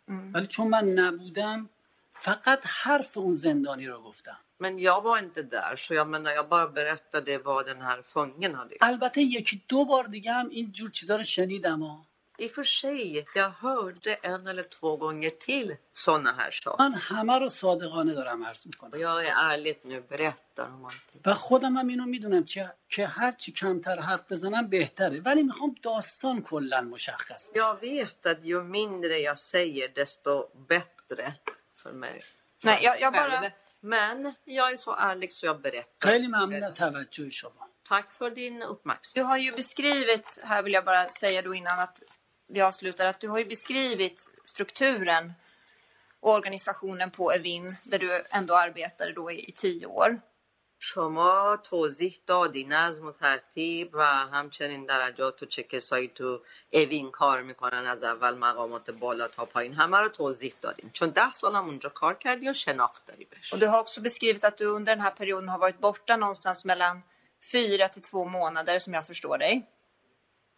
ولی چون من نبودم فقط حرف اون زندانی رو گفتم Men jag var inte där, så jag menar, jag bara berättade vad den här fången hade gjort. البته یکی دو بار دیگه هم این جور چیزا رو شنیدم ها. I och för sig, jag hörde en eller två gånger till sådana här saker. من همه رو صادقانه دارم عرض Och میکنم jag är ärligt nu, berättar om allting. و خودم هم اینو میدونم که, که هرچی کمتر حرف بزنم بهتره ولی میخوام داستان کلا مشخص بشه. Jag vet att ju mindre jag säger, desto bättre för mig. Nej, jag, jag bara... Själv. Men jag är så ärlig så jag berättar. خیلی ممنون از توجه شما Tack för din Du uppmärksamhet. har ju beskrivit, här vill jag bara säga då innan att vi avslutar, att du har ju beskrivit strukturen och organisationen på Evin där du ändå arbetade då i, i tio år. شما توضیح دادی نظم و ترتیب و همچنین درجات و چه کسایی تو اوین کار میکنن از اول مقامات بالا تا پایین همه رو توضیح دادیم چون ده سالم اونجا کار کردی و شناخت داری بهش Och du har också beskrivit att du under den här perioden har varit borta någonstans mellan fyra till två månader som jag förstår dig.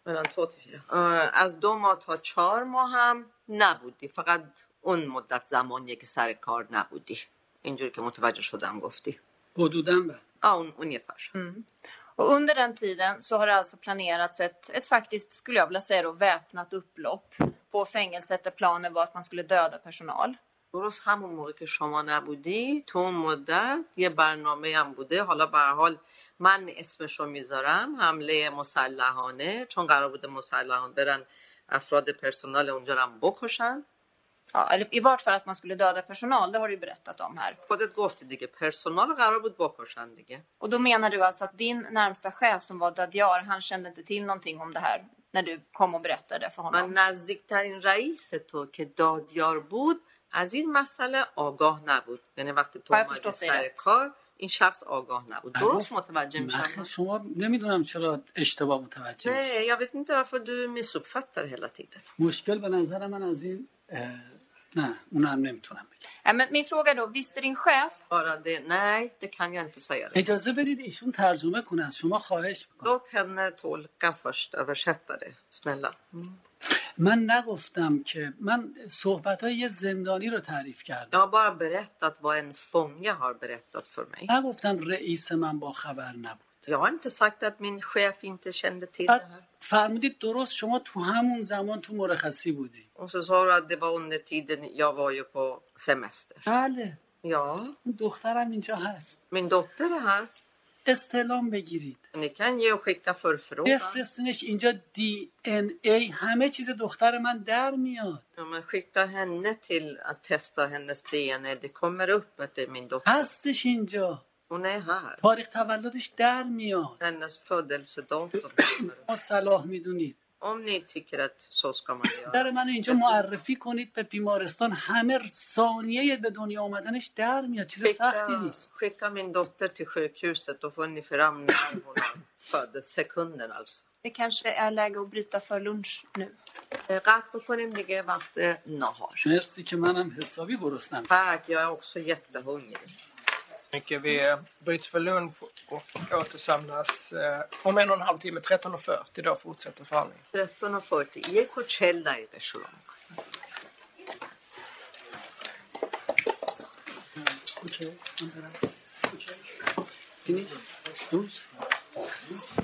الان تو توی. اه، از دو ماه تا چهار ماه هم نبودی فقط اون مدت زمانیه که سر کار نبودی اینجوری که متوجه شدم گفتی حدودم بله. آه، اون اون یه فرش Och under den tiden så har det alltså planerats ett, ett faktiskt, skulle jag vilja säga då, väpnat upplopp på fängelset där planen var att man skulle döda personal. درست همون موقع که شما نبودی تو اون مدت یه برنامه هم بوده حالا به هر حال من اسمشو میذارم حمله مسلحانه چون قرار بوده مسلحان برن افراد پرسنال اونجا رو هم بکشن Ja, eller i vart fall att man skulle döda personal, det har du ju berättat om här. خودت گفتی دیگه پرسنال قرار بود بکشن دیگه Och då menar du alltså att din närmsta chef som var Dadiar, han kände inte till någonting om det här när du kom och berättade för و honom. نزدیکترین رئیس تو که دادیار بود از این مسئله آگاه نبود یعنی وقتی تو باید اومدی فشرد سر بده. کار این شخص آگاه نبود درست متوجه من خیلی- میشم شما نمیدونم چرا اشتباه متوجه می‌شید. نه jag vet inte varför du missuppfattar hela tiden. مشکل به نظر من از این اه، نه اونم نمیتونم بگم Nej, men min fråga är då, visste din chef Bara det, nej, det kan jag inte säga. Det. اجازه بدید ایشون ترجمه کنه از شما خواهش میکنم Låt henne tolka först, översätta det, snälla. من نگفتم که من صحبت های یه زندانی رو تعریف Jag کردم har bara berättat vad en fånge har berättat för mig. نگفتم رئیس من با خبر نبود Jag har inte sagt att min chef inte kände till det här. بعد فرمودید درست شما تو همون زمان تو مرخصی بودی Och så sa du att det var under tiden jag var ju på semester. بله Ja, اون دخترم اینجا هست min dotter är här. استلام بگیرید Ni kan ju skicka förfrågan. بفرستینش اینجا دی ان ای همه چیز دختر من در میاد Ja, men skicka henne till att testa hennes DNA. Det kommer upp att det är min dotter. هستش اینجا Hon är här. تاریخ تولدش در میاد Hennes födelsedatum kommer upp. ما صلاح میدونید Om ni tycker att så ska man göra. در منو اینجا معرفی کنید به بیمارستان همه ثانیه به دنیا آمدنش در میاد چیز سختی Skicka, نیست skicka min dotter till sjukhuset. Då får ni fram när hon föddes. Sekunden alltså. Det kanske är läge att bryta för lunch nu. Eh, Rakt بکنیم دیگه وقت نهار مرسی که منم حسابی گرسنم eh, Tack, jag är också jättehungrig. Mycket. Vi eh, bryter för lunch och återsamlas eh, om en och en halv timme, 13.40. Då fortsätter förhandlingen. 13.40, یک و چل دقیقه شروع میکنم اوکی، من برم. اوکی. فینیش؟ دوست؟